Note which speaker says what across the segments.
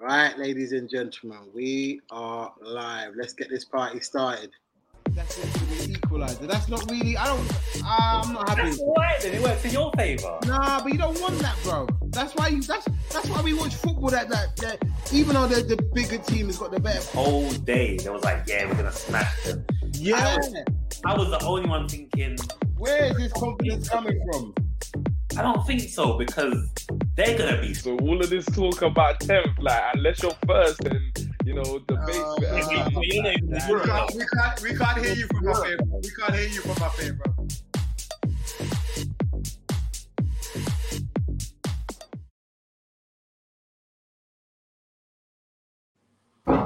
Speaker 1: right, ladies and gentlemen, we are live. Let's get this party started.
Speaker 2: That's it for the equalizer. That's not really. I don't. ah, I'm not happy.
Speaker 3: That's alright then, it works in your favour.
Speaker 2: Nah, but you don't want that, bro. That's why you. That's that's why we watch football. That that, that even though the, the bigger team has got the better.
Speaker 3: Whole day, they was like, yeah, we're gonna smash them.
Speaker 2: Yeah.
Speaker 3: I was the only one thinking,
Speaker 2: Ah, Where is this confidence coming from?
Speaker 3: I don't think so because they're gonna be.
Speaker 4: So all of this talk about tenth, like unless you're first, then you know the
Speaker 5: Oh,
Speaker 4: base.
Speaker 5: God.
Speaker 3: You're not even
Speaker 5: We
Speaker 3: Europe.
Speaker 5: can't, we can't, we can't hear you from up here. bro. We can't hear you from up here, bro.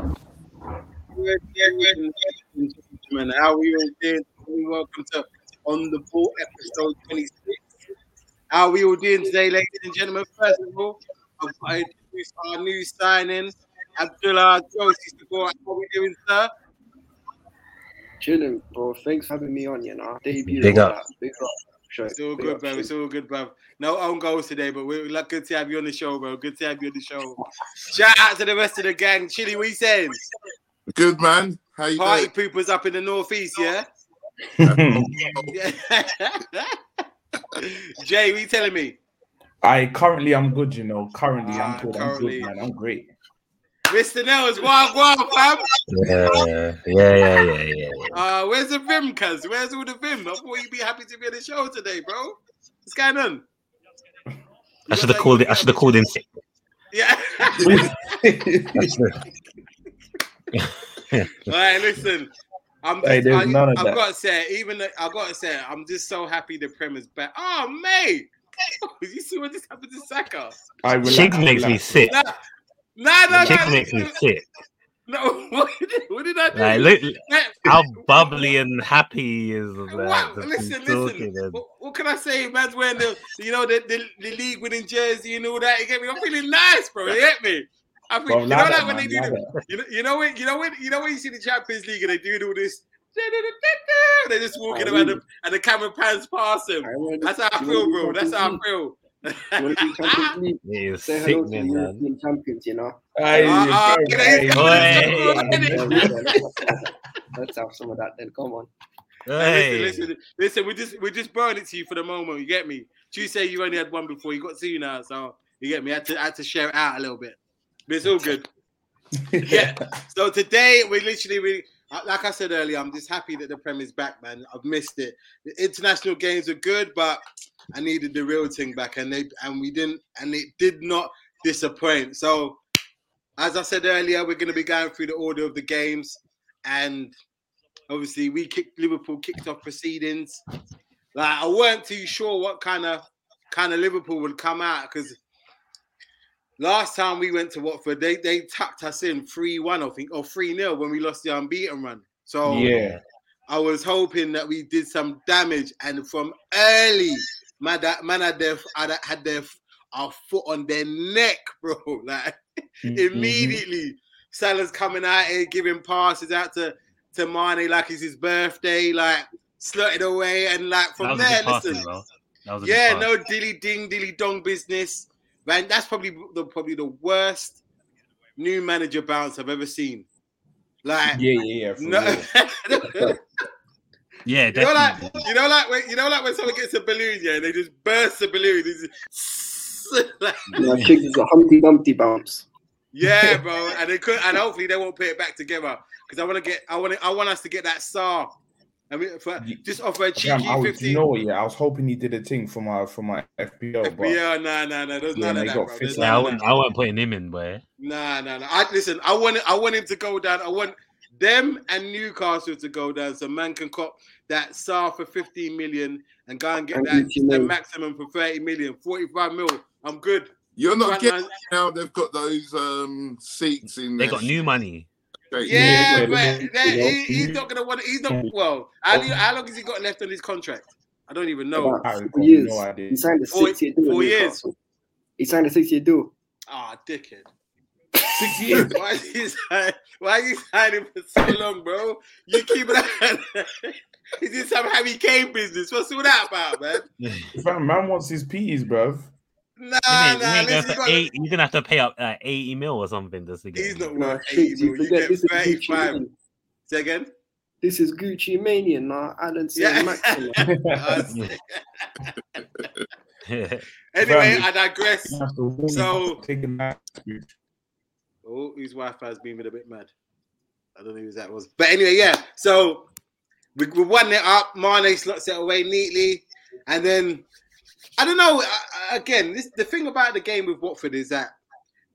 Speaker 1: Good evening, ladies and gentlemen. How are you all doing? We Welcome to On the Ball episode 26. How are we all doing today, ladies and gentlemen? First of all, I've got to introduce our new signing, Abdullah Josie Sabora. How are we doing, sir?
Speaker 6: Chilling, bro. Thanks for having me on, you know. Debut.
Speaker 7: Big
Speaker 6: all
Speaker 7: up.
Speaker 6: that. Big up. Sure.
Speaker 5: It's all
Speaker 6: Big
Speaker 5: good,
Speaker 6: up,
Speaker 5: bro.
Speaker 6: sure.
Speaker 5: It's all good, bro. No own goals today, but we're like, good to have you on the show, bro. Good to have you on the show. Shout out to the rest of the gang. Chili, we saying?
Speaker 8: Good man. How you
Speaker 5: Party
Speaker 8: doing?
Speaker 5: poopers up in the northeast, yeah? Jay, we telling me?
Speaker 9: I currently I'm good, you know. Currently
Speaker 5: Ah,
Speaker 9: I'm good.
Speaker 5: currently.
Speaker 9: I'm good, man. I'm great.
Speaker 5: Mr. Nels, wild, wild, fam.
Speaker 7: Yeah, yeah, yeah, yeah, yeah.
Speaker 5: Uh, where's the vim, cuz? Where's all the vim? I thought you'd be happy to be on the show today, bro. What's going on?
Speaker 7: I should have called it. I should have called in sick.
Speaker 5: Yeah.
Speaker 7: I should've-
Speaker 5: All right, listen. I'm
Speaker 9: Hey,
Speaker 5: just,
Speaker 9: there's
Speaker 5: I,
Speaker 9: none of
Speaker 5: I've
Speaker 9: that.
Speaker 5: got to say, even though- I've got to say, I'm just so happy the Prem is back. Oh, mate. You see what just happened to Saka?
Speaker 9: I relax,
Speaker 7: Chicks makes me
Speaker 9: relax.
Speaker 7: sick.
Speaker 5: No, no,
Speaker 7: Chicks
Speaker 5: no.
Speaker 7: makes me sick.
Speaker 5: no what, did, what did I do?
Speaker 7: Like, look
Speaker 5: That-
Speaker 7: how bubbly and happy he is. Like,
Speaker 5: Wow,
Speaker 7: just
Speaker 5: listen,
Speaker 7: talking
Speaker 5: listen.
Speaker 7: and-
Speaker 5: What, what can I say? Man's wearing the, you know, the, the, the league winning jersey and all that. You get me? I'm feeling nice, bro. You get me? I think,
Speaker 9: Bro,
Speaker 5: you know
Speaker 9: ladder,
Speaker 5: that when they
Speaker 9: man,
Speaker 5: do the,
Speaker 9: ladder.
Speaker 5: you know, you know when, you know when, you know when you see the Champions League and they do all this. They're just walking
Speaker 6: Oh,
Speaker 5: around the,
Speaker 6: really?
Speaker 5: and the camera pans past them.
Speaker 6: I wanna-
Speaker 5: That's how I
Speaker 6: you
Speaker 5: feel, bro.
Speaker 6: wanna be
Speaker 5: That's how I
Speaker 6: Champions
Speaker 5: feel.
Speaker 6: League? You wanna be Champions League?
Speaker 7: He is
Speaker 6: Say hello to the
Speaker 7: sickening, man.
Speaker 6: European champions, you know.
Speaker 9: Aye,
Speaker 5: Ah, ah,
Speaker 9: aye,
Speaker 5: look at this.
Speaker 9: aye.
Speaker 7: Oi.
Speaker 6: Yeah, yeah, yeah, let's have some of that. Let's have some of that then. Come on.
Speaker 5: Listen,
Speaker 7: Hey.
Speaker 5: listen, listen. We just we just burn it to you for the moment. You get me? Tuesday, you only had one before. You got two now, so you get me. I had to I had to share it out a little bit, but it's all good. yeah. So today we literally we like I said earlier, I'm just happy that the Prem is back, man. I've missed it. The international games are good, but I needed the real thing back, and they and we didn't, and it did not disappoint. So, as I said earlier, we're going to be going through the order of the games, and obviously we kicked Liverpool kicked off proceedings. Like I weren't too sure what kind of kind of Liverpool would come out because last time we went to Watford, they they tucked us in three one, I think, or three 0 when we lost the unbeaten run. So
Speaker 9: Yeah.
Speaker 5: I was hoping that we did some damage, and from early, man, that man had their had, had their our foot on their neck, bro. Like
Speaker 7: Mm-hmm.
Speaker 9: Mm-hmm.
Speaker 5: immediately, Salah's coming out here giving passes out to to Mane like it's his birthday, like slotted away, and like
Speaker 7: That
Speaker 5: from
Speaker 7: was a
Speaker 5: there,
Speaker 7: good pass,
Speaker 5: listen,
Speaker 7: bro. That was a good
Speaker 5: yeah,
Speaker 7: pass.
Speaker 5: no dilly ding, dilly dong business, man. That's probably the probably the worst new manager bounce I've ever seen. Like,
Speaker 9: Mhm. Yeah, yeah, yeah. for
Speaker 5: no.
Speaker 9: real.
Speaker 7: Yeah,
Speaker 5: You know, like
Speaker 7: definitely.
Speaker 5: you know, like when you know, like when someone gets a balloon, yeah, and they just burst the balloon. it's just- like,
Speaker 6: Yeah, Chicks is a Humpty Dumpty bounce.
Speaker 5: yeah, bro, and they could, and hopefully they won't put it back together because I want to get, I want, I want us to get that star. I mean, for, just offer a cheeky
Speaker 9: Damn, I was,
Speaker 5: fifteen.
Speaker 9: you know, yeah, I was hoping he did a thing for my for my FBO, but
Speaker 5: yeah, nah, nah, nah. There's
Speaker 9: Yeah,
Speaker 5: none of
Speaker 9: they
Speaker 5: that,
Speaker 9: got
Speaker 5: bro.
Speaker 9: fit
Speaker 5: There's
Speaker 9: out.
Speaker 7: Yeah, I
Speaker 5: none of
Speaker 7: wouldn't.
Speaker 5: that.
Speaker 7: I wouldn't putting him in, boy.
Speaker 5: Nah, nah, nah. I, listen, I want, I want him to go down. I want them and Newcastle to go down, so man can cop that star for 15 million and go and get
Speaker 6: And
Speaker 5: that
Speaker 6: 18
Speaker 5: the
Speaker 6: mil.
Speaker 5: maximum for 30 million, 45 mil. I'm good.
Speaker 8: You're not
Speaker 5: Right
Speaker 8: getting
Speaker 5: now-
Speaker 8: now. They've got those um seats in
Speaker 7: They
Speaker 8: there.
Speaker 7: got new money.
Speaker 8: Straight.
Speaker 5: Yeah,
Speaker 9: Yeah,
Speaker 5: but that,
Speaker 6: yeah.
Speaker 5: he, he's not gonna want. He's not. Well, how, do you- how long has he got left on his contract? I don't even know.
Speaker 6: About
Speaker 9: I got
Speaker 6: four years.
Speaker 9: no idea.
Speaker 6: He signed a
Speaker 5: Four-
Speaker 6: six-year deal.
Speaker 5: four
Speaker 6: with
Speaker 5: years.
Speaker 6: Newcastle. He signed a six-year deal.
Speaker 5: Ah, dickhead.
Speaker 9: six years.
Speaker 5: Why is he sign- Why is he signing for so long, bro? You keep that. is it some Harry Kane business? What's all that about, man?
Speaker 9: Fam, man wants his peas, bruv.
Speaker 5: Nah,
Speaker 7: Innit?
Speaker 5: Ah, nah,
Speaker 7: you ain't
Speaker 5: listen, you
Speaker 7: gonna have
Speaker 5: got
Speaker 7: to eight, you're gonna have to pay up like 80 mil or something just to get
Speaker 5: He's
Speaker 7: him.
Speaker 5: not
Speaker 6: Nah,
Speaker 5: worth 80
Speaker 6: shit, you
Speaker 5: mil. You
Speaker 6: forget
Speaker 5: get
Speaker 6: this is
Speaker 5: 35.
Speaker 6: Gucci. Mane.
Speaker 5: Say again?
Speaker 6: This is Gucci Mania, nah. Alan said
Speaker 5: Yeah.
Speaker 6: maximum.
Speaker 5: Uh, anyway,
Speaker 9: Right.
Speaker 5: I digress.
Speaker 9: That's the one.
Speaker 5: So-
Speaker 9: taking that.
Speaker 5: Oh, his Wi Fi's being a bit mad. I don't know who that was. But anyway, yeah. So we, we won it up. Mane slots it away neatly. And then, I don't know. I, I- again, this, the thing about the game with Watford is that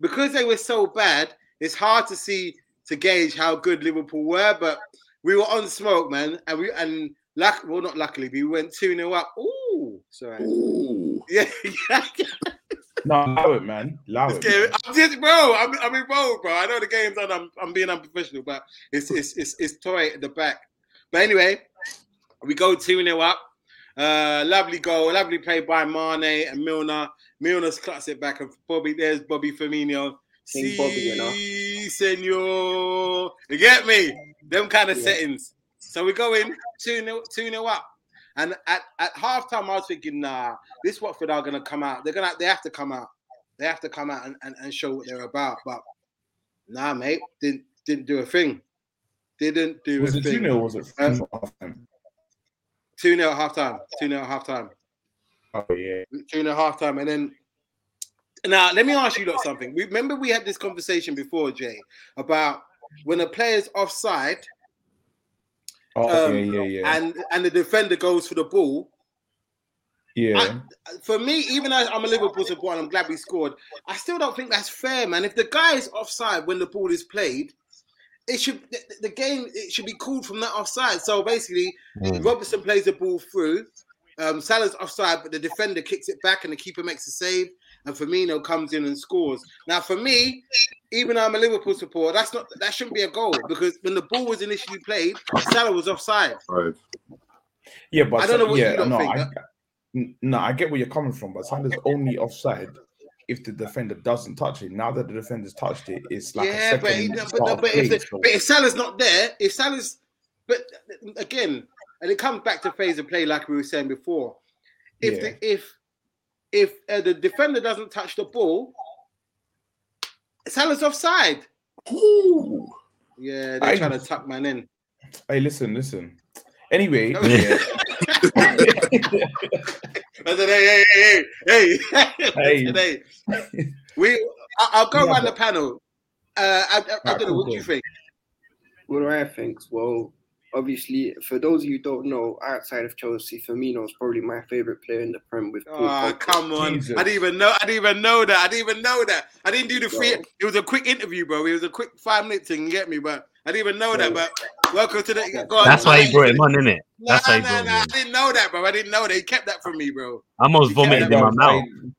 Speaker 5: because they were so bad, it's hard to see, to gauge how good Liverpool were. But we were on smoke, man. And we, and luck, well, not luckily, we went 2 0 up. Ooh, sorry.
Speaker 8: Ooh.
Speaker 5: Yeah, yeah.
Speaker 9: No, allow it, man. Allow
Speaker 5: It's
Speaker 9: it.
Speaker 5: scary.
Speaker 9: man.
Speaker 5: I'm just, bro. I'm, I'm involved, bro. I know the game's on. I'm, I'm being unprofessional, but it's it's it's, it's toy at the back. But anyway, we go two 0 up. Uh, lovely goal, lovely play by Mane and Milner. Milner's cuts it back, and Bobby there's Bobby Firmino.
Speaker 6: King Bobby, you know.
Speaker 5: Si, senor. You get me? Them kind of
Speaker 6: Yeah.
Speaker 5: settings. So we go in 2 0 two nil up. And at, at half time, I was thinking, nah, this Watford are going to come out. They're going to, they have to come out. They have to come out and, and, and show what they're about. But nah, mate, didn't didn't do a thing. Didn't do
Speaker 9: Was
Speaker 5: a
Speaker 9: it
Speaker 5: thing.
Speaker 9: junior or was it?
Speaker 5: Uh,
Speaker 9: Um,
Speaker 5: 2 0 half time. 2 0 half time.
Speaker 9: oh yeah.
Speaker 5: during the half time. And then now let me ask you lot something. We remember we had this conversation before, Jay, about when a player's offside
Speaker 9: Oh
Speaker 5: Um,
Speaker 9: yeah, yeah, yeah,
Speaker 5: and and the defender goes for the ball.
Speaker 9: yeah.
Speaker 5: For me, even though I'm a Liverpool supporter, and I'm glad we scored. I still don't think that's fair, man. If the guy is offside when the ball is played, it should the, the game it should be called from that offside. So basically, Robertson plays the ball through. Um, Salah's offside, but the defender kicks it back and the keeper makes a save. And Firmino comes in and scores. Now, for me, even though I'm a Liverpool supporter, that's not that shouldn't be a goal because when the ball was initially played, Salah was offside.
Speaker 8: Right.
Speaker 9: Yeah, but
Speaker 5: I don't know what you
Speaker 9: yeah,
Speaker 5: lot
Speaker 9: no,
Speaker 5: think,
Speaker 9: I,
Speaker 5: huh?
Speaker 9: n- no, I get where you're coming from, but Salah's only offside if the defender doesn't touch it. Now that the defender's touched it, it's like
Speaker 5: yeah,
Speaker 9: a
Speaker 5: but, he,
Speaker 9: second
Speaker 5: but,
Speaker 9: start
Speaker 5: but,
Speaker 9: of
Speaker 5: if
Speaker 9: play,
Speaker 5: the,
Speaker 9: so-
Speaker 5: but if Salah's not there, if Salah's but again, and it comes back to phase of play, like we were saying before. If
Speaker 9: Yeah.
Speaker 5: the if if uh, the defender doesn't touch the ball, Salah's offside.
Speaker 8: Ooh.
Speaker 5: Yeah, they're
Speaker 9: I-
Speaker 5: trying to tuck man in.
Speaker 9: Hey, listen, listen. Anyway,
Speaker 5: No.
Speaker 9: yeah.
Speaker 5: I said, hey, hey, hey, hey, hey.
Speaker 9: Hey.
Speaker 5: I said, hey. We, I, I'll go
Speaker 9: Yeah,
Speaker 5: around the panel. Uh, I, I, I
Speaker 9: Right,
Speaker 5: don't know
Speaker 9: cool,
Speaker 5: what do you
Speaker 9: cool.
Speaker 5: think.
Speaker 6: What do I think? Well, obviously, for those of you who don't know, outside of Chelsea, Firmino is probably my favourite player in the Prem with Paul
Speaker 5: Oh,
Speaker 6: Pogba.
Speaker 5: come on!
Speaker 9: Jesus.
Speaker 5: I didn't even know. I didn't even know that. I didn't even know that. I didn't do the free.
Speaker 6: Yo.
Speaker 5: It was a quick interview, bro. It was a quick five minute thing. You get me, but I didn't even know that. But welcome to the. Go on.
Speaker 7: That's why he brought him on, isn't it?
Speaker 5: Nah,
Speaker 7: That's why he
Speaker 5: nah,
Speaker 7: brought
Speaker 5: nah. I
Speaker 7: him.
Speaker 5: didn't know that, bro. I didn't know they kept that from me, bro.
Speaker 7: I almost
Speaker 5: You can't
Speaker 7: vomited in my
Speaker 9: Bro,
Speaker 7: mouth.
Speaker 6: Nah,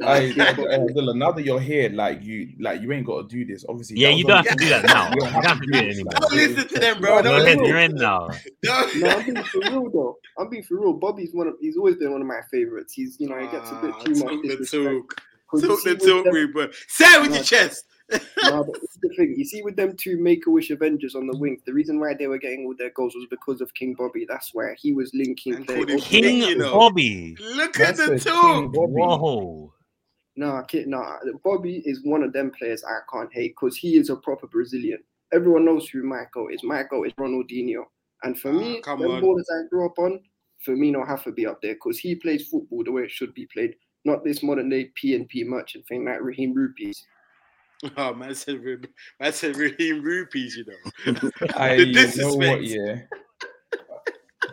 Speaker 9: Hey, hey,
Speaker 6: yeah,
Speaker 9: hey, Abdullah, now that oh, you're here, like you, like you ain't got to do this. Obviously,
Speaker 7: Yeah,
Speaker 9: that
Speaker 7: you
Speaker 9: was
Speaker 7: don't have
Speaker 9: on-
Speaker 7: to do that now.
Speaker 9: You
Speaker 7: You
Speaker 9: don't have
Speaker 7: don't have to do it anymore.
Speaker 5: Don't listen to them, bro.
Speaker 6: No,
Speaker 5: Don't
Speaker 7: You're in,
Speaker 5: listen.
Speaker 7: you're in now.
Speaker 5: Don't-
Speaker 6: No, I'm being for real though. I'm being for real. Bobby's one of he's always been one of my favorites. He's you know he gets a bit
Speaker 5: Ah,
Speaker 6: too
Speaker 5: talk
Speaker 6: much
Speaker 5: the
Speaker 6: disrespect.
Speaker 5: talk.
Speaker 6: 'Cause you
Speaker 5: Talk
Speaker 6: see
Speaker 5: the
Speaker 6: with
Speaker 5: talk,
Speaker 6: them-
Speaker 5: me, bro. Say it with your
Speaker 6: No.
Speaker 5: chest.
Speaker 6: no, but this is the thing. You see with them two Make a Wish Avengers on the wing, the reason why they were getting all their goals was because of King Bobby. That's why he was linking
Speaker 5: And
Speaker 6: play.
Speaker 5: Cody
Speaker 6: Okay.
Speaker 5: King, you
Speaker 7: King
Speaker 5: know.
Speaker 7: Bobby.
Speaker 5: Look at
Speaker 9: That's
Speaker 5: the
Speaker 9: a
Speaker 5: talk.
Speaker 9: king Bobby.
Speaker 7: Whoa.
Speaker 6: Nah, kid, nah. Bobby is one of them players I can't hate because he is a proper Brazilian. Everyone knows who Michael is. Michael is Ronaldinho. And for
Speaker 5: Ah,
Speaker 6: me,
Speaker 5: come
Speaker 6: them
Speaker 5: on.
Speaker 6: ballers I grew up on, Firmino have to be up there because he plays football the way it should be played, not this modern day P and P much and thing like Raheem Rupees.
Speaker 5: Oh man, I said, Ru- man said Raheem rupees, you know.
Speaker 9: I
Speaker 5: The
Speaker 9: you know
Speaker 5: disrespect.
Speaker 9: what, yeah.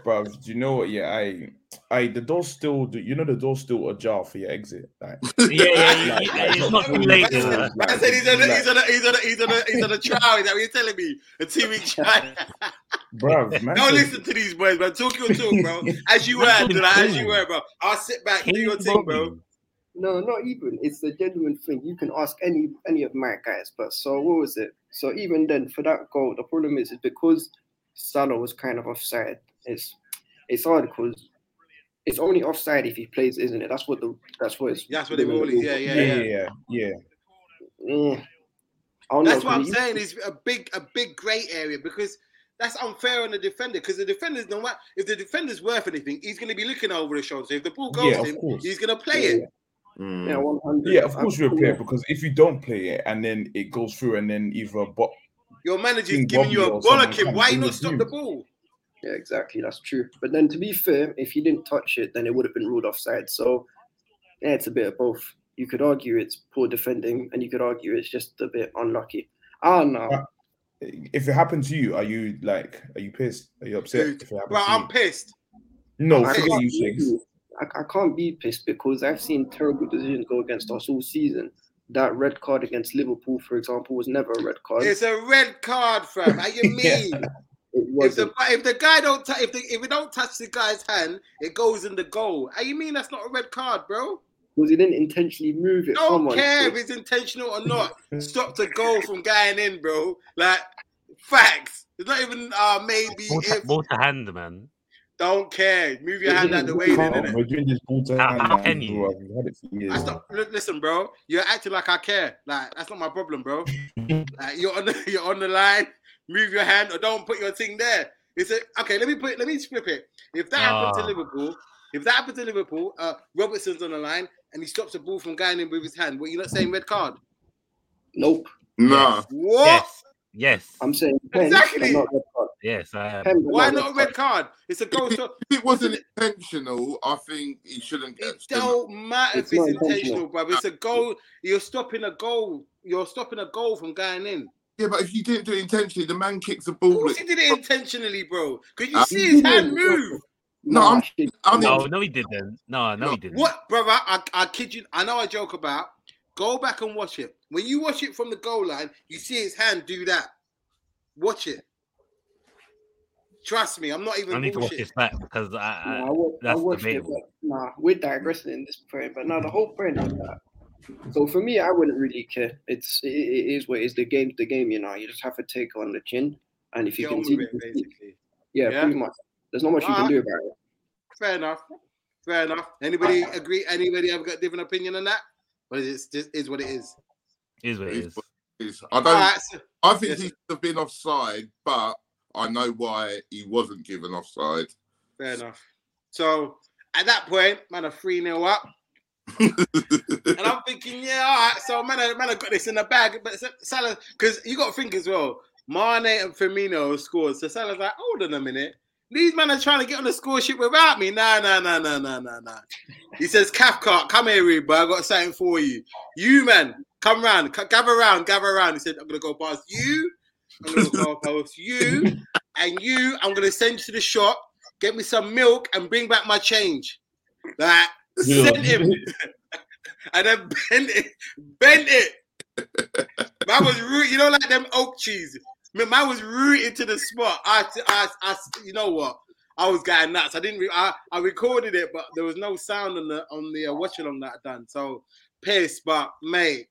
Speaker 9: Bruv, do you know what? Yeah, I, I the door's still, do you know, the door's still ajar for your exit. Like,
Speaker 7: Yeah, yeah, yeah.
Speaker 9: Like, like, uh,
Speaker 7: It's not too late. uh, you know.
Speaker 5: I said he's on, a, he's on, a, he's on, a, he's on, a, he's on a trial. Is that what you're telling me? A two week trial.
Speaker 9: bruv, man.
Speaker 5: Don't
Speaker 9: said-
Speaker 5: listen to these boys, man. Talk your talk, bro. As you were, like, as you were, bro. I'll sit back, do
Speaker 7: King
Speaker 5: your thing, bro.
Speaker 7: Bobby.
Speaker 6: No, not even. It's a genuine thing. You can ask any any of my guys. But so what was it? So even then, for that goal, the problem is, is because Salah was kind of offside. It's it's hard because it's only offside if he plays, isn't it? That's what the that's what it's.
Speaker 5: Yeah, that's what the rule is. Yeah, yeah,
Speaker 9: Yeah,
Speaker 5: yeah.
Speaker 9: yeah, yeah, yeah.
Speaker 6: Mm. I don't
Speaker 5: That's
Speaker 6: know,
Speaker 5: what I'm
Speaker 6: you-
Speaker 5: saying. Is a big, a big grey area because that's unfair on the defender. Because the defender's no matter if the defender's worth anything, he's going to be looking over his shoulder. So if the ball goes
Speaker 9: Yeah,
Speaker 5: to
Speaker 9: of
Speaker 5: him,
Speaker 9: course.
Speaker 5: he's going to play it.
Speaker 10: Mm.
Speaker 6: Yeah, 100.
Speaker 9: Yeah, of course you will play it
Speaker 6: Absolutely.
Speaker 9: because if you don't play it and then it goes through and then either a bot
Speaker 5: Your manager's
Speaker 9: King
Speaker 5: giving you a
Speaker 9: Bobby or someone
Speaker 5: bollocking.
Speaker 9: comes
Speaker 5: Why you
Speaker 9: in
Speaker 5: not
Speaker 9: with
Speaker 5: stop
Speaker 9: you?
Speaker 5: the ball?
Speaker 6: Yeah, exactly. That's true. But then to be fair, if he didn't touch it, then it would have been ruled offside. So yeah, it's a bit of both. You could argue it's poor defending, and you could argue it's just a bit unlucky. Ah, I don't know.
Speaker 9: if it happened to you, are you like, are you pissed? Are you upset?
Speaker 5: Dude,
Speaker 9: if it happened
Speaker 5: Bro,
Speaker 9: to you?
Speaker 5: I'm pissed.
Speaker 9: no,
Speaker 6: I
Speaker 9: forget
Speaker 6: can't,
Speaker 9: you, Shakes.
Speaker 6: be, I, I can't be pissed because I've seen terrible decisions go against us all season. That red card against Liverpool, for example, was never a red card.
Speaker 5: It's a red card, fam. How you mean?
Speaker 6: it
Speaker 5: If the
Speaker 6: wasn't.
Speaker 5: if the guy don't t- if the, if we don't touch the guy's hand, it goes in the goal. How you mean that's not a red card, bro?
Speaker 6: Because he didn't intentionally move it.
Speaker 5: Don't
Speaker 6: Come on,
Speaker 5: care if
Speaker 6: Chris.
Speaker 5: it's intentional or not. Stop the goal from going in, bro. Like facts. It's not even uh maybe
Speaker 7: Ball to,
Speaker 5: if
Speaker 7: ball to hand, man.
Speaker 5: don't care. Move your hand out the way, then
Speaker 9: Come
Speaker 5: innit?
Speaker 9: on, we're doing this ball to
Speaker 7: How-
Speaker 9: hand,
Speaker 7: how
Speaker 9: man,
Speaker 7: can you?
Speaker 9: bro. I've had it for years.
Speaker 5: I stop, li- listen, bro. You're acting like I care. Like that's not my problem, bro. like, you're on the you're on the line. Move your hand or don't put your thing there. It's a, okay. Let me put. Let me flip it. If that happened
Speaker 7: Ah.
Speaker 5: to Liverpool, if that happened to Liverpool, uh, Robertson's on the line and he stops the ball from going in with his hand. What you not saying? Red card.
Speaker 6: Nope.
Speaker 10: Nah.
Speaker 5: What?
Speaker 7: Yes. Yes.
Speaker 6: I'm saying pen,
Speaker 5: Exactly.
Speaker 6: but not red card.
Speaker 7: Yes, I am.
Speaker 6: Pen, but
Speaker 5: Why
Speaker 6: red
Speaker 5: not a
Speaker 6: card.
Speaker 5: red card? It's a goal. So
Speaker 10: If it wasn't intentional, I think he shouldn't get
Speaker 5: it don't matter if
Speaker 6: It's not
Speaker 5: it's
Speaker 6: intentional.
Speaker 5: intentional, bro. It's a goal. You're stopping a goal. You're stopping a goal from going in.
Speaker 10: Yeah, but if you didn't do it intentionally, the man kicks the
Speaker 5: Of
Speaker 10: ball.
Speaker 5: course he did it intentionally, bro. Could you
Speaker 10: Uh,
Speaker 5: see his hand move?
Speaker 10: No,
Speaker 6: Nah,
Speaker 10: I'm-
Speaker 6: shit.
Speaker 10: I'm-
Speaker 7: Oh, No, no, he didn't. No, no,
Speaker 10: No.
Speaker 7: he didn't.
Speaker 5: What, brother? I, I kid you. I know I joke about. Go back and watch it. When you watch it from the goal line, you see his hand do that. Watch it. Trust me, I'm not even
Speaker 7: I need to watch
Speaker 5: bullshit.
Speaker 7: this back because I, I,
Speaker 6: Nah, I, wa- I
Speaker 7: that's
Speaker 6: watched
Speaker 7: debatable. Mm-hmm.
Speaker 6: it, but nah, we're digressing in this point. But now the whole point is that. So for me, I wouldn't really care. It's it, it is what it is. The game's the game, you know. You just have to take it on the chin, and if you
Speaker 5: Get on with
Speaker 6: continue,
Speaker 5: it, basically.
Speaker 6: yeah,
Speaker 5: Yeah. Ah.
Speaker 6: pretty much. There's not much you can
Speaker 5: Alright.
Speaker 6: do about it.
Speaker 5: Fair enough. Fair enough. Anybody agree? Anybody have got a different opinion on that? But it's just is what it is.
Speaker 7: It is what it is.
Speaker 10: It's- I
Speaker 5: All
Speaker 10: don't.
Speaker 5: right. So,
Speaker 10: I think
Speaker 5: Yes.
Speaker 10: he should have been offside, but I know why he wasn't given offside.
Speaker 5: fair enough. So at that point, man, a three 0 up. And I'm thinking, yeah, all right. So man, I- man, I got this in the bag. But Sa- Salah, because you got to think as well. Mane and Firmino scored, so Salah's like, hold on a minute. These men are trying to get on the score sheet without me. Nah, nah, nah, nah, nah, nah, nah. He says, Cathcart, come here, Reed, but I got something for you. You man, come round, c- gather round, gather round. He said, I'm gonna go past you. I'm gonna go past you, and you. I'm gonna send you to the shop, get me some milk, and bring back my change. Like, send him and then bend it, bend it. Mine was root, you know, like them oak cheese. Man, mine was rooted to the spot. I, I, I, you know what? I was going nuts. I didn't. Re- I, I recorded it, but there was no sound on the on the uh, watch along that I done. So pissed, but mate,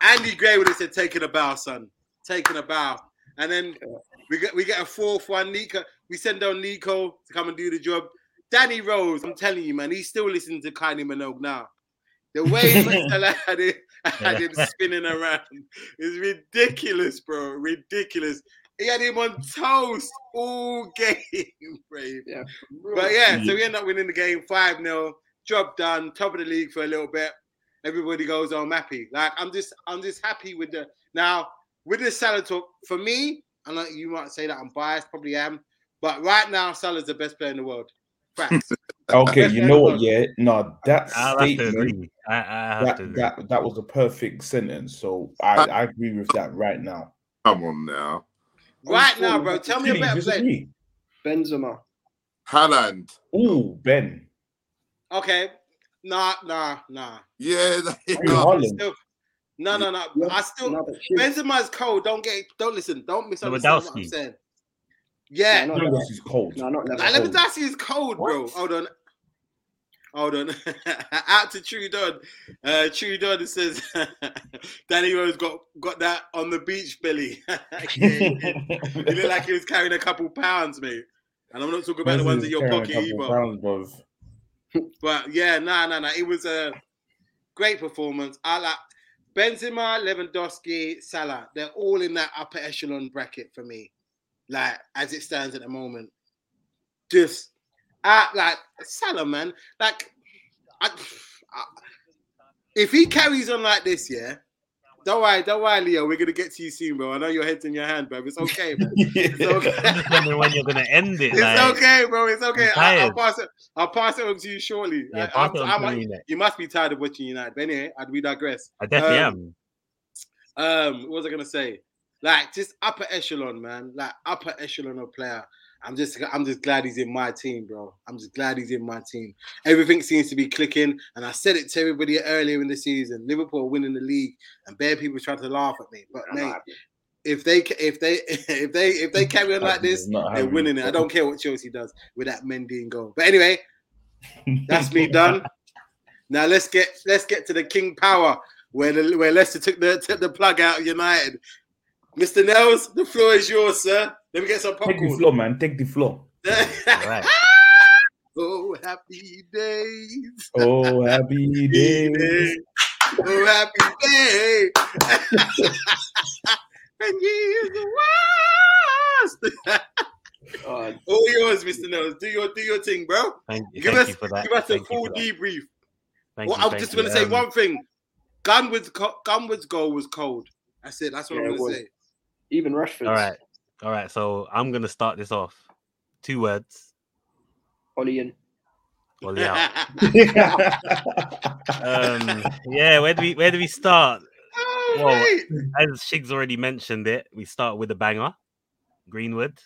Speaker 5: Andy Gray would have said, "Taking a bow, son. Taking a bow." And then we get we get a fourth one. Nico, we send down Nico to come and do the job. Danny Rose, I'm telling you, man, he's still listening to Kylie Minogue now. The way Marcella had it, had him spinning around is ridiculous, bro. Ridiculous. He had him on toast all game, brave. But yeah, so we end up winning the game 5 0. Job done, top of the league for a little bit. Everybody goes home happy. Like I'm just I'm just happy with the now with the Salah talk, for me, I know you might say that I'm biased, probably am, but right now Salah's the best player in the world. Facts.
Speaker 9: Okay,
Speaker 5: Let's
Speaker 9: you
Speaker 5: end
Speaker 9: know
Speaker 5: it
Speaker 9: what?
Speaker 5: on-
Speaker 9: Yeah, no, that
Speaker 7: I'll have to
Speaker 9: statement,
Speaker 7: agree. I, I have to
Speaker 9: that,
Speaker 7: agree.
Speaker 9: that that was a perfect sentence. So I,
Speaker 5: Uh,
Speaker 9: I agree with that right now.
Speaker 10: Come on now,
Speaker 5: right now, bro. Tell me a
Speaker 9: Really,
Speaker 5: better player.
Speaker 9: disagree.
Speaker 6: Benzema.
Speaker 10: Halland.
Speaker 9: Ooh, Ben.
Speaker 5: Okay. Nah, nah, nah.
Speaker 10: Yeah,
Speaker 9: Hey,
Speaker 10: nah,
Speaker 9: Haaland.
Speaker 5: Still, no, no, no. I still
Speaker 6: Nah, but shit.
Speaker 5: Benzema's cold. Don't get don't listen. Don't misunderstand what I'm
Speaker 7: Lewandowski.
Speaker 5: saying. Yeah.
Speaker 6: Nah,
Speaker 9: No,
Speaker 6: not
Speaker 9: no,
Speaker 6: that.
Speaker 9: this is cold.
Speaker 6: Nah, not that.
Speaker 5: Like, Lewandowski is cold, bro.
Speaker 9: What?
Speaker 5: Hold on. Hold on. Out to Trudon. Uh Trudon says Danny Rose got got that on the beach belly. he looked like he was carrying a couple pounds, mate. And I'm not talking about the ones in your pocket either. But yeah, nah, nah, nah. It was a great performance. I like Benzema, Lewandowski, Salah. They're all in that upper echelon bracket for me. Like as it stands at the moment, just I like Salah, man. Like I, I, if he carries on like this, yeah, don't worry, don't worry, Leo. We're gonna get to you soon, bro. I know your head's in your hand, bro. It's okay, bro. It's
Speaker 7: I'm
Speaker 5: okay.
Speaker 7: just wondering when you're gonna end it.
Speaker 5: It's
Speaker 7: like,
Speaker 5: okay, bro. It's okay.
Speaker 7: I'm
Speaker 5: I, will
Speaker 7: tired.
Speaker 5: pass it. I'll pass it on to you shortly.
Speaker 7: Yeah,
Speaker 5: I-
Speaker 7: pass it
Speaker 5: I'm-
Speaker 7: on
Speaker 5: I'm-
Speaker 7: to me, mate.
Speaker 5: you must be tired of watching United. But anyway, I- we digress.
Speaker 7: I definitely
Speaker 5: Um,
Speaker 7: am.
Speaker 5: Um, what was I gonna say? Like just upper echelon, man. Like upper echelon of player. I'm just I'm just glad he's in my team, bro. I'm just glad he's in my team. Everything seems to be clicking, and I said it to everybody earlier in the season. Liverpool are winning the league, and bare people trying to laugh at me. But
Speaker 6: I'm
Speaker 5: mate,
Speaker 6: not happy.
Speaker 5: if they ca- if they if they if they carry on like this,
Speaker 9: Not
Speaker 5: they're
Speaker 9: having-
Speaker 5: winning it. I don't care what Chelsea does with that Mendy in goal. But anyway, that's me done. Now let's get let's get to the King Power where the, where Leicester took the took the plug out of United. Mr. Nels, the floor is yours, sir. Let me get some
Speaker 9: Take the
Speaker 5: popcorn.
Speaker 9: floor, man. Take the floor.
Speaker 7: Right.
Speaker 5: oh happy days,
Speaker 9: Oh, happy days.
Speaker 5: oh happy day. and years the worst.
Speaker 6: Uh,
Speaker 5: All yours, Mr. Nels. Do your do your thing, bro.
Speaker 7: Thank, you-
Speaker 5: Give
Speaker 7: thank
Speaker 5: us
Speaker 7: you for that.
Speaker 5: give us a
Speaker 7: thank you
Speaker 5: full
Speaker 7: for that.
Speaker 5: debrief.
Speaker 7: Thank
Speaker 5: Well,
Speaker 7: you,
Speaker 5: I'm
Speaker 7: thank
Speaker 5: just
Speaker 7: you.
Speaker 5: going to say
Speaker 7: Um,
Speaker 5: one thing. Gunwood's co- Gunwood's goal was cold. That's it. That's what
Speaker 6: Yeah,
Speaker 5: I'm
Speaker 6: it
Speaker 5: going
Speaker 6: was.
Speaker 5: to say.
Speaker 6: even Rashford.
Speaker 7: All right, all right. So I'm gonna start this off. Two words.
Speaker 6: Ollie in.
Speaker 7: Well, Oh, yeah. um, yeah, where do we where do we start?
Speaker 5: Oh,
Speaker 7: Well,
Speaker 5: mate.
Speaker 7: As Shig's already mentioned it, we start with a banger, Greenwood.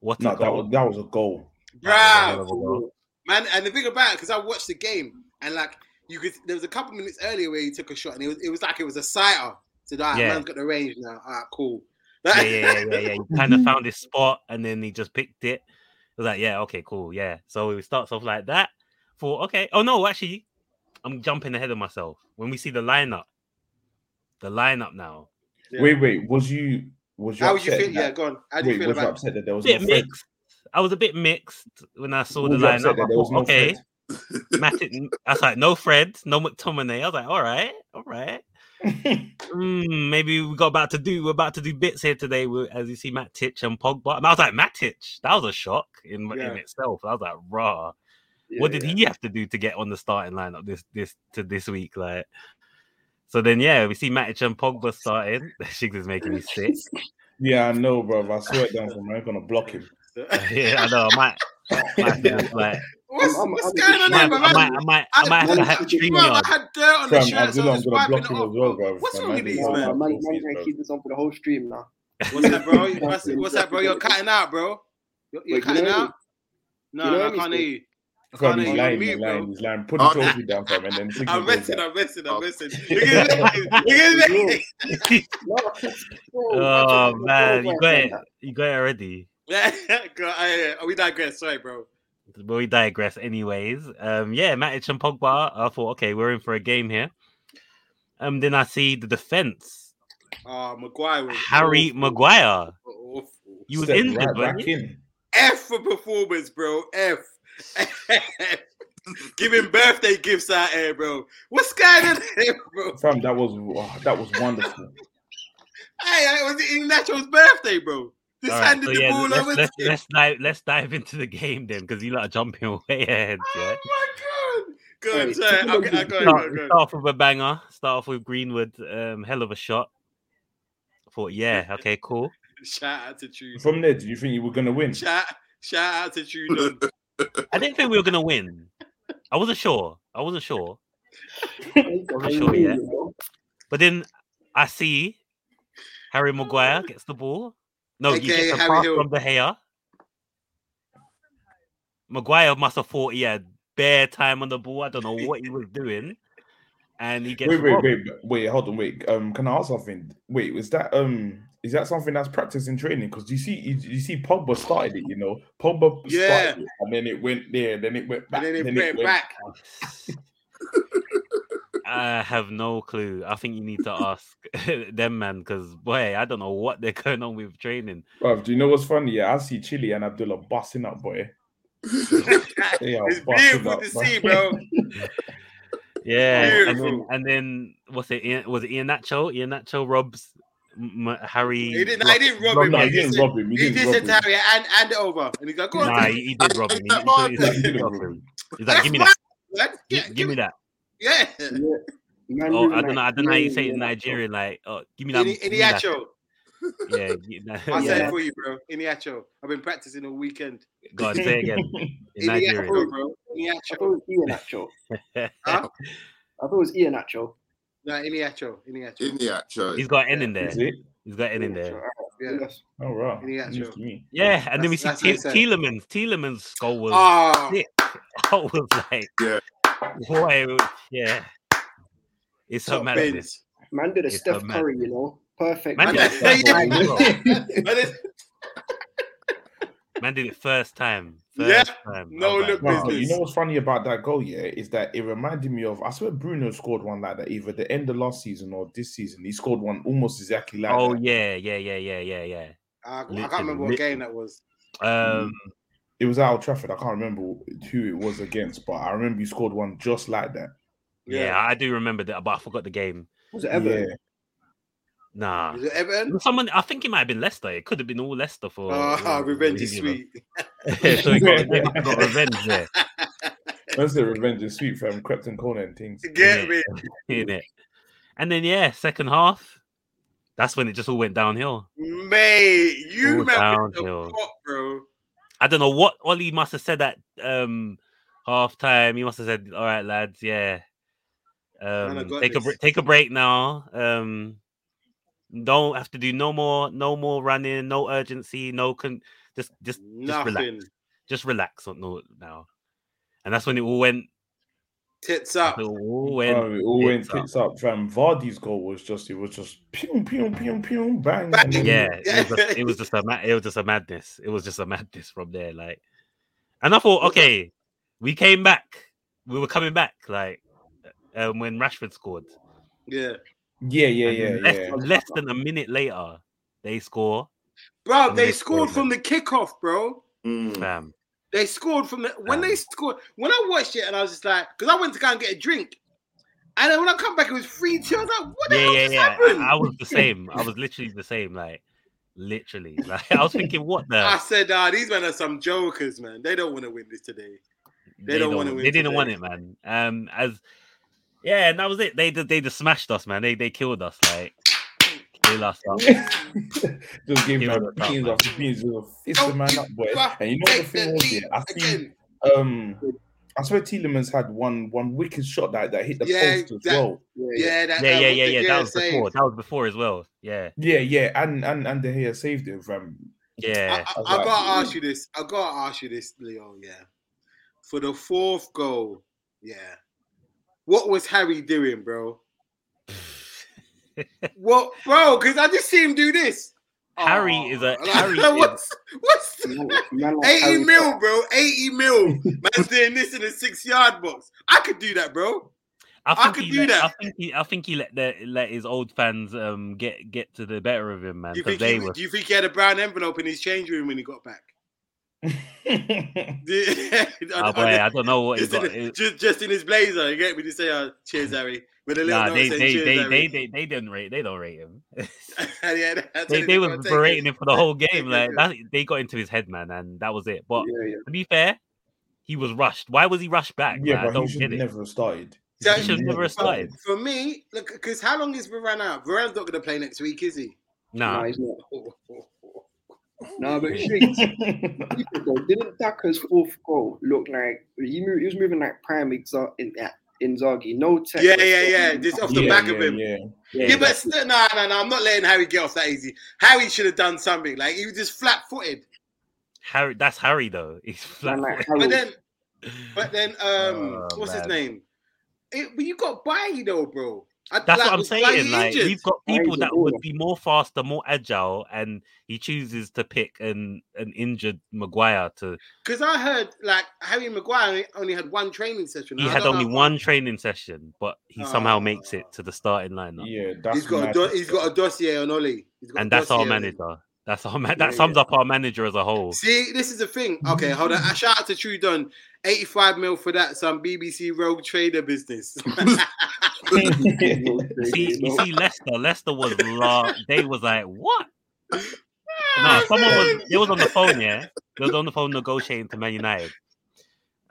Speaker 7: What a
Speaker 9: no, that
Speaker 7: goal.
Speaker 9: was, that was a goal.
Speaker 7: That
Speaker 5: Bruh.
Speaker 7: was another goal.
Speaker 5: man. And the thing about it, because I watched the game and like you could, there was a couple minutes earlier where he took a shot and it was, it was like it was a sighter. So that
Speaker 7: Yeah.
Speaker 5: man's got the range now. All right, cool.
Speaker 7: Yeah, yeah, yeah, yeah, yeah. He kind
Speaker 9: Mm-hmm.
Speaker 7: of found his spot and then he just picked it. I was like, yeah, okay, cool, yeah. So it starts off like that. For okay, oh no, actually, I'm jumping ahead of myself. When we see the lineup, the lineup now,
Speaker 5: Yeah.
Speaker 9: Wait, wait. Was you was you
Speaker 5: How would you
Speaker 9: upset?
Speaker 5: feel? Yeah,
Speaker 9: that-
Speaker 5: go on. How do you
Speaker 9: wait,
Speaker 5: feel
Speaker 9: was you
Speaker 5: about?
Speaker 9: upset that there was
Speaker 7: bit
Speaker 9: no Fred?
Speaker 7: mixed. I was a bit mixed when I saw
Speaker 9: Was
Speaker 7: the
Speaker 9: you upset
Speaker 7: lineup.
Speaker 9: that
Speaker 7: I
Speaker 9: there was
Speaker 7: thought,
Speaker 9: no
Speaker 7: okay,
Speaker 9: Fred?
Speaker 7: Matic, I was like, no Fred, no McTominay. I was like, all right, all right. Mm, maybe we got about to do we're about to do bits here today. We, as you see, Matic and Pogba. And I was like, Matic, that was a shock in,
Speaker 5: Yeah.
Speaker 7: in itself. I was like, raw.
Speaker 6: Yeah,
Speaker 7: what did
Speaker 6: yeah.
Speaker 7: he have to do to get on the starting lineup this this to this week? Like, so then yeah, we see Matic and Pogba starting. Shiggs is making me sick.
Speaker 9: Yeah, I know, bro. I swear down from I'm gonna block him.
Speaker 7: yeah, I know. I might, might feel like
Speaker 5: What's,
Speaker 6: I'm- I'm-
Speaker 5: what's
Speaker 6: I'm-
Speaker 5: going on
Speaker 7: I
Speaker 5: there,
Speaker 6: I'm-
Speaker 5: bro?
Speaker 7: might, I might, I might, I might have to have stream
Speaker 5: Bro, I
Speaker 7: yard.
Speaker 5: had dirt on the
Speaker 9: Fam,
Speaker 5: shirt, so I
Speaker 9: Abdullah,
Speaker 5: was
Speaker 9: I'm
Speaker 5: just
Speaker 9: gonna
Speaker 5: wiping it
Speaker 9: block him as
Speaker 5: off.
Speaker 9: well,
Speaker 5: bro.
Speaker 9: bro.
Speaker 5: What's
Speaker 9: Fam,
Speaker 5: wrong with
Speaker 9: Abdullah,
Speaker 5: these,
Speaker 9: I'm
Speaker 5: man?
Speaker 9: gonna
Speaker 6: Man, man,
Speaker 9: block
Speaker 6: man
Speaker 9: him,
Speaker 6: can
Speaker 9: bro.
Speaker 6: keep this on for the whole stream now.
Speaker 5: What's that, bro? You must, what's that, bro? You're cutting out, bro. You're, you're
Speaker 6: Wait, can you
Speaker 5: cutting
Speaker 6: hear me?
Speaker 5: out. No,
Speaker 6: You know
Speaker 5: no, I
Speaker 6: me
Speaker 5: can't
Speaker 6: still?
Speaker 5: hear you. I
Speaker 9: Fam,
Speaker 5: can't
Speaker 9: he's
Speaker 5: hear you. You're on
Speaker 9: lying, he's
Speaker 5: mute,
Speaker 9: lying,
Speaker 5: bro.
Speaker 9: he's lying. Put
Speaker 10: Oh,
Speaker 9: the trophy down, fam, and then signal
Speaker 5: I'm
Speaker 9: goes
Speaker 5: resting.
Speaker 9: back.
Speaker 5: I'm resting.
Speaker 10: Oh.
Speaker 5: I'm resting. Look at me. Look at me.
Speaker 6: No,
Speaker 7: Oh man, you got it, you got it already.
Speaker 5: God, I- I- we digress. Sorry, bro.
Speaker 7: but we digress anyways. Um, yeah, Matic and Pogba. I thought, okay, we're in for a game here. Um, then I see the defense.
Speaker 5: Oh, Maguire was
Speaker 7: Harry
Speaker 5: awful.
Speaker 7: Maguire.
Speaker 5: Awful.
Speaker 7: You was
Speaker 9: Step
Speaker 7: injured,
Speaker 9: right
Speaker 7: weren't
Speaker 9: back
Speaker 7: you?
Speaker 9: in.
Speaker 5: F for performance, bro. F. Giving birthday gifts out here, bro. What's going on here, bro?
Speaker 9: Fam, that was oh, that was wonderful.
Speaker 5: Hey, hey, it was Ignacio's birthday, bro. Just
Speaker 7: All right,
Speaker 5: handed
Speaker 7: so
Speaker 5: the
Speaker 7: yeah,
Speaker 5: ball
Speaker 7: let's,
Speaker 5: over
Speaker 7: let's,
Speaker 5: to him.
Speaker 7: let's dive let's dive into the game then because you lot are jumping way ahead. Yeah.
Speaker 5: Oh my god. Go on,
Speaker 6: Wait,
Speaker 5: sorry.
Speaker 6: talk
Speaker 5: I'll
Speaker 6: about
Speaker 5: get-
Speaker 6: the
Speaker 5: I'll go on, go
Speaker 7: Start,
Speaker 5: on, go on.
Speaker 7: start off with a banger. Start off with Greenwood. Um, hell of a shot. Thought, yeah, okay, cool.
Speaker 5: Shout out to Trudeau.
Speaker 9: From there, do you think you were gonna win?
Speaker 5: Shout, shout out to Trudeau.
Speaker 7: I didn't think we were gonna win. I wasn't sure. I wasn't sure. sure, yeah. But then I see Harry Maguire gets the ball. No, you
Speaker 5: AKA
Speaker 7: get the
Speaker 5: Mm. Harry
Speaker 7: pass
Speaker 5: Hill.
Speaker 7: from De Gea. Maguire must have thought he had bare time on the ball. I don't know what he was doing. And he gets
Speaker 9: Wait, wait,
Speaker 7: robbed.
Speaker 9: wait, but- wait, hold on, wait. Um, can I ask something? Wait, was that um is that something that's practiced in training? Because you see, you, you see, Pogba started it, you know. Pogba
Speaker 5: Yeah.
Speaker 9: started it, and then it went there, then it went back,
Speaker 5: and then it went back.
Speaker 7: I have no clue. I think you need to ask them, man, because boy, I don't know what they're going on with training.
Speaker 9: Bruv, do you know what's funny? Yeah, I see Chile and Abdullah busting up, boy. They are
Speaker 5: it's
Speaker 9: busting
Speaker 5: beautiful
Speaker 9: up,
Speaker 5: to
Speaker 9: man.
Speaker 5: see, bro.
Speaker 7: Yeah, and then,
Speaker 5: Beautiful.
Speaker 7: and then what's it? Ian, was it Ian Nacho? Ian Nacho robs M- M- Harry.
Speaker 5: He didn't,
Speaker 7: Ro-
Speaker 5: I didn't rob
Speaker 9: No,
Speaker 5: him.
Speaker 9: no,
Speaker 5: he
Speaker 9: he
Speaker 5: just
Speaker 9: didn't
Speaker 5: said-
Speaker 9: rob him. He
Speaker 5: he
Speaker 9: didn't
Speaker 5: just said
Speaker 9: rob
Speaker 5: to
Speaker 9: him.
Speaker 5: Harry, hand, hand it over. And he goes, go on.
Speaker 7: Nah,
Speaker 5: Tim."
Speaker 7: he, he did rob him. He, he, he, he,
Speaker 9: Nah, he didn't
Speaker 7: he,
Speaker 9: rob him.
Speaker 7: he's like,
Speaker 5: That's
Speaker 7: give me
Speaker 5: my-
Speaker 7: that.
Speaker 5: man.
Speaker 7: Gi- give me that.
Speaker 5: Yeah.
Speaker 6: Man,
Speaker 7: Oh,
Speaker 6: really
Speaker 7: I don't know. I don't know how you say it in Nigerian.
Speaker 6: Nigerian,
Speaker 7: Like, oh, give me that.
Speaker 5: Any,
Speaker 7: give
Speaker 5: any
Speaker 7: me that.
Speaker 5: acho.
Speaker 7: Yeah, gi- nah,
Speaker 5: I'll say
Speaker 6: Yeah.
Speaker 5: it for you, bro. Any acho. I've been practicing all weekend.
Speaker 7: Go on, say it again. In
Speaker 5: Any
Speaker 7: Nigerian.
Speaker 5: acho, bro. Any
Speaker 6: I thought
Speaker 5: acho.
Speaker 6: it was Ian Acho. I thought it was Ian Acho.
Speaker 5: No, any acho. Any acho.
Speaker 10: In the actual.
Speaker 7: He's got N in there.
Speaker 9: Is it?
Speaker 7: He's got N in
Speaker 6: Ian Acho,
Speaker 7: there.
Speaker 6: alright,
Speaker 5: Yeah.
Speaker 6: yes.
Speaker 9: Oh, wow.
Speaker 5: Yeah,
Speaker 9: News
Speaker 5: sure.
Speaker 9: to me.
Speaker 7: Yeah, and then we see
Speaker 5: That's- that's
Speaker 7: T-
Speaker 5: what I said.
Speaker 7: Telemans. Telemans' skull was.
Speaker 5: Ah,
Speaker 7: Yeah. I was like,
Speaker 10: Yeah.
Speaker 7: boy, yeah. It's so
Speaker 5: top
Speaker 7: madness.
Speaker 5: bins.
Speaker 6: Man did a
Speaker 7: It's
Speaker 6: Steph
Speaker 7: a man.
Speaker 6: Curry, you know. Perfect.
Speaker 7: Man did,
Speaker 5: Man
Speaker 7: it first
Speaker 5: did-
Speaker 7: time as well.
Speaker 5: But it's
Speaker 7: Man did it first time.
Speaker 5: Yeah,
Speaker 7: First time. I
Speaker 5: no
Speaker 7: was
Speaker 5: look
Speaker 9: Wow,
Speaker 5: business.
Speaker 9: you know what's funny about that goal, yeah, is that it reminded me of. I swear, Bruno scored one like that either the end of last season or this season. He scored one almost exactly like
Speaker 7: Oh
Speaker 9: that.
Speaker 7: yeah, yeah, yeah, yeah, yeah, yeah.
Speaker 5: I, I can't
Speaker 7: Literally,
Speaker 5: remember what game that was. Mm,
Speaker 7: Um,
Speaker 9: It was at Old Trafford. I can't remember who it was against, but I remember he scored one just like that.
Speaker 7: yeah. I do remember that, but I forgot the game.
Speaker 6: Was it ever?
Speaker 9: Yeah,
Speaker 7: Nah,
Speaker 5: Is it Everton?
Speaker 7: someone. I think it might have been Leicester. It could have been all Leicester for.
Speaker 5: Ah,
Speaker 7: all-
Speaker 5: revenge is
Speaker 7: you know.
Speaker 5: sweet.
Speaker 7: so he got, they must have got revenge there.
Speaker 9: that's the revenge is sweet from Crepton Corner and things.
Speaker 5: Get me.
Speaker 7: in it. And then yeah, second half, that's when it just all went downhill.
Speaker 5: Mate, you
Speaker 7: All
Speaker 5: remember the
Speaker 7: downhill.
Speaker 5: plot, bro.
Speaker 7: I don't know what Ollie must have said at um half time. He must have said, All right, lads, yeah.
Speaker 5: I
Speaker 7: Um
Speaker 5: got
Speaker 7: take a br-
Speaker 5: this."
Speaker 7: take a break now. Um don't have to do no more no more running, no urgency, no con just just just
Speaker 5: Nothing.
Speaker 7: relax. Just relax on no now. And that's when it all went
Speaker 5: Tits up.
Speaker 7: it all went
Speaker 9: Oh, it all went
Speaker 7: tits up.
Speaker 9: tits up, fam. Vardy's goal was just it was just pew pew pew pew bang.
Speaker 5: Bang.
Speaker 9: and then-
Speaker 7: yeah, it was, just, it was just a ma- it was just a madness. It was just a madness from there. Like, and I thought, okay, we came back. We were coming back. Like, um, when Rashford scored,
Speaker 5: Yeah.
Speaker 9: yeah, yeah,
Speaker 7: And
Speaker 9: yeah,
Speaker 7: then less,
Speaker 9: yeah.
Speaker 7: less than a minute later, they score.
Speaker 5: Bro,
Speaker 7: And
Speaker 5: they
Speaker 7: they
Speaker 5: scored
Speaker 7: scored,
Speaker 5: from the kickoff, bro.
Speaker 10: Mm.
Speaker 7: Bam.
Speaker 5: They scored from the when they
Speaker 7: Um.
Speaker 5: scored. When I watched it and I was just like, because I went to go and get a drink. And then when I come back, it was free two. I was like, what the
Speaker 7: Yeah,
Speaker 5: hell
Speaker 7: yeah,
Speaker 5: just
Speaker 7: yeah. I,
Speaker 5: happened?
Speaker 7: I was the same. I was literally the same. Like, literally. Like, I was thinking, what the?
Speaker 5: I said, ah, these men are some jokers, man. They don't want to win this today.
Speaker 7: they,
Speaker 5: don't
Speaker 7: don't
Speaker 5: wanna
Speaker 7: want-
Speaker 5: win
Speaker 7: They didn't want
Speaker 5: today.
Speaker 7: it, man. Um, as yeah, and that was it. They ju- they just smashed us, man. They they killed us. Like, kill us up.
Speaker 9: Just gave
Speaker 7: Give
Speaker 9: man
Speaker 7: it a
Speaker 9: beans
Speaker 7: tap,
Speaker 9: after beans, just fist the
Speaker 5: Don't
Speaker 9: man
Speaker 5: you
Speaker 9: up, boy.
Speaker 5: fuck
Speaker 9: And you know what the
Speaker 5: Take the
Speaker 9: thing was,
Speaker 5: lead
Speaker 9: yeah, I think
Speaker 5: again.
Speaker 9: um, I swear Telemans had one one wicked shot that, that hit the
Speaker 5: Yeah,
Speaker 9: post as
Speaker 5: that-
Speaker 9: well.
Speaker 5: Yeah, that,
Speaker 7: yeah,
Speaker 5: uh,
Speaker 7: yeah,
Speaker 5: what
Speaker 7: yeah,
Speaker 5: De
Speaker 7: yeah.
Speaker 5: Gea
Speaker 7: That was
Speaker 5: saved.
Speaker 7: before. That was before as well. Yeah,
Speaker 9: Yeah, yeah, and and and De Gea saved it from.
Speaker 7: yeah.
Speaker 5: I, I,
Speaker 9: was
Speaker 5: I
Speaker 9: like,
Speaker 5: gotta ask you this. I gotta ask you this, Leo. Yeah, for the fourth goal, yeah. What was Harry doing, bro? what, bro? Because I just see him do this.
Speaker 7: Harry is a-
Speaker 5: Like,
Speaker 7: Harry is-
Speaker 5: what's what's
Speaker 6: Man, man like
Speaker 5: eighty
Speaker 6: Harry
Speaker 5: mil, bro? Eighty mil. Man's doing this in the six yard box. I could do that, bro.
Speaker 7: I think
Speaker 5: could
Speaker 7: he
Speaker 5: do
Speaker 7: let,
Speaker 5: that.
Speaker 7: I think he, I think he let the let his old fans um get get to the better of him, man.
Speaker 5: Do you
Speaker 7: Because
Speaker 5: think
Speaker 7: they
Speaker 5: he,
Speaker 7: were.
Speaker 5: do you think he had a brown envelope in his change room when he got back?
Speaker 7: Oh, boy, I don't know what he
Speaker 5: just,
Speaker 7: got.
Speaker 5: in,
Speaker 7: It-
Speaker 5: just, just in his blazer. You get me to say, uh, cheers, Harry. With a little
Speaker 7: Nah,
Speaker 5: note
Speaker 7: they
Speaker 5: saying,
Speaker 7: they
Speaker 5: cheers,
Speaker 7: they,
Speaker 5: Harry.
Speaker 7: they they they didn't rate. They don't rate him.
Speaker 5: yeah, that's
Speaker 7: they
Speaker 5: it,
Speaker 7: they
Speaker 5: I'll
Speaker 7: was
Speaker 5: take
Speaker 7: berating
Speaker 5: it.
Speaker 7: him for the whole
Speaker 5: Take
Speaker 7: game.
Speaker 5: it,
Speaker 7: Like
Speaker 5: yeah.
Speaker 7: that, they got into his head, man, and that was it. But
Speaker 6: Yeah, yeah.
Speaker 7: to be fair, he was rushed. Why was he rushed back?
Speaker 9: yeah,
Speaker 7: man? I
Speaker 9: but he
Speaker 7: don't
Speaker 9: should
Speaker 7: get it.
Speaker 9: never have started.
Speaker 5: Yeah,
Speaker 7: He should never have started.
Speaker 5: For me, look, because how long is Varane out? Varane's not going to play next week, is he?
Speaker 6: No,
Speaker 7: Nah,
Speaker 6: he's not. No, but Shiggs,
Speaker 9: started.
Speaker 6: though, didn't Daka's fourth goal look like he, mo- he was moving like prime Inza- in yeah, Inzaghi? No tech.
Speaker 5: Yeah, yeah, yeah. Just off the
Speaker 9: Yeah,
Speaker 5: back of
Speaker 9: yeah,
Speaker 5: him.
Speaker 9: yeah.
Speaker 5: Yeah, but still, no, no, no. I'm not letting Harry get off that easy. Harry should have done something. Like he was just flat footed.
Speaker 7: Harry. That's Harry though. He's flat.
Speaker 6: Man, like
Speaker 5: But
Speaker 6: Harold,
Speaker 5: then, but then, um,
Speaker 7: Oh,
Speaker 5: what's his
Speaker 7: man.
Speaker 5: name? It, but you got Bailly though, bro. I,
Speaker 7: That's
Speaker 5: like,
Speaker 7: what I'm
Speaker 5: was Bailly
Speaker 7: saying. Like
Speaker 5: injured?
Speaker 7: we've got
Speaker 6: Why
Speaker 7: people
Speaker 6: is it
Speaker 7: that would
Speaker 6: all-
Speaker 7: be more faster, more agile, and he chooses to pick an an injured Maguire to.
Speaker 5: Because I heard like Harry Maguire only- only had one training session.
Speaker 7: He
Speaker 5: and I
Speaker 7: had
Speaker 5: don't
Speaker 7: only
Speaker 5: know-
Speaker 7: one training session, but he somehow makes it
Speaker 5: Ah.
Speaker 7: to the starting lineup,
Speaker 9: Yeah, that's
Speaker 5: He's got a
Speaker 9: mad.
Speaker 5: do- he's got a dossier on Ollie. He's got a
Speaker 7: and that's our
Speaker 5: dossier on him.
Speaker 7: manager. That's our man.
Speaker 5: Yeah,
Speaker 7: That sums up our manager as a whole.
Speaker 5: See, this is the thing. Okay, hold on. I shout out to True Don. 85 mil for that, some BBC rogue trader business.
Speaker 6: no tech,
Speaker 7: See, you
Speaker 6: know.
Speaker 7: see, Leicester. Leicester was la- They was like, what?
Speaker 5: Ah,
Speaker 7: No, someone was. It was on the phone. Yeah, they was on the phone negotiating to Man United.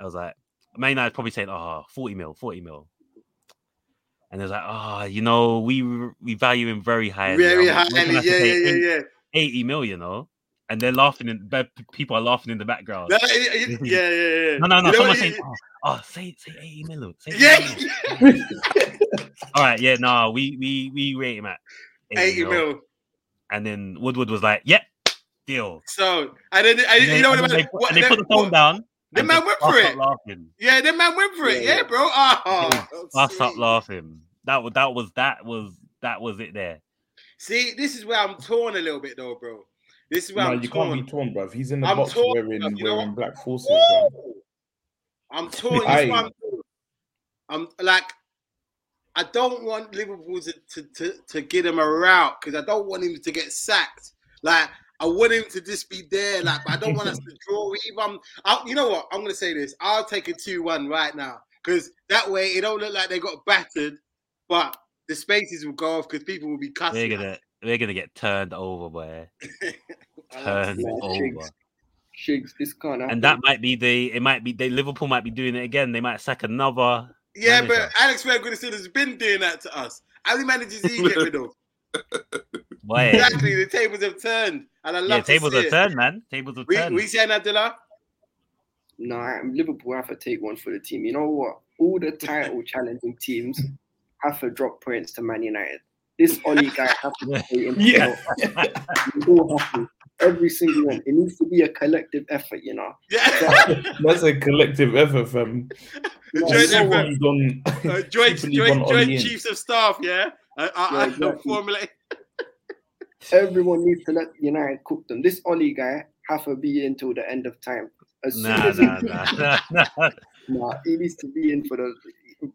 Speaker 7: I was like, Man United probably saying, "Ah, 40 mil, 40 mil," and it's like, "Ah, you know, we we value him very highly.
Speaker 5: Very
Speaker 7: I'm- we're
Speaker 5: highly,
Speaker 7: gonna have to
Speaker 5: yeah,
Speaker 7: pay
Speaker 5: yeah, yeah,
Speaker 7: eight-
Speaker 5: yeah.
Speaker 7: 80 mil, you know." And they're laughing, and bad p- people are laughing in the background.
Speaker 5: No, yeah, yeah, yeah, yeah.
Speaker 7: No, no, no.
Speaker 5: You know
Speaker 7: Someone
Speaker 5: what-
Speaker 7: saying, oh, oh, say, say 80 mil. Say 80
Speaker 5: yeah,
Speaker 7: mil." All right, yeah, no, we we we rate him at 80,
Speaker 5: 80 mil.
Speaker 7: And then Woodward was like, yep, deal.
Speaker 5: So and then and,
Speaker 7: And
Speaker 5: you know what?
Speaker 7: and
Speaker 5: about-
Speaker 7: they, put-
Speaker 5: what-
Speaker 7: and they put the phone
Speaker 5: what-
Speaker 7: down.
Speaker 5: the
Speaker 7: and
Speaker 5: man
Speaker 7: just
Speaker 5: went for
Speaker 7: bust up
Speaker 5: it.
Speaker 7: Laughing.
Speaker 5: Yeah, the man went for it.
Speaker 6: Yeah,
Speaker 5: Yeah,
Speaker 6: yeah.
Speaker 5: bro. Oh,
Speaker 7: Bust up
Speaker 5: sweet.
Speaker 7: laughing. That was that was that was that was it there.
Speaker 5: See, this is where I'm torn a little bit though, bro. This is where
Speaker 9: No,
Speaker 5: I'm
Speaker 9: you
Speaker 5: torn.
Speaker 9: can't be torn, bruv. He's in the
Speaker 5: I'm
Speaker 9: box
Speaker 5: torn,
Speaker 9: wearing
Speaker 5: bruv, you know
Speaker 9: wearing black forces. bruv.
Speaker 5: Woo! I'm torn. That's what
Speaker 9: Aye.
Speaker 5: I'm doing. I'm like, I don't want Liverpool to to, to, to get him a route because I don't want him to get sacked. Like, I want him to just be there. Like, but I don't want us to draw. Even I'm, I, you know what? I'm gonna say this. I'll take a two-one right now because that way it don't look like they got battered, but the spaces will go off because people will be
Speaker 7: We're
Speaker 5: cussing.
Speaker 7: gonna we're gonna get turned over, boy. Turned
Speaker 6: Yeah,
Speaker 7: over.
Speaker 6: Shiggs. Shigs, this can't happen.
Speaker 7: And that might be the it might be they Liverpool might be doing it again. They might sack another
Speaker 5: Yeah,
Speaker 7: manager.
Speaker 5: but Alex Ferguson has been doing that to us. How many managers did he get rid of?
Speaker 7: boy.
Speaker 5: Exactly, the tables have turned, and I love
Speaker 7: yeah,
Speaker 5: to
Speaker 7: tables
Speaker 5: see
Speaker 7: are
Speaker 5: it.
Speaker 7: turned, man. Tables are
Speaker 5: We,
Speaker 7: turned.
Speaker 5: we saying Abdullah?
Speaker 6: No, I- Liverpool have to take one for the team. You know what? All the title challenging teams have to drop points to Man United. This Oli guy has to pay him.
Speaker 9: Yeah.
Speaker 6: You all have to. Every single one. It needs to be a collective effort, you know.
Speaker 5: Yeah,
Speaker 9: That's a collective effort, fam.
Speaker 5: joint
Speaker 9: Like,
Speaker 5: effort,
Speaker 9: someone's done-
Speaker 5: uh, joint,
Speaker 9: People
Speaker 5: joint,
Speaker 9: want
Speaker 5: joint
Speaker 9: Oli in.
Speaker 5: chiefs of staff. Yeah, Uh, I, I,
Speaker 6: Yeah,
Speaker 5: I
Speaker 6: exactly.
Speaker 5: formulate.
Speaker 6: Everyone needs to let United cook them. This Oli guy have to be in till the end of time. As soon
Speaker 7: Nah,
Speaker 6: as he
Speaker 7: nah, nah, nah, nah.
Speaker 6: Nah, he needs to be in for the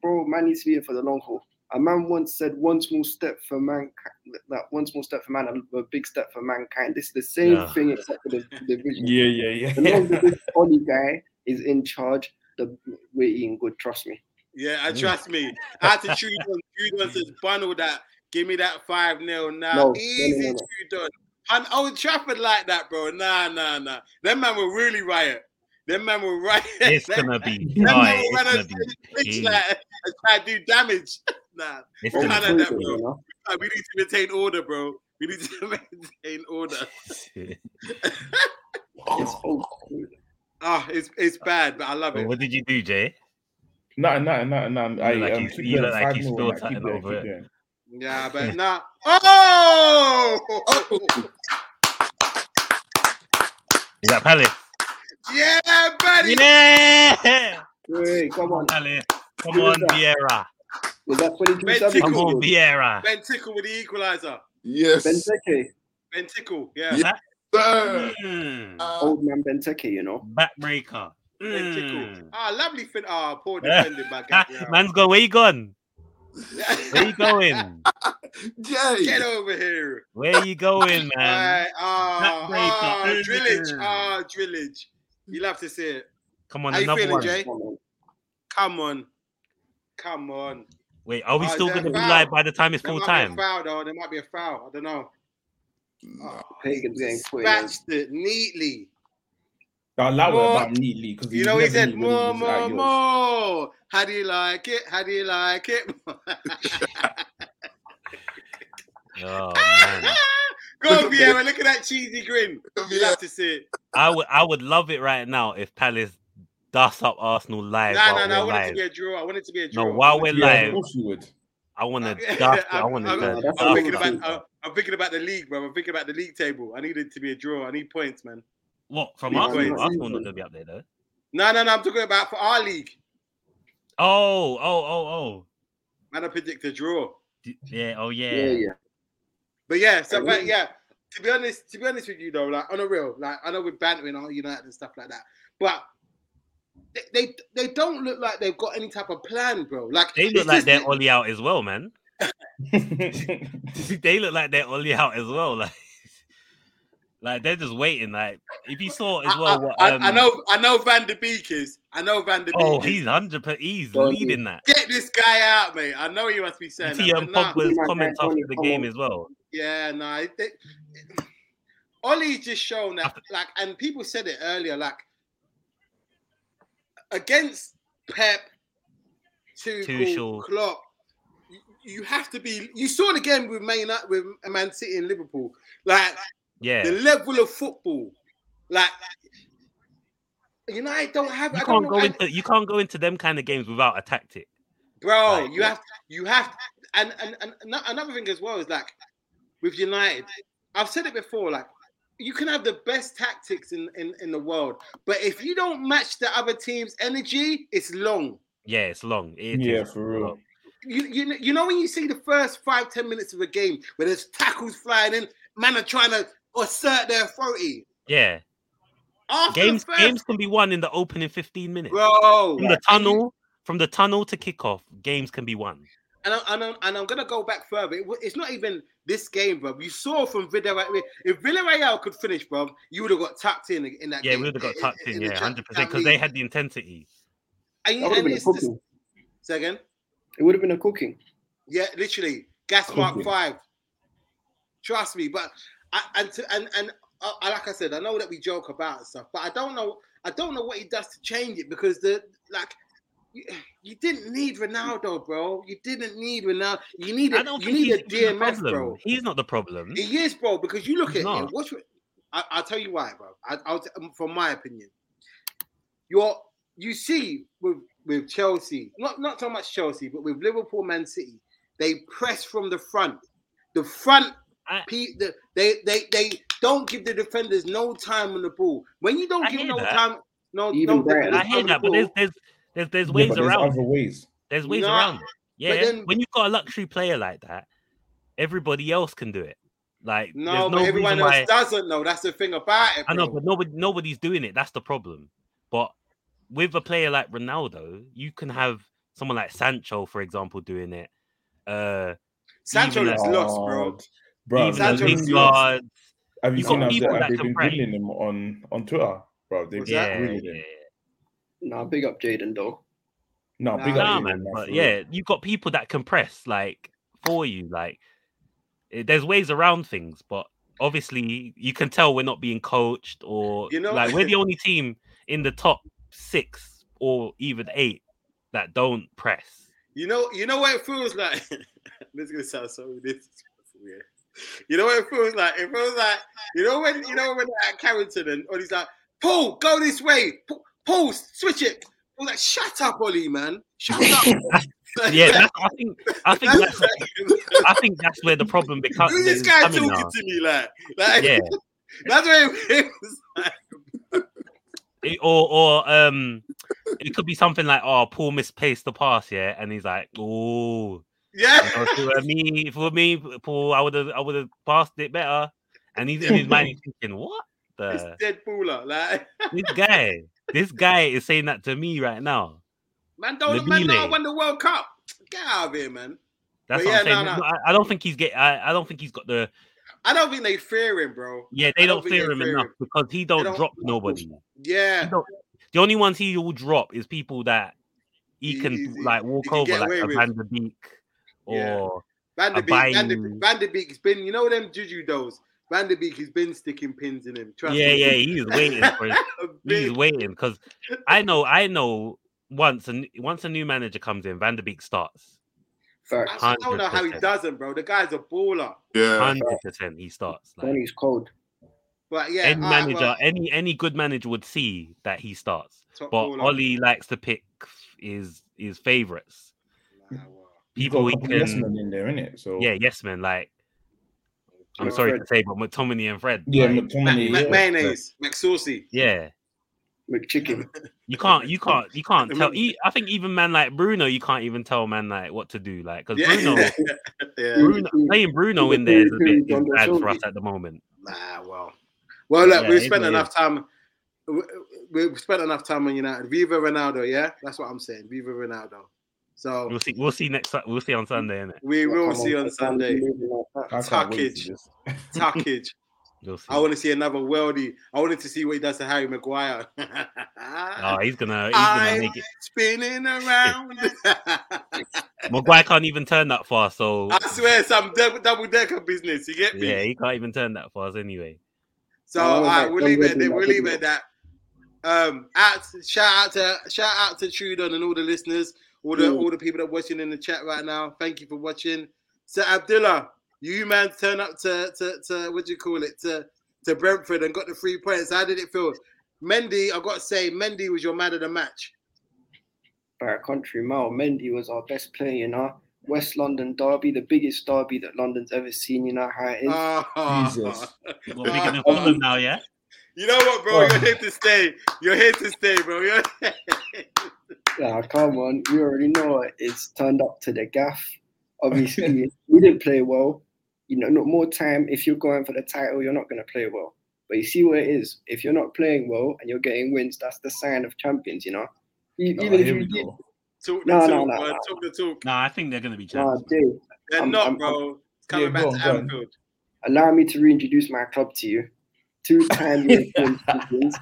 Speaker 6: bro. Man needs to be in for the long haul. A man once said, "One small step for man, like one small step for man, a big step for mankind." This is the same
Speaker 7: Yeah.
Speaker 6: thing except for the division.
Speaker 9: Yeah, yeah,
Speaker 6: The
Speaker 9: yeah.
Speaker 6: longer this Oli guy is in charge, the we're eating good. Trust me.
Speaker 5: Yeah, I trust me. I had to choose one. Trudon says bundle that. Give me that five 0 now.
Speaker 6: No, no, no,
Speaker 5: Easy,
Speaker 6: no, no.
Speaker 5: Trudon. And Old Trafford like that, bro. Nah, nah, nah. Them man will really riot. Them man will riot.
Speaker 7: It's
Speaker 5: Them-
Speaker 7: gonna be
Speaker 5: them man
Speaker 7: tight.
Speaker 5: will
Speaker 7: It's
Speaker 5: run
Speaker 7: gonna
Speaker 5: us down the
Speaker 7: be
Speaker 5: pitch,
Speaker 7: heat.
Speaker 5: like, and try to do damage. Nah,
Speaker 7: It's
Speaker 5: Well,
Speaker 7: gonna
Speaker 5: kinda
Speaker 7: be
Speaker 5: that,
Speaker 6: Including,
Speaker 5: bro.
Speaker 6: you know?
Speaker 5: Like, we need to maintain order, bro. We need to maintain order.
Speaker 6: It's all included.
Speaker 5: Ah, it's it's bad, but I love it.
Speaker 7: what did you do, Jay?
Speaker 9: No, no, no, no. I
Speaker 7: like
Speaker 9: um,
Speaker 7: you-
Speaker 9: keep
Speaker 7: you
Speaker 9: going,
Speaker 7: look like
Speaker 9: five
Speaker 7: you
Speaker 9: more,
Speaker 7: spilled
Speaker 9: like, keep
Speaker 7: something
Speaker 9: going,
Speaker 7: over
Speaker 9: keep
Speaker 7: it.
Speaker 9: going.
Speaker 5: Yeah, but nah. Oh,
Speaker 7: Is that Palace?
Speaker 5: yeah, buddy.
Speaker 7: Yeah!
Speaker 6: Wait, come on.
Speaker 7: Palace. Come
Speaker 6: Who
Speaker 7: on,
Speaker 6: was
Speaker 7: Vieira.
Speaker 6: Was that
Speaker 5: Ben
Speaker 6: 22
Speaker 7: Come on,
Speaker 5: Tickle.
Speaker 6: seven?
Speaker 7: Vieira.
Speaker 5: Ben Tickle with the equalizer.
Speaker 10: Yes.
Speaker 6: Benteke,
Speaker 5: Ben Tickle, yeah.
Speaker 10: Yeah. sir.
Speaker 7: Mm.
Speaker 10: Uh,
Speaker 6: old man Benteke, you know.
Speaker 7: Backbreaker.
Speaker 5: Ben Tickle.
Speaker 7: Mm.
Speaker 5: Ah, lovely fin. Ah, poor defending back
Speaker 7: Ah,
Speaker 5: at yeah.
Speaker 7: Man's gone. Where you gone? Where you going?
Speaker 5: Um, Get
Speaker 10: Jay.
Speaker 5: over here.
Speaker 7: Where you going, man?
Speaker 5: Right. Ah, ah,
Speaker 7: Backbreaker.
Speaker 5: drillage. Ah, drillage. You love to see it.
Speaker 7: Come on,
Speaker 5: How you
Speaker 7: another
Speaker 5: feeling,
Speaker 7: one.
Speaker 5: Jay?
Speaker 6: Come on.
Speaker 5: Come on. Come on.
Speaker 7: Wait, are we
Speaker 5: Oh,
Speaker 7: still
Speaker 5: is that
Speaker 7: going to be
Speaker 5: foul?
Speaker 7: live by the time it's
Speaker 5: There
Speaker 7: full
Speaker 5: might
Speaker 7: time?
Speaker 5: be a foul, though. There might be a foul. I don't know. Oh.
Speaker 10: Nah.
Speaker 6: Pagan's getting put
Speaker 5: Matched it neatly.
Speaker 9: I allow
Speaker 5: More-
Speaker 9: it about neatly because
Speaker 5: You know, he said, more, more, more. How do you like it? How do you like it?
Speaker 7: Oh, man.
Speaker 5: Go on, Vieira. Look at that cheesy grin. You
Speaker 10: Yeah.
Speaker 5: love to see it.
Speaker 7: I would I would love it right now if Palace dust up Arsenal live.
Speaker 5: Nah,
Speaker 7: while
Speaker 5: nah, nah. I
Speaker 7: we're
Speaker 5: want it to
Speaker 7: live.
Speaker 5: be a draw. I want it to be a
Speaker 7: No,
Speaker 5: draw.
Speaker 7: while we're
Speaker 9: Yeah,
Speaker 7: live,
Speaker 9: of course you would.
Speaker 7: I want to
Speaker 5: I'm-
Speaker 7: dust. I
Speaker 5: I'm-
Speaker 7: want
Speaker 5: I'm-
Speaker 7: to
Speaker 5: I'm
Speaker 6: That's
Speaker 5: thinking
Speaker 7: dust.
Speaker 5: about.
Speaker 6: cool.
Speaker 5: I'm- I'm thinking about the league, bro. I'm thinking about the league table. I need it to be a draw. I need points, man.
Speaker 7: What from
Speaker 5: Yeah,
Speaker 7: Arsenal?
Speaker 5: wait.
Speaker 7: Arsenal not gonna be up there though.
Speaker 5: No, no, no. I'm talking about for our league.
Speaker 7: Oh, oh, oh, oh.
Speaker 5: Man, I predict a draw.
Speaker 7: D- Yeah, oh yeah.
Speaker 6: Yeah, yeah.
Speaker 5: But yeah, so
Speaker 6: Oh,
Speaker 5: but
Speaker 6: really?
Speaker 5: yeah, to be honest, to be honest with you though, like on a real, like I know we're bantering on United and stuff like that, but they they, they don't look like they've got any type of plan, bro. Like
Speaker 7: They
Speaker 5: it's
Speaker 7: look like
Speaker 5: just-
Speaker 7: they're Ollie out as well, man. they look like they're Ollie out as well. Like, like they're just waiting. Like, if you saw as
Speaker 5: I-
Speaker 7: well, what,
Speaker 5: I, I,
Speaker 7: um,
Speaker 5: I know I know Van de Beek is. I know Van de Beek.
Speaker 7: Oh,
Speaker 5: is.
Speaker 7: he's hundred per. He's
Speaker 6: Don't
Speaker 7: leading that.
Speaker 5: Get this guy out, mate. I know you must be saying
Speaker 7: See,
Speaker 5: that.
Speaker 7: um,
Speaker 5: but nah.
Speaker 7: Pogba's
Speaker 6: Come on,
Speaker 7: comments
Speaker 6: come on,
Speaker 7: after the
Speaker 6: come
Speaker 7: game
Speaker 6: on.
Speaker 7: as well.
Speaker 5: Yeah, no, I think Ollie's just shown that, like, and people said it earlier, like, against Pep, Tuchel,
Speaker 7: Tuchel.
Speaker 5: Klopp. You, you have to be. You saw it again with Man Uni- with Man City and Liverpool. Like the
Speaker 7: Yeah.
Speaker 5: level of football, like United don't have.
Speaker 7: You
Speaker 5: I
Speaker 7: can't
Speaker 5: don't
Speaker 7: go
Speaker 5: know,
Speaker 7: into you can't go into them kind of games without a tactic.
Speaker 5: bro.
Speaker 7: Like,
Speaker 5: you have you have and, and and ano- another thing as well is like with United, I've said it before. Like you can have the best tactics in in, in the world, but if you don't match the other team's energy, it's long.
Speaker 7: Yeah, it's long. It is.
Speaker 9: Yeah, for real.
Speaker 5: You, you kn- you know when you see the first five ten minutes of a game where there's tackles flying in, man are trying to assert their authority.
Speaker 7: Yeah.
Speaker 5: After
Speaker 7: Games
Speaker 5: the first,
Speaker 7: games can be won in the opening 15 minutes.
Speaker 5: bro,
Speaker 7: From the tunnel, from the tunnel to kickoff, games can be won.
Speaker 5: and I'm, and I'm, and I'm gonna go back further. It, wa- it's not even this game, bro. You saw from Villarreal. If Villarreal could finish, bro, you would have got tucked in in that.
Speaker 7: Yeah,
Speaker 5: game,
Speaker 7: we would have got tucked in,
Speaker 5: the
Speaker 7: yeah,
Speaker 5: Champ-
Speaker 7: hundred percent, because
Speaker 5: Champions
Speaker 7: they
Speaker 5: League.
Speaker 7: had the intensity.
Speaker 5: And,
Speaker 6: That would have
Speaker 5: and
Speaker 6: been a
Speaker 5: it's just,
Speaker 6: cooking.
Speaker 5: second,
Speaker 6: It would have been a cooking.
Speaker 5: yeah, literally, gas mark
Speaker 9: Cooking.
Speaker 5: five. Trust me, but I, and to, and and uh, I- like I said, I know that we joke about and stuff, but I don't know, I don't know what he does to change it because the like. You, you didn't need Ronaldo, bro. You didn't need Ronaldo. You need
Speaker 7: I
Speaker 5: a,
Speaker 7: don't
Speaker 5: you
Speaker 7: think
Speaker 5: need
Speaker 7: he's
Speaker 5: a
Speaker 7: even the
Speaker 5: DMF,
Speaker 7: problem.
Speaker 5: bro.
Speaker 7: He's not the problem.
Speaker 5: He is, bro, because you look
Speaker 7: He's
Speaker 5: at it.
Speaker 7: not.
Speaker 5: What's, I, I'll tell you why, bro. I, I'll t- um, from my opinion, you're you see with with Chelsea, not not so much Chelsea, but with Liverpool, Man City, they press from the front. The front,
Speaker 7: I-
Speaker 5: pe- the, they they they don't give the defenders no time on the ball. When you don't
Speaker 7: I
Speaker 5: give
Speaker 7: hear
Speaker 5: no
Speaker 7: that.
Speaker 5: time, no,
Speaker 6: Even
Speaker 5: no
Speaker 6: Brighton.
Speaker 5: defenders
Speaker 7: I hear
Speaker 5: time on the
Speaker 7: that, but
Speaker 5: ball,
Speaker 7: there's there's there's, there's
Speaker 9: Yeah,
Speaker 7: ways
Speaker 9: but there's
Speaker 7: around.
Speaker 9: other ways.
Speaker 7: There's ways
Speaker 5: Nah,
Speaker 7: around. Yeah,
Speaker 5: then-
Speaker 7: when you've got a luxury player like that, everybody else can do it. Like
Speaker 5: no,
Speaker 7: there's
Speaker 5: but
Speaker 7: no
Speaker 5: everyone
Speaker 7: reason
Speaker 5: else
Speaker 7: why.
Speaker 5: doesn't know. That's the thing about it,
Speaker 7: I
Speaker 5: bro.
Speaker 7: know, but nobody nobody's doing it. That's the problem. But with a player like Ronaldo, you can have someone like Sancho, for example, doing it. Uh,
Speaker 5: Sancho
Speaker 7: even
Speaker 5: looks
Speaker 7: a-
Speaker 5: lost, bro.
Speaker 9: Bro,
Speaker 7: even a
Speaker 5: Sancho is
Speaker 9: Lingard.
Speaker 7: Lingard.
Speaker 9: Have you,
Speaker 7: You've
Speaker 9: seen
Speaker 7: got
Speaker 9: how
Speaker 7: people
Speaker 9: they-
Speaker 7: that
Speaker 9: they've
Speaker 7: can
Speaker 9: been
Speaker 7: pray.
Speaker 9: grilling him on on Twitter, bro? They've
Speaker 5: Was
Speaker 9: been
Speaker 5: that-
Speaker 7: Yeah,
Speaker 9: grilling him.
Speaker 7: yeah.
Speaker 6: Nah, big up Jaden though.
Speaker 9: No, big
Speaker 5: Nah,
Speaker 7: nah,
Speaker 9: up Jaden,
Speaker 7: man.
Speaker 9: man,
Speaker 7: But
Speaker 9: for
Speaker 7: yeah, you've got people that compress like for you. Like, it, there's ways around things, but obviously, you can tell we're not being coached, or
Speaker 5: You know-
Speaker 7: like we're the only team in the top six or even eight that don't press.
Speaker 5: You know, you know what it feels like. this is gonna sound so disrespectful, yeah. You know what it feels like. It feels like you know when you know when they're at Carrington and Ollie's like, Paul, go this way. Paul, Paul switch it. I was like, shut up, Ollie, man. Shut up.
Speaker 7: Yeah, that's, I think I think that's
Speaker 5: Who
Speaker 7: I think that's where the problem becomes.
Speaker 5: this
Speaker 7: is
Speaker 5: guy talking
Speaker 7: coming now.
Speaker 5: to me like? Like
Speaker 7: Yeah,
Speaker 5: that's what it feels like.
Speaker 7: It- or or um, it could be something like, "Oh, Paul misplaced the pass," yeah, and he's like, "Oh,
Speaker 5: Yeah.
Speaker 7: You know, if it were me, if it were me, Paul, I would have, I would have passed it better. And he's in his mind he's thinking, what
Speaker 5: It's
Speaker 7: the
Speaker 5: dead baller. Like
Speaker 7: this guy, this guy is saying that to me right now.
Speaker 5: man, don't man, no, I
Speaker 7: Nabile.
Speaker 5: won the World Cup. Get out of here, man.
Speaker 7: That's
Speaker 5: But
Speaker 7: what I'm
Speaker 5: yeah,
Speaker 7: saying.
Speaker 5: no, no.
Speaker 7: I, I don't think he's get. I, I don't think he's got the.
Speaker 5: I don't think they fear him, bro.
Speaker 7: Yeah,
Speaker 5: I
Speaker 7: they
Speaker 5: don't
Speaker 7: don't
Speaker 5: think
Speaker 7: fear
Speaker 5: they
Speaker 7: him
Speaker 5: fear
Speaker 7: enough
Speaker 5: him.
Speaker 7: because he don't,
Speaker 5: don't-
Speaker 7: drop nobody.
Speaker 5: Yeah.
Speaker 7: He don't- the only ones he will drop is people that he
Speaker 5: He-
Speaker 7: can
Speaker 5: he- he-
Speaker 7: like walk
Speaker 5: he can
Speaker 7: over,
Speaker 5: get
Speaker 7: like
Speaker 5: away
Speaker 7: a
Speaker 5: with.
Speaker 7: Van der Beek or.
Speaker 5: Yeah. Van de
Speaker 7: a
Speaker 5: Beek, Van de,
Speaker 7: buying-
Speaker 5: Van de Beek's been, you know them juju those. Van de Beek has been sticking pins in him. Trust
Speaker 7: yeah,
Speaker 5: me.
Speaker 7: yeah, he is waiting for it. He's
Speaker 5: Big-
Speaker 7: waiting because I know, I know. Once and once a new manager comes in, Van der Beek starts.
Speaker 6: Facts.
Speaker 5: I don't know how he
Speaker 7: 100%.
Speaker 5: doesn't, bro. The guy's a baller.
Speaker 10: Yeah.
Speaker 7: Hundred percent, he starts. Like,
Speaker 6: Tony's cold.
Speaker 5: But yeah,
Speaker 7: any
Speaker 5: all right,
Speaker 7: manager,
Speaker 5: well,
Speaker 7: any any good manager would see that he starts.
Speaker 5: top
Speaker 7: But
Speaker 5: baller.
Speaker 7: Ollie likes to pick his his favorites.
Speaker 5: Nah, well,
Speaker 9: You've
Speaker 7: People
Speaker 9: got a
Speaker 7: he
Speaker 9: couple of yes
Speaker 7: can,
Speaker 9: men in there, innit? So
Speaker 7: yeah, yes, man. Like, I'm
Speaker 6: With
Speaker 7: sorry
Speaker 6: Fred.
Speaker 7: to say, but McTominay and Fred,
Speaker 9: yeah,
Speaker 7: like,
Speaker 5: Ma-
Speaker 9: McTominay,
Speaker 5: ma-
Speaker 9: yeah.
Speaker 5: mayonnaise, McSaucy.
Speaker 7: yeah,
Speaker 6: McChicken.
Speaker 7: you can't, you can't, you can't tell.
Speaker 5: remember-
Speaker 7: e- I think even man like Bruno, you can't even tell man like what to do, like because
Speaker 5: Yeah.
Speaker 7: Bruno.
Speaker 5: yeah.
Speaker 7: Bruno, playing Bruno in there is a bit is bad for us at the moment.
Speaker 5: Nah, well. Well, look,
Speaker 7: Yeah,
Speaker 5: we've
Speaker 7: it
Speaker 5: spent
Speaker 7: is.
Speaker 5: enough time. we- We've spent enough time on United. Viva Ronaldo, yeah? That's what I'm saying. Viva Ronaldo. So
Speaker 7: We'll see. We'll see next. Su- We'll see on Sunday, innit?
Speaker 5: we will see on Sunday.
Speaker 9: I can't wait
Speaker 5: Tuckage.
Speaker 9: to just-
Speaker 5: Tuckage.
Speaker 7: We'll see.
Speaker 5: I want to see another worldie. I wanted to see what he does to Harry Maguire.
Speaker 7: Oh, he's gonna. He's
Speaker 5: I-
Speaker 7: gonna make it.
Speaker 5: Spinning around.
Speaker 7: Maguire can't even turn that far, so
Speaker 5: I swear, some double, double decker business. You get me?
Speaker 7: yeah, he can't even turn that far anyway.
Speaker 5: So
Speaker 6: Oh,
Speaker 5: all right,
Speaker 6: my
Speaker 5: we'll leave it.
Speaker 6: goodness,
Speaker 5: We'll
Speaker 6: my
Speaker 5: leave it at that. Um, out, shout out to shout out to Trudon and all the listeners, all the all the people that are watching in the chat right now. Thank you for watching. So Abdullah, you man, turn up to to, to what do you call it to to Brentford and got the three points. How did it feel? Mendy, I got to say, Mendy was your man of the match.
Speaker 6: Barra Country Mile. Mendy was our best player, you know. West London derby, the biggest derby that London's ever seen, you know how it is.
Speaker 5: Ah.
Speaker 9: Jesus.
Speaker 7: Well, we can hold them now, yeah?
Speaker 5: You know what, bro?
Speaker 9: Well-
Speaker 5: You're here to stay. You're here to stay, bro. You're...
Speaker 6: Yeah, come on. You already know it. It's turned up to the gaff. Obviously, we didn't play well. You know, not more time. If you're going for the title, you're not going to play well. But you see what it is. If you're not playing well and you're getting wins, that's the sign of champions, you know? E-
Speaker 9: Oh,
Speaker 6: Even if
Speaker 9: here
Speaker 6: you
Speaker 9: we
Speaker 6: did.
Speaker 9: go.
Speaker 5: Talk the
Speaker 6: No,
Speaker 5: talk,
Speaker 6: no, no,
Speaker 5: man.
Speaker 6: no.
Speaker 5: Talk the talk.
Speaker 7: No, I think they're going to be
Speaker 6: Nah,
Speaker 7: champions.
Speaker 6: dude,
Speaker 5: They're
Speaker 6: I'm-
Speaker 5: not,
Speaker 6: I'm-
Speaker 5: bro. It's coming
Speaker 9: Yeah,
Speaker 5: back
Speaker 9: go on,
Speaker 5: to
Speaker 9: go on.
Speaker 5: Anfield.
Speaker 6: allow me to reintroduce my club to you. Two time European champions.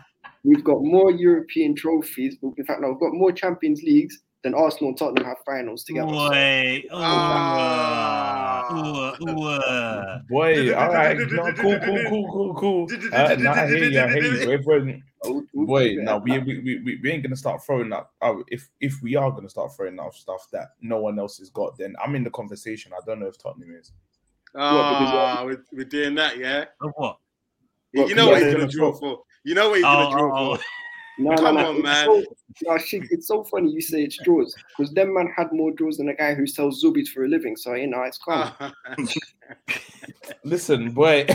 Speaker 6: We've got more European trophies. In fact, no, we've got more Champions Leagues than Arsenal and Tottenham have finals together.
Speaker 7: Oi, ooh,
Speaker 5: Ah.
Speaker 7: uh, ooh, uh.
Speaker 9: Boy, all right. No, cool, cool, cool, cool, cool. Uh, nah, I hear you. I hear you. Everyone,
Speaker 6: So we-
Speaker 9: Boy,
Speaker 6: we-
Speaker 9: no, we, we, we, we- we ain't gonna start throwing out. out- If if we are gonna start throwing out stuff that no one else has got, then I'm in the conversation. I don't know if Tottenham is.
Speaker 5: Ah, we're, we're doing that, yeah?
Speaker 7: Of what?
Speaker 9: Look,
Speaker 5: you know
Speaker 9: yeah,
Speaker 5: what he's
Speaker 9: they're
Speaker 5: going
Speaker 9: gonna
Speaker 5: to draw
Speaker 9: draw-
Speaker 5: for. You know what he's
Speaker 7: Oh,
Speaker 5: going to draw
Speaker 7: oh,
Speaker 5: for.
Speaker 6: No,
Speaker 5: Come
Speaker 6: no, no.
Speaker 5: on,
Speaker 6: it's
Speaker 5: man.
Speaker 6: So, no, shit, it's so funny you say it's draws because them man had more draws than a guy who sells zubis for a living. So you know it's calm.
Speaker 5: Ah.
Speaker 9: Listen, boy.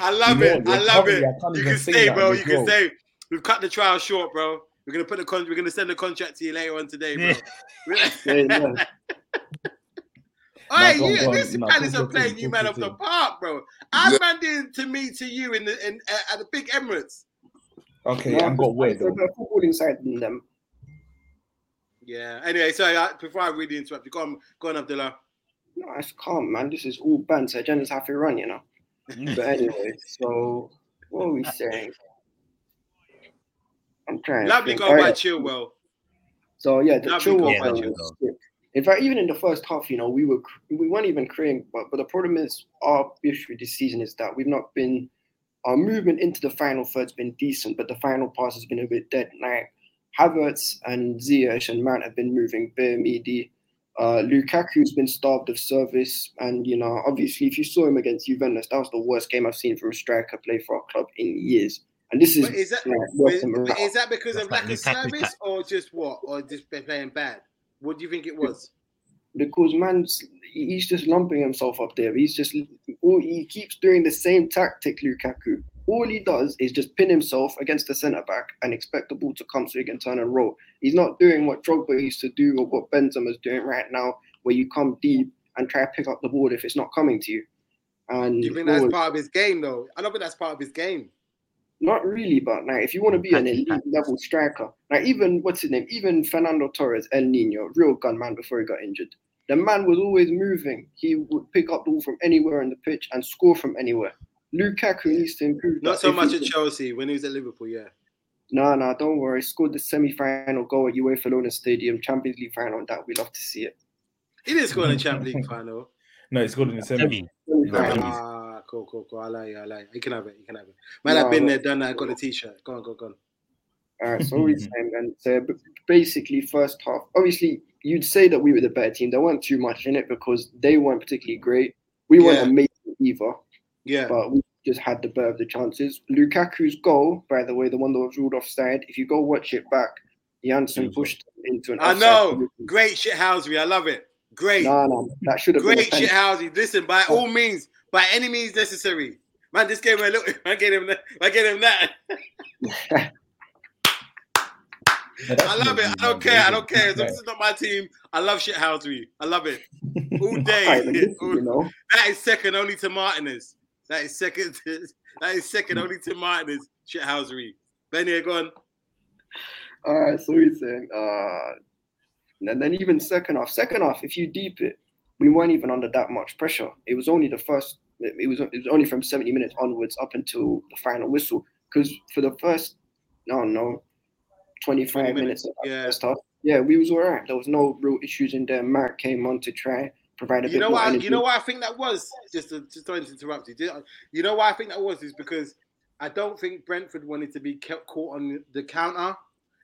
Speaker 5: I love
Speaker 9: You know
Speaker 5: it.
Speaker 9: what,
Speaker 5: I
Speaker 9: you're
Speaker 5: love
Speaker 9: covering,
Speaker 5: it.
Speaker 9: I can't
Speaker 5: You
Speaker 9: even
Speaker 5: can
Speaker 9: say
Speaker 5: stay,
Speaker 9: that
Speaker 5: bro.
Speaker 9: as
Speaker 5: You can
Speaker 9: well.
Speaker 5: stay. We've cut the trial short, bro. We're gonna put the con- we're gonna send the contract to you later on today, bro.
Speaker 6: There you go.
Speaker 5: Hey,
Speaker 9: go on,
Speaker 5: you,
Speaker 9: go on.
Speaker 5: this
Speaker 9: No,
Speaker 5: man
Speaker 9: go
Speaker 5: is
Speaker 9: on,
Speaker 5: a
Speaker 9: go on,
Speaker 5: playing you
Speaker 9: go on,
Speaker 5: man
Speaker 9: go
Speaker 5: of the
Speaker 9: on.
Speaker 5: park, bro. I ran in to me to you in the in uh, at the big Emirates.
Speaker 9: okay,
Speaker 6: No,
Speaker 9: I'm got weird.
Speaker 6: There's
Speaker 9: though.
Speaker 6: no football inside in them.
Speaker 5: Yeah. Anyway, sorry. I, before I really interrupt you, go on, go on, Abdullah.
Speaker 6: No, it's calm, man. This is all banter. Jenna's half run, you know.
Speaker 7: oh.
Speaker 6: But anyway, so what are we saying? I'm trying. to
Speaker 5: Lovely
Speaker 6: think.
Speaker 5: goal by
Speaker 6: Alright,
Speaker 5: Chilwell.
Speaker 6: So yeah, the
Speaker 5: Lovely
Speaker 6: Chilwell
Speaker 7: goal by Chilwell.
Speaker 6: goal was sick. In fact, even in the first half, you know, we were cr- we weren't even creating. But but the problem is our issue this season is that we've not been our movement into the final third's been decent, but the final pass has been a bit dead. Like Havertz and Ziyech and Mount have been moving bare meaty. Uh, Lukaku's been starved of service, and you know, obviously, if you saw him against Juventus, that was the worst game I've seen from a striker play for our club in years. And this is,
Speaker 5: But is that
Speaker 6: like,
Speaker 5: but,
Speaker 6: worth the morale.
Speaker 5: but is that because of
Speaker 7: That's like
Speaker 5: lack of
Speaker 7: Lukaku's
Speaker 5: service
Speaker 7: cut.
Speaker 5: or just what or just been playing bad? What do you think it was?
Speaker 6: because man's he's just lumping himself up there. He's just all he keeps doing the same tactic, Lukaku. All he does is just pin himself against the centre back and expect the ball to come so he can turn and roll. He's not doing what Drogba used to do or what Benzema's doing right now, where you come deep and try to pick up the ball if it's not coming to you. And
Speaker 5: Do you think that's
Speaker 6: Lord,
Speaker 5: part of his game though? I don't think that's part of his game.
Speaker 6: not really, but now if you want to be an elite level striker, now even what's his name, even Fernando Torres, El Nino, real gunman before he got injured, the man was always moving. He would pick up the ball from anywhere on the pitch and score from anywhere. Lukaku needs to improve.
Speaker 5: Not
Speaker 6: that.
Speaker 5: so
Speaker 6: If
Speaker 5: much
Speaker 6: he-
Speaker 5: at Chelsea when he was at Liverpool, yeah.
Speaker 6: No, no, don't worry. Scored the semi-final goal at UEFA London Stadium, Champions League final. and That we love to see it.
Speaker 5: He did score in the Champions League final.
Speaker 9: No, it's good in the semi.
Speaker 7: Jimmy.
Speaker 6: Semi-final.
Speaker 5: Ah, cool, cool, cool. I like you, I like you. You can have it, you can have it. Man,
Speaker 6: No,
Speaker 5: I've been
Speaker 6: no.
Speaker 5: there, done that, I got the t shirt. Go on, go on, go on.
Speaker 6: All right, Uh, so what we're saying then, so b- basically, first half, obviously, you'd say that we were the better team. There weren't too much in it because they weren't particularly great. We weren't
Speaker 5: Yeah.
Speaker 6: amazing either,
Speaker 5: Yeah.
Speaker 6: but we just had the better of the chances. Lukaku's goal, by the way, the one that was ruled offside, if you go watch it back, Janssen pushed it into an
Speaker 5: I
Speaker 6: offside
Speaker 5: know.
Speaker 6: position.
Speaker 5: Great shit housery. I love it. Great.
Speaker 6: No, no, that should have been a
Speaker 5: Great
Speaker 6: penalty.
Speaker 5: shit housing. Listen, by all means, by any means necessary. Man, this gave him a little. I gave him that. I gave him that. I love it. I don't care. I don't care. This is not my team. I love shit housery. I love it all
Speaker 6: Alright, but
Speaker 5: day.
Speaker 6: listen, you know,
Speaker 5: that is second only to Martinez. That is second. To, that is second only to Martinez. Shit housery. Benny, go on.
Speaker 6: all right, so we're saying, uh, and then even second half, second half, if you deep it, we weren't even under that much pressure. It was only the first. It was it was only from seventy minutes onwards up until the final whistle. Because for the first, no, no,
Speaker 5: 20
Speaker 6: twenty five minutes of that
Speaker 5: Yeah.
Speaker 6: first half, yeah, we was all right. There was no real issues in there. Mark came on to try provide a
Speaker 5: You
Speaker 6: bit
Speaker 5: know
Speaker 6: more
Speaker 5: why?
Speaker 6: energy.
Speaker 5: You know why I think that was. Just, to, just don't interrupt you. You know why I think that was is because I don't think Brentford wanted to be kept caught on the counter,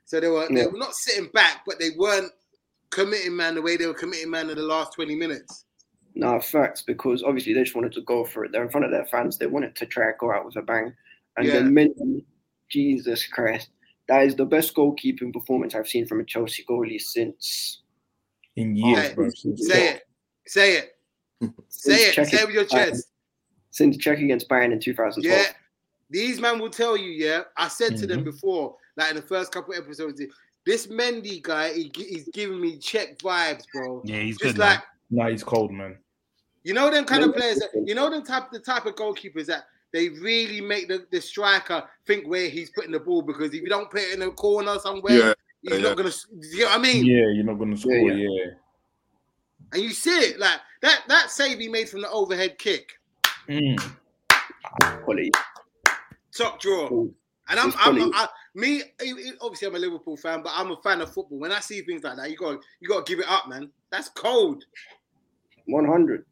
Speaker 5: so they were they
Speaker 6: Yeah.
Speaker 5: were not sitting back, but they weren't committing man the way they were committing man in the last twenty minutes.
Speaker 6: No, facts, because obviously they just wanted to go for it. They're in front of their fans. They wanted to try and go out with a bang. And
Speaker 5: Yeah.
Speaker 6: then mentally, Jesus Christ, that is the best goalkeeping performance I've seen from a Chelsea goalie since.
Speaker 9: in years,
Speaker 5: Hey,
Speaker 9: bro.
Speaker 5: Say it, say it, say it,
Speaker 6: check
Speaker 5: say
Speaker 6: it.
Speaker 5: it with your chest.
Speaker 6: Since Czech against Bayern in 2012.
Speaker 5: Yeah, these men will tell you. Yeah, I said to
Speaker 6: Mm-hmm.
Speaker 5: them before, like in the first couple of episodes, this Mendy guy, he, gi- he's giving me check vibes, bro.
Speaker 7: Yeah, he's
Speaker 5: Just
Speaker 7: good.
Speaker 5: like
Speaker 7: man.
Speaker 9: Nah, he's cold, man.
Speaker 5: You know them kind of
Speaker 6: Yeah.
Speaker 5: players. That, you know them type the type of goalkeepers that they really make the, the striker think where he's putting the ball because if you don't put it in a corner somewhere,
Speaker 10: Yeah,
Speaker 5: he's
Speaker 10: yeah.
Speaker 5: not gonna. s- You know what I mean?
Speaker 9: Yeah, you're not gonna score. Yeah,
Speaker 6: yeah.
Speaker 5: And you see it like that. That save he made from the overhead kick,
Speaker 9: Mm.
Speaker 6: Quality.
Speaker 5: top drawer.
Speaker 6: Cool.
Speaker 5: And I'm,
Speaker 6: It's
Speaker 5: I'm,
Speaker 6: funny.
Speaker 5: I, me. e, Obviously, I'm a Liverpool fan, but I'm a fan of football. When I see things like that, you got, you got to give it up, man. That's cold.
Speaker 6: 100.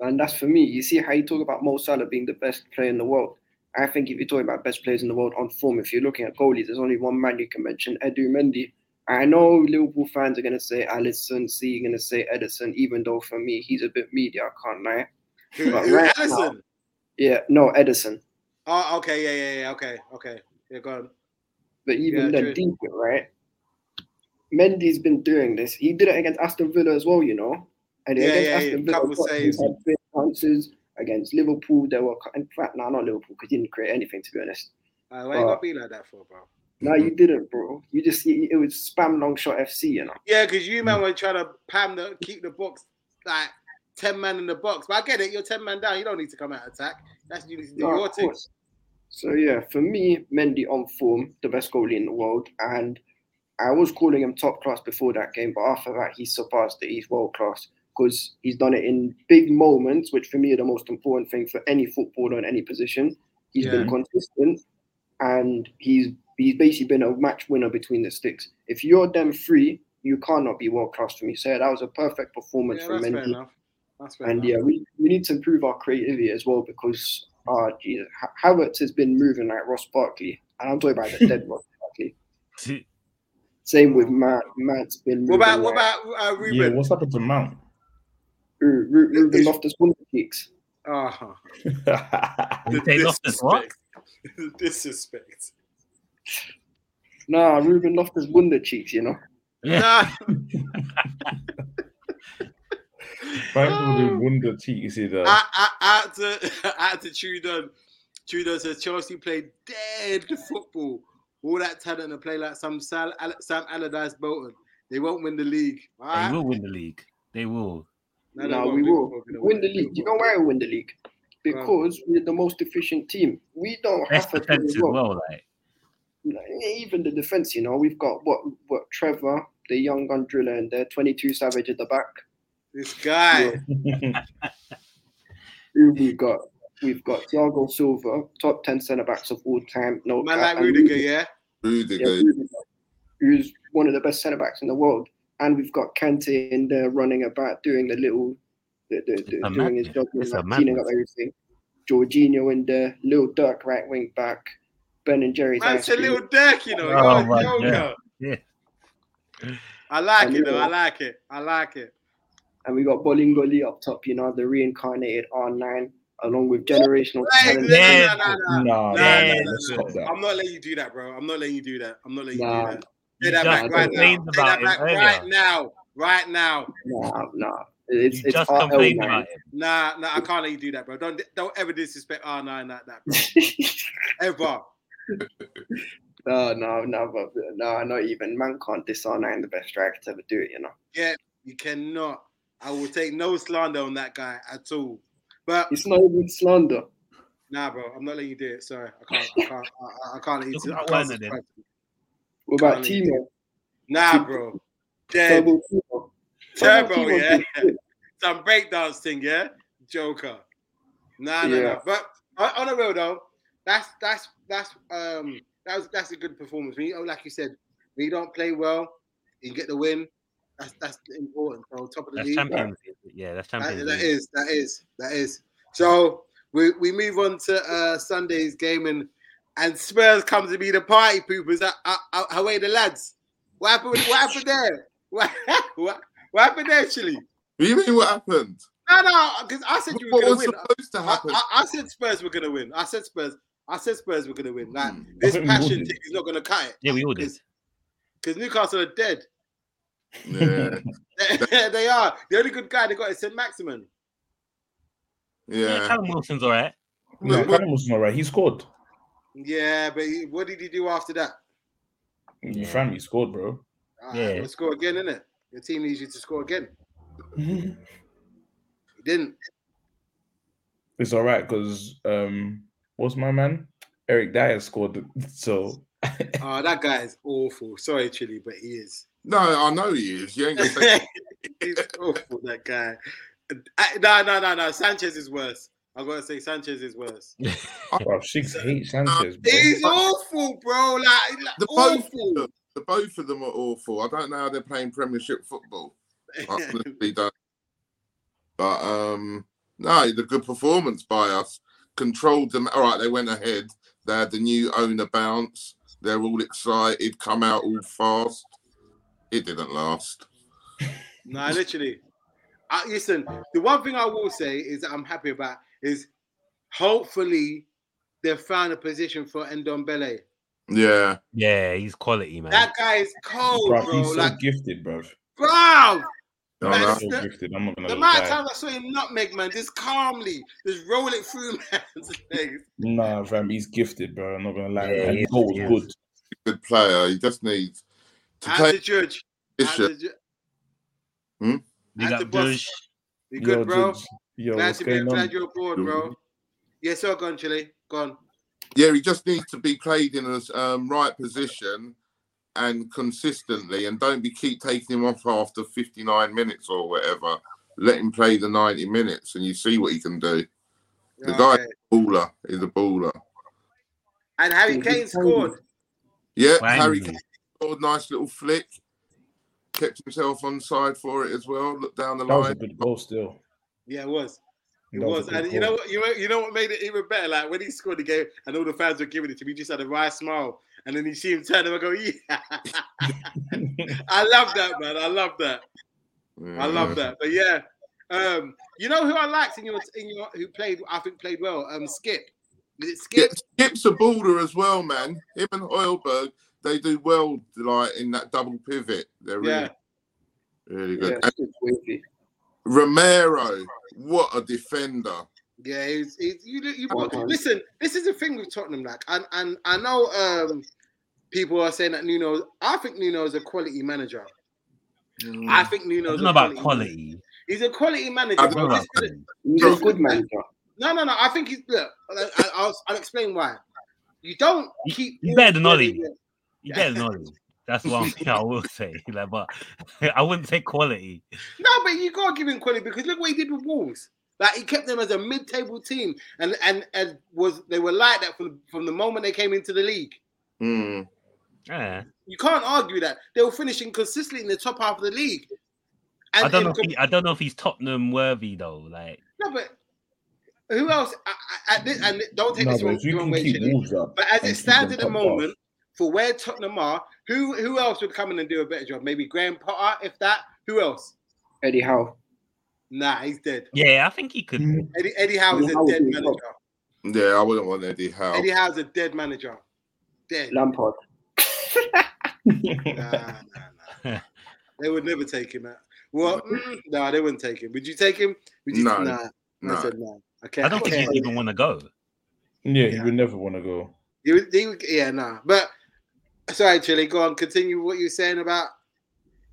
Speaker 6: And that's for me. You see how you talk about Mo Salah being the best player in the world. I think if you're talking about best players in the world on form, if you're looking at goalies, there's only one man you can mention, Edu Mendy. I know Liverpool fans are going to say Allison, C, you're going to say Edison, even though for me, he's a bit media, I can't lie.
Speaker 5: Who,
Speaker 6: But
Speaker 5: who,
Speaker 6: right now-
Speaker 5: Allison?
Speaker 6: Yeah, no, Edison.
Speaker 5: Oh, okay, yeah, yeah, yeah, okay, okay. Yeah, go on.
Speaker 6: But even
Speaker 5: Yeah, true.
Speaker 6: then, deep it, right? Mendy's been doing this. He did it against Aston Villa as well, you know. And
Speaker 5: Yeah,
Speaker 6: against
Speaker 5: yeah,
Speaker 6: Aston
Speaker 5: yeah.
Speaker 6: Villa,
Speaker 5: Couple
Speaker 6: what, he
Speaker 5: saves.
Speaker 6: had big chances against Liverpool. There were in fact, no, not Liverpool because he didn't create anything to be honest.
Speaker 5: Uh, why you
Speaker 6: Uh,
Speaker 5: gotta be like that for, bro?
Speaker 6: No,
Speaker 5: Mm-hmm.
Speaker 6: you didn't, bro. You just you, it was spam long shot FC, you know.
Speaker 5: Yeah, because you
Speaker 6: Mm.
Speaker 5: man were trying to pam the keep the box like ten man in the box. But I get it, you're ten man down. You don't need to come out and attack. That's you need to do
Speaker 6: No,
Speaker 5: your
Speaker 6: of
Speaker 5: thing.
Speaker 6: course. So yeah, for me, Mendy on form, the best goalie in the world, and I was calling him top class before that game, but after that, he surpassed it. He's world class because he's done it in big moments, which for me are the most important thing for any footballer in any position. He's been consistent, and he's he's basically been a match winner between the sticks. If you're them three, you cannot be world class for me. So that was a perfect performance
Speaker 5: Yeah,
Speaker 6: from
Speaker 5: that's fair
Speaker 6: Mendy.
Speaker 5: enough. That's fair
Speaker 6: And
Speaker 5: enough.
Speaker 6: yeah, we, we need to improve our creativity as well because uh, Jesus, Ha- Havertz has been moving like Ross Barkley, and I'm talking about the dead Ross Barkley. Same with Matt. Matt's been
Speaker 5: What
Speaker 6: moving
Speaker 5: about what
Speaker 6: like
Speaker 5: about uh,
Speaker 9: Yeah,
Speaker 5: Ruben?
Speaker 9: what's happened to Mount?
Speaker 6: Ru- Ru- Ruben Loftus cheeks.
Speaker 5: Uh-huh.
Speaker 7: You say Loftus what?
Speaker 5: Disrespect.
Speaker 6: Nah, Ruben Loftus cheeks. You know,
Speaker 5: Nah,
Speaker 9: Fans will do wonder cheat. You see that?
Speaker 5: I, I, I had to, I had to Trudon. Trudon says Chelsea played dead football. All that talent to play like some Sal, Al, Sam Allardyce Bolton. They won't win the league. All
Speaker 7: They
Speaker 5: right?
Speaker 7: will win the league. They will.
Speaker 5: No, they
Speaker 6: Nah,
Speaker 5: won't.
Speaker 6: we will
Speaker 5: Liverpool are gonna
Speaker 6: win the
Speaker 5: it.
Speaker 6: league.
Speaker 5: Liverpool
Speaker 6: You know
Speaker 5: are
Speaker 6: why we win the league? Because we're the most efficient team. We don't
Speaker 7: Best
Speaker 6: have to play
Speaker 7: defense as
Speaker 6: well. e-,
Speaker 7: well. Like
Speaker 6: even the defense, you know, we've got what what Trevor, the young gun driller, and there, 22 Savage at the back.
Speaker 5: This guy.
Speaker 6: Who we got? We've got Thiago Silva, top 10 centre backs of all time. No, uh,
Speaker 5: Man like
Speaker 6: and
Speaker 5: Rudiger, yeah?
Speaker 6: yeah,
Speaker 10: Rudiger.
Speaker 6: Rudiger, who's one of the best centre backs in the world. And we've got Kante in there running about doing the little, the, the, the-
Speaker 7: a
Speaker 6: doing
Speaker 7: madness.
Speaker 6: his job, and
Speaker 7: It's a
Speaker 6: like, cleaning up
Speaker 7: madness.
Speaker 6: everything. Jorginho in there, Lil Dirk right wing back, Ben and Jerry's
Speaker 5: Man,
Speaker 6: ice
Speaker 5: it's a
Speaker 6: cream.
Speaker 5: little dirk, you know.
Speaker 7: Oh,
Speaker 5: You're a
Speaker 7: right,
Speaker 5: joker.
Speaker 7: yeah. Yeah.
Speaker 5: I like
Speaker 6: And
Speaker 5: it, though.
Speaker 6: you
Speaker 5: I
Speaker 6: know-
Speaker 5: like it. I like it.
Speaker 6: and we got Bolingoli up top, you know, the reincarnated R9, along with generational
Speaker 5: Hey,
Speaker 6: talent.
Speaker 5: no, no, no, no. Nah, nah,
Speaker 9: Nah, nah, nah, let's
Speaker 5: nah.
Speaker 9: stop that.
Speaker 5: I'm not letting you do that, bro. I'm not letting you do that. I'm not letting
Speaker 6: Nah.
Speaker 5: you do that.
Speaker 7: You
Speaker 5: Say that
Speaker 7: just
Speaker 5: back right now.
Speaker 7: complained
Speaker 5: Say that
Speaker 7: about him
Speaker 5: back
Speaker 7: earlier.
Speaker 5: right now. Right now.
Speaker 6: Nah, nah. It's,
Speaker 7: you
Speaker 6: it's
Speaker 7: just
Speaker 6: RL9.
Speaker 7: complained about him.
Speaker 5: Nah, nah, I can't let you do that, bro. Don't don't ever disrespect oh, R9 like that, bro. Ever.
Speaker 6: no, no, no, but no, not even. Man can't diss R9, the best striker to ever do it, you know.
Speaker 5: You cannot. I will take no slander on that guy at all. But
Speaker 6: It's not even slander.
Speaker 5: nah, bro, I'm not letting you do it. Sorry, I can't. I can't. I, I- I can't let you.
Speaker 7: Look
Speaker 5: Do,
Speaker 7: at
Speaker 5: I
Speaker 7: Werner
Speaker 5: can't
Speaker 7: then.
Speaker 5: subscribe to
Speaker 6: What about
Speaker 5: Can't leave.
Speaker 6: Timo?
Speaker 5: Nah, bro. Dead.
Speaker 6: Turbo Timo.
Speaker 5: Turbo,
Speaker 6: Turbo Timo's
Speaker 5: yeah.
Speaker 6: been good.
Speaker 5: Some breakdance thing, yeah? Joker. Nah, nah, nah.
Speaker 6: Yeah.
Speaker 5: But on- on the real though, that's that's that's um that was that's a good performance. When you, like you said, when you don't play well, you get the win. That's that's important. So top of the
Speaker 7: That's
Speaker 5: league.
Speaker 7: champions. Yeah, that's
Speaker 5: That-
Speaker 7: champions.
Speaker 5: that
Speaker 7: League.
Speaker 5: is, that is, that is. So We we move on to uh, Sunday's game and and Spurs come to be the party poopers. Uh, uh, uh, away the lads. What happened? What happened there? What, what, what happened there, Chile?
Speaker 10: What do you mean what happened?
Speaker 5: No, no, because I said you were
Speaker 10: what
Speaker 5: going
Speaker 10: was
Speaker 5: to win.
Speaker 10: supposed to
Speaker 5: I,
Speaker 10: happen?
Speaker 5: I, I said Spurs were going to win. I said Spurs. I said Spurs were going to win. Like
Speaker 10: Hmm.
Speaker 5: this
Speaker 9: think we all
Speaker 5: passion
Speaker 9: did.
Speaker 5: thing is not going to cut it
Speaker 7: Yeah, we all did.
Speaker 5: because Newcastle are dead.
Speaker 10: Hmm. yeah,
Speaker 5: They, they are. The only good guy they got is St. Maximin.
Speaker 7: Yeah,
Speaker 10: yeah.
Speaker 7: Callum Wilson's all right.
Speaker 9: No,
Speaker 10: Look,
Speaker 9: Callum Wilson, all right. He scored.
Speaker 5: Yeah, but he, what did he do after that?
Speaker 9: Yeah.
Speaker 7: Yeah.
Speaker 9: Fam, he scored, bro.
Speaker 5: Ah,
Speaker 7: Yeah.
Speaker 5: he'll score again, innit? Your team needs you to score again. He didn't.
Speaker 9: It's all right because um, what's my man? Eric Dyer scored. So
Speaker 5: Oh, that guy is awful. Sorry, Chile, but he is.
Speaker 10: No, I know he is. You ain't gonna say
Speaker 5: He's awful, that guy. I, no, no, no, no. Sanchez is worse. i got to say, Sanchez is worse.
Speaker 9: bro, Shiggs hates Sanchez, bro.
Speaker 5: He's awful, bro. Like, like
Speaker 10: The both of
Speaker 5: awful.
Speaker 10: them. the both of them are awful. I don't know how they're playing Premiership football. I honestly don't. But um, no, the good performance by us controlled them. All right, they went ahead. They had the new owner bounce. They're all excited. Come out all fast. It didn't last.
Speaker 5: No, literally. I, listen, the one thing I will say is that I'm happy about is hopefully they've found a position for Ndombele.
Speaker 10: Yeah,
Speaker 7: Yeah, he's quality, man.
Speaker 5: That guy is cold,
Speaker 9: Bro,
Speaker 5: bro.
Speaker 9: he's so
Speaker 5: Like,
Speaker 9: gifted, bro.
Speaker 5: bro,
Speaker 10: No,
Speaker 5: Man,
Speaker 10: no.
Speaker 9: So
Speaker 5: the-
Speaker 9: gifted. I'm not gonna
Speaker 5: the
Speaker 9: lie.
Speaker 5: amount of times I saw him nutmeg, man, just calmly, just roll it through man's legs.
Speaker 9: Nah, fam, he's gifted, bro. I'm not gonna lie.
Speaker 7: Yeah,
Speaker 9: and
Speaker 7: he
Speaker 9: his
Speaker 7: is,
Speaker 9: goal
Speaker 7: he
Speaker 9: was
Speaker 7: is.
Speaker 9: good.
Speaker 10: good player. He just needs to
Speaker 5: And
Speaker 10: play
Speaker 5: to judge. And
Speaker 10: position.
Speaker 5: to ju-
Speaker 7: Big
Speaker 5: that's
Speaker 7: up,
Speaker 5: the boss.
Speaker 7: Dush.
Speaker 5: You good, bro?
Speaker 9: Judge. Yo,
Speaker 5: glad
Speaker 9: what's
Speaker 5: to be
Speaker 9: going on?
Speaker 5: glad you're aboard, bro. Yeah, so gone, Chile. Gone.
Speaker 10: Yeah, he just needs to be played in his um, right position and consistently, and don't be keep taking him off after 59 minutes or whatever. Let him play the 90 minutes, and you see what he can do. The guy- Baller is a baller.
Speaker 5: And Harry Kane scored.
Speaker 10: Yeah,
Speaker 7: Bang.
Speaker 10: Harry Kane scored nice little flick. Kept himself on side for it as well. Look down the
Speaker 9: That was a
Speaker 10: line.
Speaker 9: good goal, still.
Speaker 5: Yeah, it was. It
Speaker 9: That
Speaker 5: was,
Speaker 9: a good
Speaker 5: and you
Speaker 9: goal.
Speaker 5: know what? You know, you know what made it even better. Like when he scored the game, and all the fans were giving it to me, he just had a wry smile, and then you see him turn him and go, "Yeah." I love that, man. I love that. I
Speaker 7: Mm-hmm.
Speaker 5: love that. But yeah, um, you know who I liked in your in your who played? I think played well. Um, Skip. Is it
Speaker 10: Yeah,
Speaker 5: Skip?
Speaker 10: Skip's a baller as well, man. Him and Hoylberg, they do well like in that double pivot. They're really,
Speaker 5: Yeah.
Speaker 10: really good.
Speaker 6: Yeah,
Speaker 10: And
Speaker 6: it's wavy.
Speaker 10: Romero, what a defender.
Speaker 5: Yeah, he's, he's, you you bought,
Speaker 6: Okay.
Speaker 5: listen. This is the thing with Tottenham, like, and and I know um, people are saying that Nuno. I think Nuno's a quality manager.
Speaker 10: Mm,
Speaker 5: I think
Speaker 7: I
Speaker 5: Nuno's
Speaker 7: don't
Speaker 5: a
Speaker 7: know Mm. about
Speaker 5: manager.
Speaker 7: quality.
Speaker 5: He's a quality manager.
Speaker 10: I
Speaker 7: I don't
Speaker 5: bro.
Speaker 7: know
Speaker 5: He's
Speaker 7: about
Speaker 5: got it-
Speaker 7: quality.
Speaker 6: He's a good manager.
Speaker 5: No, no, no. I think he's look. I- I- I'll, I'll explain why. You don't
Speaker 7: You-
Speaker 5: keep.
Speaker 7: you
Speaker 5: all
Speaker 7: better than
Speaker 5: quality-
Speaker 7: Oli. You better know him. That's one thing I will say. Like, but I wouldn't say quality.
Speaker 5: No, but you gotta give him credit because look what he did with Wolves. Like he kept them as a mid-table team, and and and was they were like that from from the moment they came into the league.
Speaker 10: Mm.
Speaker 7: Yeah.
Speaker 5: You can't argue that they were finishing consistently in the top half of the league. And
Speaker 7: I don't
Speaker 5: in
Speaker 7: know. If
Speaker 5: com-
Speaker 7: he, I don't know if he's Tottenham worthy though. Like,
Speaker 5: no, but who else? I, I, I, thi- and don't take
Speaker 9: No,
Speaker 5: this
Speaker 9: but
Speaker 5: wrong,
Speaker 9: if you
Speaker 5: wrong
Speaker 9: can
Speaker 5: way,
Speaker 9: keep
Speaker 5: Chidi,
Speaker 9: Wolves up,
Speaker 5: But as
Speaker 9: and
Speaker 5: it
Speaker 9: keep them
Speaker 5: stands at the
Speaker 9: top half,
Speaker 5: moment, for where Tottenham are, who who else would come in and do a better job? Maybe Graham Potter, if that. Who else?
Speaker 6: Eddie Howe.
Speaker 5: Nah, he's dead.
Speaker 7: yeah, I think he could.
Speaker 9: Mm,
Speaker 5: Eddie, Eddie Howe is
Speaker 6: Eddie
Speaker 5: a
Speaker 6: Howe
Speaker 5: dead
Speaker 6: would be top.
Speaker 5: manager.
Speaker 10: Yeah, I wouldn't want Eddie Howe.
Speaker 5: Eddie Howe's a dead manager. Dead. Nah,
Speaker 6: Lampard.
Speaker 5: nah, nah. They would never take him out. Well, mm, no, they wouldn't take him. Would you take him? Would you,
Speaker 10: No,
Speaker 5: nah. I
Speaker 10: no.
Speaker 5: said no. I can't.
Speaker 7: I don't think he'd
Speaker 5: can't.
Speaker 7: even want to go.
Speaker 9: yeah, he
Speaker 5: Yeah.
Speaker 9: would never want to go.
Speaker 5: He would, he would, yeah, nah. But sorry, Chile, go on. Continue what you were saying about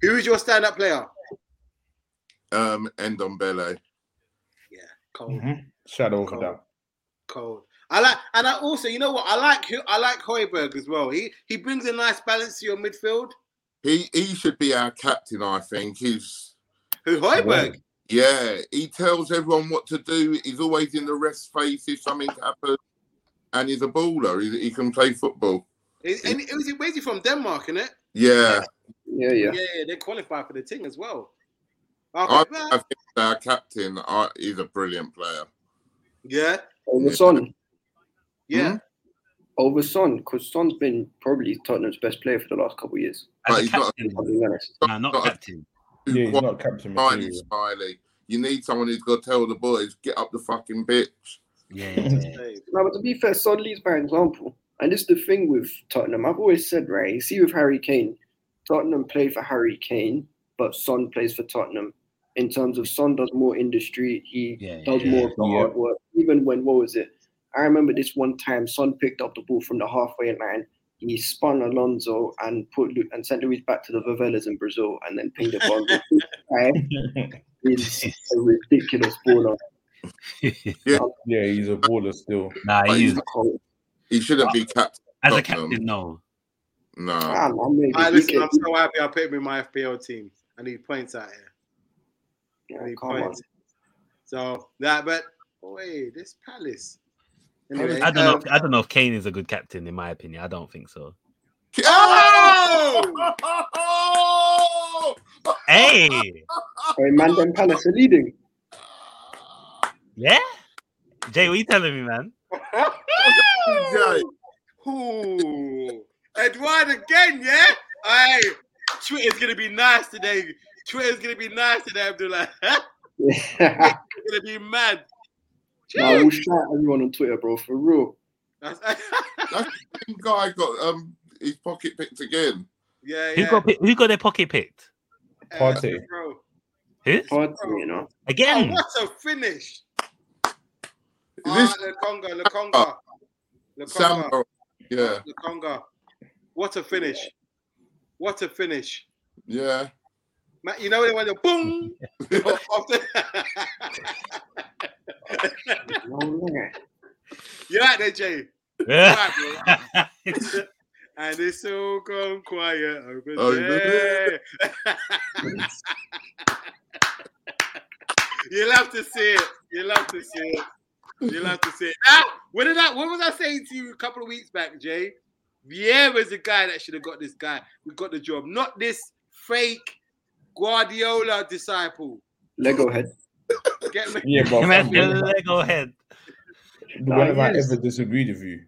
Speaker 5: who is your stand-up player?
Speaker 10: Um, Ndombele.
Speaker 5: Cole.
Speaker 7: Mm-hmm.
Speaker 9: Mhm. Shadow over
Speaker 5: Cool.
Speaker 9: that.
Speaker 5: Cold. I like, and I also, you know what? I like who I like Hoiberg as well. He he brings a nice balance to your midfield.
Speaker 10: He he should be our captain, I think. He's
Speaker 5: Who Hoiberg?
Speaker 10: yeah, he tells everyone what to do. He's always in the rest face if something happens, and he's a baller. He, he can play football.
Speaker 5: Is, and is he, where's he from? Denmark, isn't it?
Speaker 10: Yeah,
Speaker 6: Yeah, yeah.
Speaker 5: yeah, they qualify for the team as well.
Speaker 10: I,
Speaker 5: Okay,
Speaker 10: uh, I think our captain I, he's a brilliant player.
Speaker 5: yeah,
Speaker 6: over Son.
Speaker 5: Yeah.
Speaker 6: Over Son, because Son's been probably Tottenham's best player for the last couple of years.
Speaker 10: But
Speaker 7: As a
Speaker 10: he's not-
Speaker 7: captain,
Speaker 6: I'll be honest.
Speaker 7: nah, not
Speaker 10: not a-
Speaker 7: captain.
Speaker 10: Who
Speaker 9: Yeah, he's not captain
Speaker 10: Smiley,
Speaker 9: material.
Speaker 10: smiley. You need someone who's gonna tell the boys, get up the fucking bitch.
Speaker 7: Yeah,
Speaker 6: No, but to be fair, Son leads by example. And this is the thing with Tottenham. I've always said, right, you see with Harry Kane, Tottenham play for Harry Kane, but Son plays for Tottenham. In terms of Son does more industry, he
Speaker 7: Yeah,
Speaker 6: does
Speaker 7: yeah,
Speaker 6: more of the
Speaker 9: yeah.
Speaker 6: hard work. Even when, what was it? I remember this one time Son picked up the ball from the halfway line. He spun Alonso and put Lu- and sent Luis back to the Vavelas in Brazil and then pinged it on. It's a ridiculous baller.
Speaker 9: Yeah, he's a baller still.
Speaker 7: nah,
Speaker 10: But
Speaker 7: he
Speaker 10: he's
Speaker 7: is.
Speaker 10: not- he shouldn't be captain.
Speaker 7: As a
Speaker 10: Tottenham.
Speaker 7: captain, no.
Speaker 10: No.
Speaker 6: I don't know, maybe
Speaker 5: I
Speaker 6: he
Speaker 5: listen,
Speaker 6: can-
Speaker 5: I'm so happy I put him in my FPL team. I need points out here.
Speaker 6: Yeah,
Speaker 5: I need
Speaker 6: come on.
Speaker 5: points. So that, but wait, this Palace. Anyway,
Speaker 7: I don't know.
Speaker 5: um,
Speaker 7: If, I don't know if Kane is a good captain, in my opinion. I don't think so.
Speaker 10: Oh!
Speaker 7: Hey,
Speaker 6: Sorry, man, them Palace are leading.
Speaker 7: yeah, Jay, what you telling me, man?
Speaker 5: um,
Speaker 10: Jay,
Speaker 5: Ooh, Edward again, yeah. Hey, Twitter's gonna be nice today. Twitter's gonna be nice today, Abdullah. it's
Speaker 6: now
Speaker 5: gonna be mad.
Speaker 6: we'll shout everyone on Twitter, bro, for real.
Speaker 5: That's-
Speaker 10: That's the same guy got um his pocket picked again.
Speaker 5: yeah,
Speaker 7: Who
Speaker 5: yeah.
Speaker 7: got pick- who got their pocket picked
Speaker 5: Uh,
Speaker 9: Partey.
Speaker 5: bro.
Speaker 7: Who
Speaker 6: Party, you
Speaker 5: Oh,
Speaker 6: know.
Speaker 7: again?
Speaker 5: what a finish!
Speaker 10: Is
Speaker 5: Ah,
Speaker 10: this Ah,
Speaker 5: Lukonga, Lukonga, Lukonga.
Speaker 10: Sambo? Yeah,
Speaker 5: the conga. What a finish. What a finish.
Speaker 10: yeah.
Speaker 5: Ma- You know when the boom off the-
Speaker 6: No, yeah.
Speaker 5: You're out there, Jay. You're
Speaker 7: Yeah.
Speaker 5: out there. and it's all gone quiet over
Speaker 10: Oh,
Speaker 5: there. You'll have to see it. You'll have to see it. You'll have to see it. Ah, what did I what was I saying to you a couple of weeks back, Jay? Vieira's the guy that should have got this guy. We got the job. Not this fake Guardiola disciple.
Speaker 6: Lego head.
Speaker 5: Get me?
Speaker 9: Yeah, but
Speaker 7: Man,
Speaker 9: fam,
Speaker 7: the
Speaker 9: when,
Speaker 7: Lego head.
Speaker 9: when have I
Speaker 6: Yes.
Speaker 9: ever disagreed with you?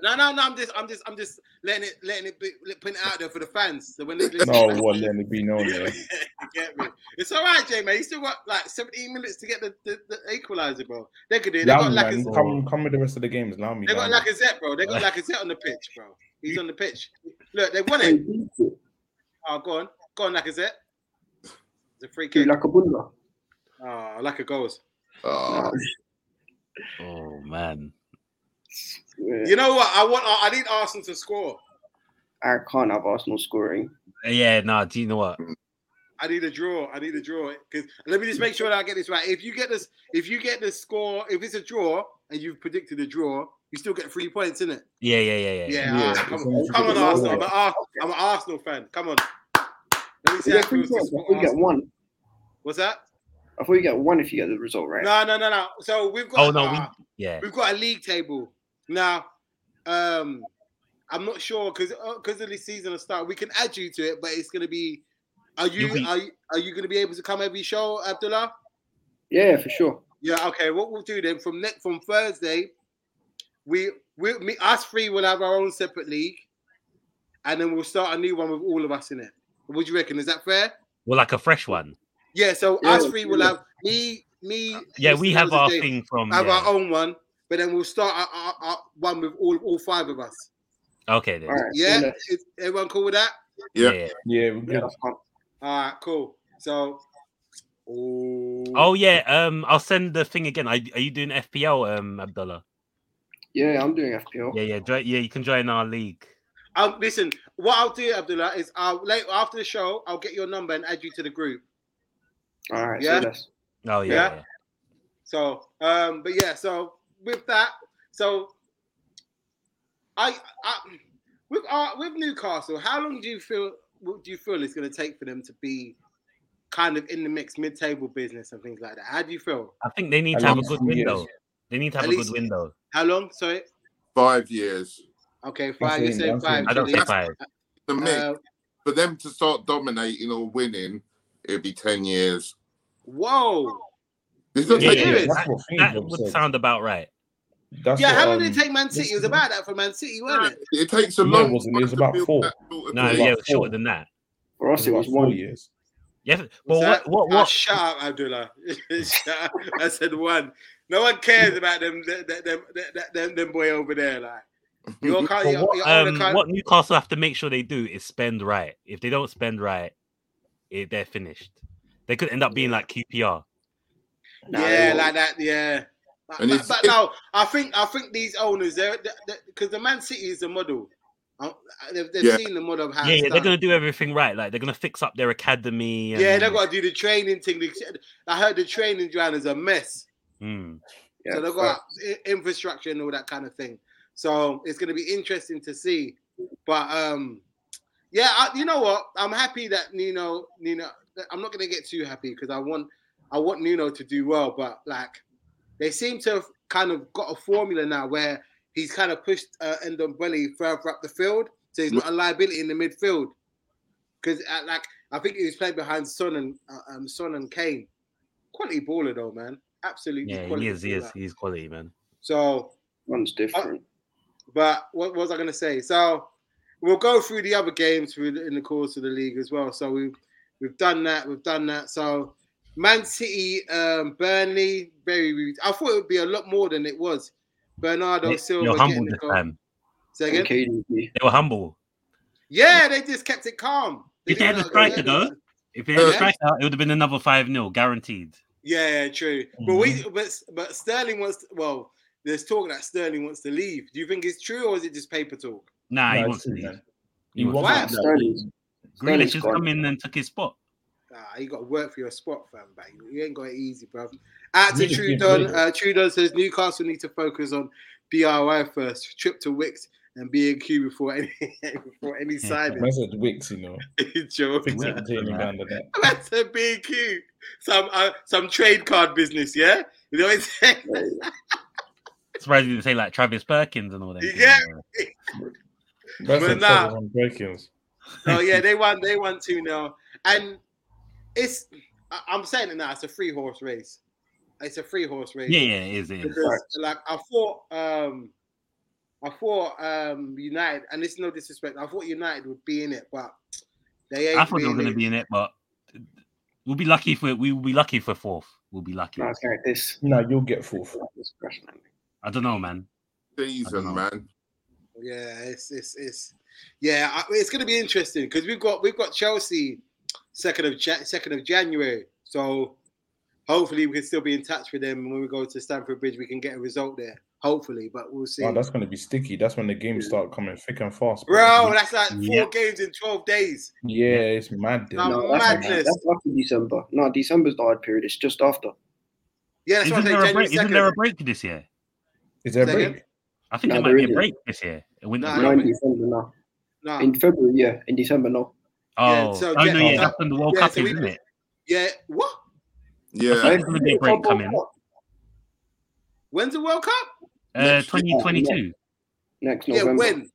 Speaker 5: No, no, no. I'm just, I'm just, I'm just letting it, letting it, be, putting it out there for the fans. So when they listen,
Speaker 9: No, what letting it be known there.
Speaker 5: You get me? It's all right, J man. You still got like 17 minutes to get the, the, the equalizer, bro. They could do. They got
Speaker 9: Lam,
Speaker 5: like
Speaker 9: man,
Speaker 5: a,
Speaker 9: come come with the rest of the games. Lam, me.
Speaker 5: they got
Speaker 9: Lam.
Speaker 5: Lacazette, bro. They got Lacazette on the pitch, bro. He's on the pitch. Look, they won
Speaker 6: Hey,
Speaker 5: it.
Speaker 6: beat it.
Speaker 5: Oh, go on, go on, Lacazette. It's a free
Speaker 6: Do
Speaker 5: kick.
Speaker 6: like a bunda.
Speaker 5: Oh, like a goals.
Speaker 10: Oh,
Speaker 6: Nah,
Speaker 7: Oh man,
Speaker 6: yeah.
Speaker 5: You know what? I want. I need Arsenal to score.
Speaker 6: I can't have Arsenal scoring.
Speaker 7: yeah, nah. Do you know what?
Speaker 5: I need a draw. I need a draw. Because let me just make sure that I get this right. If you get this, if you get the score, if it's a draw and you've predicted a draw, you still get three points, innit?
Speaker 7: Yeah, yeah, yeah, yeah.
Speaker 5: Yeah.
Speaker 9: Yeah,
Speaker 5: ah, come,
Speaker 9: it's
Speaker 5: on.
Speaker 9: only
Speaker 5: come on,
Speaker 9: three
Speaker 5: Arsenal. I'm an,
Speaker 9: points.
Speaker 5: Ar- I'm an Arsenal fan. Come on. Let me see
Speaker 6: We
Speaker 5: how
Speaker 6: get
Speaker 5: it
Speaker 6: three
Speaker 5: feels to
Speaker 6: points.
Speaker 5: support
Speaker 6: I thought you get
Speaker 5: Arsenal.
Speaker 6: one.
Speaker 5: What's that?
Speaker 6: I thought you get one if you get the result right.
Speaker 5: No, no, no, no. So we've got.
Speaker 7: Oh no, we
Speaker 5: ah,
Speaker 7: yeah.
Speaker 5: We've got a league table now. Um, I'm not sure because because of the season has started. We can add you to it, but it's gonna be. Are you
Speaker 7: You'll be-
Speaker 5: are you, are you gonna be able to come every show, Abdullah?
Speaker 6: Yeah, for sure.
Speaker 5: Yeah. Okay. What we'll do then from next from Thursday, we we me, us three will have our own separate league, and then we'll start a new one with all of us in it. What do you reckon? Is that fair?
Speaker 7: Well, like a fresh one.
Speaker 5: Yeah. So us
Speaker 6: Yeah,
Speaker 5: three will
Speaker 6: yeah.
Speaker 5: have me me.
Speaker 7: Yeah, we
Speaker 5: Mr.
Speaker 7: have our
Speaker 5: Jay,
Speaker 7: thing from.
Speaker 5: Have
Speaker 7: yeah.
Speaker 5: our own one, but then we'll start our, our, our one with all all five of us.
Speaker 7: Okay then.
Speaker 6: All right.
Speaker 5: Yeah,
Speaker 6: cool, let's-
Speaker 5: is everyone cool with that?
Speaker 10: Yeah.
Speaker 7: yeah.
Speaker 9: Yeah, we're
Speaker 6: Yeah,
Speaker 9: good.
Speaker 6: that's fine.
Speaker 5: All right, cool. So, oh,
Speaker 7: Oh yeah. Um, I'll send the thing again. Are, are you doing FPL, um, Abdullah?
Speaker 6: yeah, I'm doing FPL.
Speaker 7: Yeah, yeah, join, yeah. You can join our league.
Speaker 5: I'll, um, listen. What I'll do, Abdullah, is I'll late after the show, I'll get your number and add you to the group.
Speaker 6: All right,
Speaker 5: Yeah.
Speaker 6: so that's
Speaker 7: Oh yeah.
Speaker 5: Yeah.
Speaker 7: yeah.
Speaker 5: So, um, but yeah, so with that, so I, I with our, with Newcastle, how long do you feel what do you feel it's going to take for them to be kind of in the mix, mid-table business and things like that? How do you feel?
Speaker 7: I think they need
Speaker 9: At
Speaker 7: to have a
Speaker 9: least
Speaker 7: good
Speaker 9: two years.
Speaker 7: window. They need to have
Speaker 5: At
Speaker 7: a
Speaker 5: least-
Speaker 7: good window.
Speaker 5: How long? Sorry.
Speaker 10: five years.
Speaker 5: Okay, five. You
Speaker 9: saying-
Speaker 5: say
Speaker 9: I'm
Speaker 5: five.
Speaker 9: saying-
Speaker 7: I don't
Speaker 5: Chidi.
Speaker 7: say five.
Speaker 10: The mix
Speaker 5: Uh,
Speaker 10: for them to start dominating or winning, it'd be ten years.
Speaker 5: whoa.
Speaker 10: This is gonna
Speaker 7: Yeah,
Speaker 10: take
Speaker 7: yeah,
Speaker 5: serious?
Speaker 9: that's what
Speaker 7: That
Speaker 9: Fiendjob
Speaker 7: would
Speaker 9: said.
Speaker 7: sound about right.
Speaker 9: That's
Speaker 2: yeah,
Speaker 9: what,
Speaker 2: how long
Speaker 9: um,
Speaker 2: did it take Man City? It was about that for Man City, wasn't it?
Speaker 10: It takes a
Speaker 9: Yeah,
Speaker 10: long.
Speaker 9: wasn't it?
Speaker 10: time
Speaker 9: It's
Speaker 10: to
Speaker 9: about
Speaker 10: build
Speaker 9: four.
Speaker 10: that sort of
Speaker 7: No,
Speaker 10: thing.
Speaker 7: yeah,
Speaker 9: like
Speaker 7: shorter than that.
Speaker 6: For us, it
Speaker 9: about
Speaker 6: was
Speaker 9: four
Speaker 6: one.
Speaker 9: years.
Speaker 7: Yeah, but
Speaker 5: that-
Speaker 7: what, what,
Speaker 5: Ah,
Speaker 7: what?
Speaker 5: shut up, Abdullah. Shut up. I said one. No one cares about them, them, them, them, them, them boy over there. Like your car,
Speaker 7: But
Speaker 5: your,
Speaker 7: what,
Speaker 5: your
Speaker 7: um,
Speaker 5: owner can't-
Speaker 7: what Newcastle have to make sure they do is spend right. If they don't spend right, it, they're finished. They could end up being like QPR.
Speaker 6: Nah, they
Speaker 5: yeah,
Speaker 6: won't.
Speaker 5: like that. Yeah. But,
Speaker 10: And
Speaker 5: but,
Speaker 10: it's-
Speaker 5: but no, I think I think these owners, they're because the Man City is the model. Uh, They've, they've
Speaker 10: Yeah.
Speaker 5: seen the model of how.
Speaker 7: Yeah,
Speaker 5: Ah, it's
Speaker 7: yeah, they're
Speaker 5: done.
Speaker 7: gonna do everything right. Like they're gonna fix up their academy. And,
Speaker 5: Yeah, they've got to do the training thing. The- I heard the training ground is a mess.
Speaker 7: Mm.
Speaker 6: Yeah,
Speaker 5: so they've got i- infrastructure and all that kind of thing. So it's going to be interesting to see. But um, yeah, I, you know what? I'm happy that Nino, Nino. I'm not going to get too happy because I want, I want Nuno to do well. But like, they seem to have kind of got a formula now where he's kind of pushed uh, Ndombele further up the field, so he's not a liability in the midfield. Because uh, like, I think he was playing behind Son and uh, um, Son and Kane. Quality baller though, man. Absolutely.
Speaker 7: Yeah,
Speaker 5: quality
Speaker 7: he is, he is,
Speaker 5: baller.
Speaker 7: he's quality, man.
Speaker 5: So,
Speaker 6: one's
Speaker 5: Oh,
Speaker 6: different.
Speaker 5: but what was I going to say? So, we'll go through the other games with- in the course of the league as well. So we've we've done that. We've done that. So, Man City, um, Burnley, very. I thought it would be a lot more than it was. Bernardo
Speaker 7: They,
Speaker 5: Silva
Speaker 7: are
Speaker 5: getting
Speaker 7: humble
Speaker 5: the
Speaker 7: this
Speaker 5: goal.
Speaker 7: time.
Speaker 5: Say
Speaker 6: And
Speaker 5: again?
Speaker 6: KDB.
Speaker 7: They were humble.
Speaker 5: Yeah, they just kept it calm.
Speaker 7: If they had
Speaker 5: didn't
Speaker 7: the
Speaker 5: let it go
Speaker 7: striker
Speaker 5: there.
Speaker 7: though, if they had the
Speaker 5: Yeah.
Speaker 7: striker, it would have been another five 0 guaranteed.
Speaker 5: Yeah, yeah, true. But we,
Speaker 7: Mm-hmm.
Speaker 5: but but Sterling wants. well, there's talk that Sterling wants to leave. Do you think it's true or is it just paper talk?
Speaker 7: Nah, he
Speaker 9: Nah,
Speaker 7: wants
Speaker 9: it's
Speaker 7: to
Speaker 9: true,
Speaker 7: leave.
Speaker 9: man. He
Speaker 7: wants
Speaker 5: Why?
Speaker 9: wasn't.
Speaker 6: Sterling's-
Speaker 7: Grealish
Speaker 6: Sterling's
Speaker 7: just
Speaker 6: gone.
Speaker 7: come in and took his spot.
Speaker 5: Ah, you got to work for your spot, fam. But you, you ain't got it easy, bruv. Out to
Speaker 9: Really good
Speaker 5: Trudon.
Speaker 9: player.
Speaker 5: Uh, Trudon says Newcastle need to focus on DIY first, trip to Wicks and B and Q before any before any signing.
Speaker 9: Man said Wicks, you know.
Speaker 5: Joe,
Speaker 9: Fix it
Speaker 5: man.
Speaker 9: between him down to that.
Speaker 5: that's a B and Q. Some uh, some trade card business, yeah. You know what I'm saying?
Speaker 7: Surprised he didn't say like Travis Perkins and all that.
Speaker 5: Yeah.
Speaker 9: Man
Speaker 5: But
Speaker 9: said
Speaker 5: nah.
Speaker 9: Travis on Perkins.
Speaker 5: oh yeah, they won. They won two 0 and it's. I, I'm saying it now. It's a three horse race. It's a three horse race.
Speaker 7: Yeah, yeah, it is. It is.
Speaker 5: because like I thought um I thought um United and it's no disrespect, I thought United would be in it, but they ain't
Speaker 7: I thought they were
Speaker 5: really.
Speaker 7: going to be in it, but we'll be lucky for we will be lucky for fourth. We'll be lucky.
Speaker 6: Nah, it's like this.
Speaker 9: Nah, you'll get fourth.
Speaker 6: This crash, man.
Speaker 7: I don't know, man. I
Speaker 10: season,
Speaker 7: dunno.
Speaker 10: man.
Speaker 5: Yeah, it's it's it's yeah, I, it's gonna be interesting because we've got we've got Chelsea second of Ja- second of January. So hopefully we can still be in touch with them and when we go to Stamford Bridge we can get a result there. Hopefully, but we'll see.
Speaker 9: Nah, that's gonna be sticky. That's when the games start coming thick and fast.
Speaker 5: Bro, that's like four
Speaker 7: Yeah.
Speaker 5: games in twelve days.
Speaker 9: Yeah, it's mad. dude.
Speaker 5: Nah,
Speaker 6: No, that's,
Speaker 5: Madness.
Speaker 6: that's after December. No, December's the odd period. It's just after.
Speaker 5: Yeah, that's what
Speaker 7: Isn't
Speaker 5: I'm saying.
Speaker 7: there, a
Speaker 5: January
Speaker 7: break, isn't there a
Speaker 5: 2nd.
Speaker 7: break this year?
Speaker 9: Is there a
Speaker 5: Second?
Speaker 9: break?
Speaker 7: I think
Speaker 6: No,
Speaker 7: there might
Speaker 6: there
Speaker 7: be a
Speaker 6: isn't.
Speaker 7: break this year. A winter
Speaker 5: No,
Speaker 7: break.
Speaker 6: No, in
Speaker 5: but-
Speaker 6: December, no.
Speaker 5: Nah.
Speaker 6: In February, yeah. In December, no.
Speaker 7: Oh,
Speaker 5: so
Speaker 7: oh
Speaker 5: get-
Speaker 7: no, yeah,
Speaker 9: so-
Speaker 7: that's when the World
Speaker 5: yeah,
Speaker 7: Cup
Speaker 5: so
Speaker 7: is,
Speaker 5: we-
Speaker 7: isn't it?
Speaker 5: Yeah, what?
Speaker 10: Yeah.
Speaker 7: There's going to be a break coming.
Speaker 5: When's the World Cup?
Speaker 7: Uh, 2022.
Speaker 6: Next
Speaker 5: Yeah,
Speaker 6: November.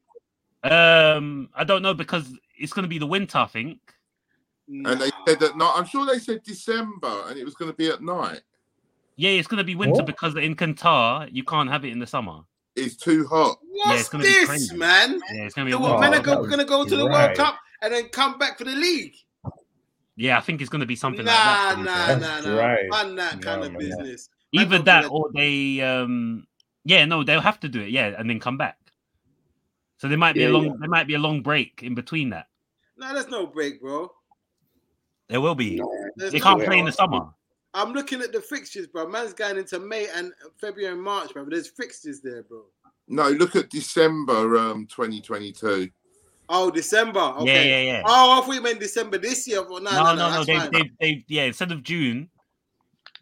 Speaker 5: when?
Speaker 7: Um, I don't know because it's going to be the winter. I think.
Speaker 10: And they said that no, I'm sure they said December, and it was going to be at night.
Speaker 7: Yeah, it's going to be winter
Speaker 6: Oh.
Speaker 9: What?
Speaker 7: because in Qatar you can't have it in the summer.
Speaker 10: It's too hot.
Speaker 7: Yeah,
Speaker 5: What's
Speaker 7: it's gonna be
Speaker 5: this,
Speaker 7: crazy.
Speaker 5: man?
Speaker 7: Yeah, it's going to
Speaker 5: The
Speaker 7: be. a
Speaker 5: what,
Speaker 9: Oh,
Speaker 7: winter
Speaker 5: men are
Speaker 7: break.
Speaker 9: that
Speaker 5: go,
Speaker 9: was
Speaker 5: gonna go to the World
Speaker 9: right.
Speaker 5: Cup and then come back for the league?
Speaker 7: Yeah, I think it's going to be something like
Speaker 5: Nah,
Speaker 7: that. to be
Speaker 5: nah,
Speaker 7: fair.
Speaker 5: nah,
Speaker 9: That's
Speaker 5: nah.
Speaker 9: right.
Speaker 5: Man, that kind
Speaker 9: Nah,
Speaker 5: of
Speaker 9: man,
Speaker 5: business.
Speaker 7: Either
Speaker 5: That's
Speaker 7: that
Speaker 5: what-
Speaker 7: or they, um, yeah, no, they'll have to do it, yeah, and then come back. So there might be a
Speaker 6: Yeah,
Speaker 7: long,
Speaker 6: yeah.
Speaker 7: there might be a long break in between that.
Speaker 5: Nah, there's no break, bro.
Speaker 7: There will be.
Speaker 6: No,
Speaker 5: There's
Speaker 7: they
Speaker 5: no
Speaker 7: can't
Speaker 5: break.
Speaker 7: play in the summer.
Speaker 5: I'm looking at the fixtures, bro. Man's going into May and February and March, bro. There's fixtures there, bro.
Speaker 10: No, look at December um 2022.
Speaker 5: Oh, December. Okay.
Speaker 7: Yeah, yeah, yeah.
Speaker 5: Oh, I thought you meant December this year. Well, no, no,
Speaker 7: no,
Speaker 5: no,
Speaker 7: no, no.
Speaker 5: that's
Speaker 7: They,
Speaker 5: fine.
Speaker 7: they, they, yeah. Instead of June,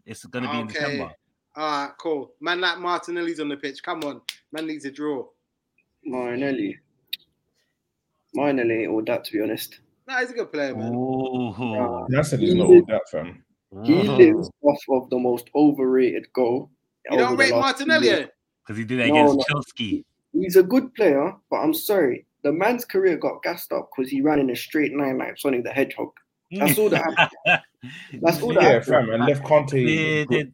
Speaker 7: it's going to be in
Speaker 5: Okay.
Speaker 7: December.
Speaker 5: All right, cool. Man like Martinelli's on the pitch. Come on. Man needs a draw.
Speaker 6: Martinelli. Martinelli ain't all that, oh, to be honest.
Speaker 5: Nah, he's a good player, man.
Speaker 7: Oh, Uh-huh.
Speaker 6: Nah.
Speaker 9: That said,
Speaker 6: He
Speaker 9: it's not all
Speaker 6: lives-
Speaker 9: that, fam.
Speaker 6: He lives off of the most overrated goal.
Speaker 5: You
Speaker 6: over
Speaker 5: don't
Speaker 6: the
Speaker 5: rate
Speaker 6: last few
Speaker 5: Martinelli.
Speaker 6: years.
Speaker 5: eh?
Speaker 7: because he did it
Speaker 6: No,
Speaker 7: against
Speaker 6: no.
Speaker 7: Chelsea.
Speaker 6: He's a good player, but I'm sorry. The man's career got gassed up because he ran in a straight line like Sonic the Hedgehog. That's all that happened. That's all that
Speaker 9: Yeah,
Speaker 6: happened.
Speaker 9: fam, and left Conte. Brown-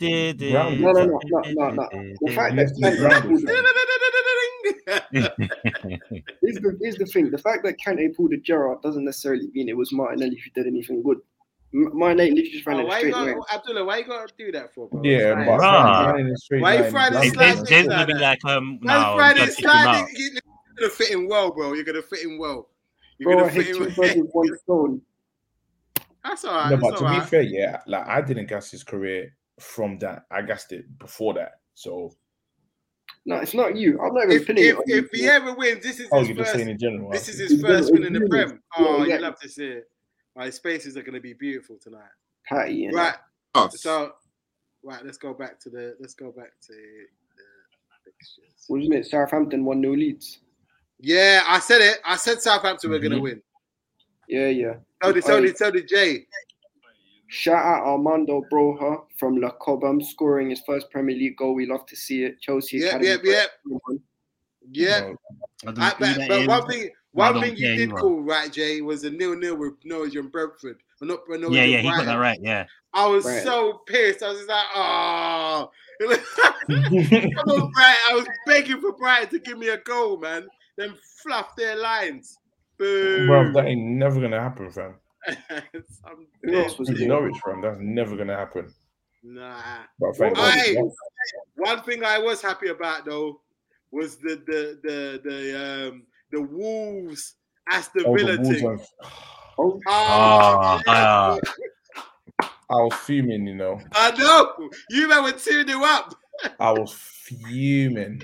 Speaker 6: No, no, no, no, no, no. The fact that
Speaker 9: Left him
Speaker 6: Kante
Speaker 9: grounded,
Speaker 6: pulled,
Speaker 9: fam.
Speaker 6: here's, the, here's the thing: the fact that Kante pulled a Gerrard doesn't necessarily mean it was Martinelli who did anything good. M- Martinelli literally just ran
Speaker 5: Oh,
Speaker 6: in a
Speaker 5: why you
Speaker 6: straight
Speaker 5: got
Speaker 6: line.
Speaker 5: Abdullah? Why you gotta do that for, bro?
Speaker 9: Yeah,
Speaker 5: It's like-
Speaker 9: but
Speaker 7: Bruh.
Speaker 9: running in a straight
Speaker 5: Why you
Speaker 9: line,
Speaker 5: trying to
Speaker 9: that's-
Speaker 5: slide
Speaker 9: that's-
Speaker 5: this
Speaker 7: James gonna be
Speaker 5: like
Speaker 7: like, um,
Speaker 5: Man,
Speaker 7: no, I'm
Speaker 5: Friday,
Speaker 7: gonna kick him out.
Speaker 5: Saturday, you- you're gonna fit in well, bro. You're gonna fit in well. You're
Speaker 6: Bro, I
Speaker 5: gonna
Speaker 6: hit
Speaker 5: fit
Speaker 6: two
Speaker 5: in
Speaker 6: birds with one
Speaker 5: well.
Speaker 6: stone.
Speaker 5: That's all right.
Speaker 9: No,
Speaker 5: that's
Speaker 9: but to
Speaker 5: all
Speaker 9: be
Speaker 5: right.
Speaker 9: fair, yeah, like I didn't gas his career from that. I gassed it before that. So,
Speaker 6: No, it's not you. I'm not even
Speaker 5: If
Speaker 6: pinning
Speaker 5: if,
Speaker 6: it on
Speaker 5: if
Speaker 6: you.
Speaker 5: he ever wins, this is
Speaker 9: oh,
Speaker 5: his
Speaker 9: you're just
Speaker 5: first.
Speaker 9: saying in general.
Speaker 5: This
Speaker 9: huh?
Speaker 5: is his first win in the Prem. Oh,
Speaker 6: Yeah,
Speaker 5: you
Speaker 6: yeah.
Speaker 5: love to see it. My spaces are gonna be beautiful tonight.
Speaker 6: Patty, and
Speaker 5: Right.
Speaker 10: Us.
Speaker 5: So, right. Let's go back to the. Let's go back to the fixtures.
Speaker 6: wasn't it Southampton won no leads?
Speaker 5: Yeah, I said it. I said Southampton were
Speaker 7: Mm-hmm.
Speaker 5: gonna
Speaker 9: Mhm.
Speaker 5: win.
Speaker 6: Yeah, yeah.
Speaker 5: So did
Speaker 9: Oh.
Speaker 5: so did so did Jay.
Speaker 6: Shout out Armando Broha from La Cobham scoring his first Premier League goal. We love to see it. Chelsea
Speaker 5: Yep,
Speaker 6: Academy.
Speaker 5: yep, yep, yep.
Speaker 9: No,
Speaker 7: I don't
Speaker 5: I,
Speaker 7: see
Speaker 5: but
Speaker 7: that
Speaker 5: but
Speaker 7: in-
Speaker 5: one thing,
Speaker 7: I
Speaker 5: one
Speaker 7: don't
Speaker 5: thing you
Speaker 7: care
Speaker 5: did
Speaker 7: either.
Speaker 5: call right, Jay, was a nil nil with Norwegian Brentford. But not Norwegian
Speaker 7: Yeah, yeah, he
Speaker 5: Brighton.
Speaker 7: got that right. Yeah,
Speaker 5: I was
Speaker 6: Right.
Speaker 5: so pissed. I was just like, oh. Come on, Brighton. I was begging for Brighton to give me a goal, man. Then fluff their lines. Boo.
Speaker 9: bro, that ain't never gonna happen, fam.
Speaker 5: Some
Speaker 6: Who
Speaker 5: bitch.
Speaker 6: else was
Speaker 9: It's
Speaker 6: there?
Speaker 9: Norwich, fam. That's never gonna happen.
Speaker 5: Nah.
Speaker 9: But thank
Speaker 5: Well,
Speaker 9: God.
Speaker 5: hey. One thing I was happy about though was the the the the um the Wolves Aston
Speaker 9: Oh,
Speaker 5: Villa
Speaker 9: the Wolves
Speaker 5: thing.
Speaker 9: have-
Speaker 6: Oh,
Speaker 5: Oh,
Speaker 7: Ah, ah.
Speaker 9: I was fuming, you know.
Speaker 5: I know. You man were 2 0 up.
Speaker 9: I was fuming.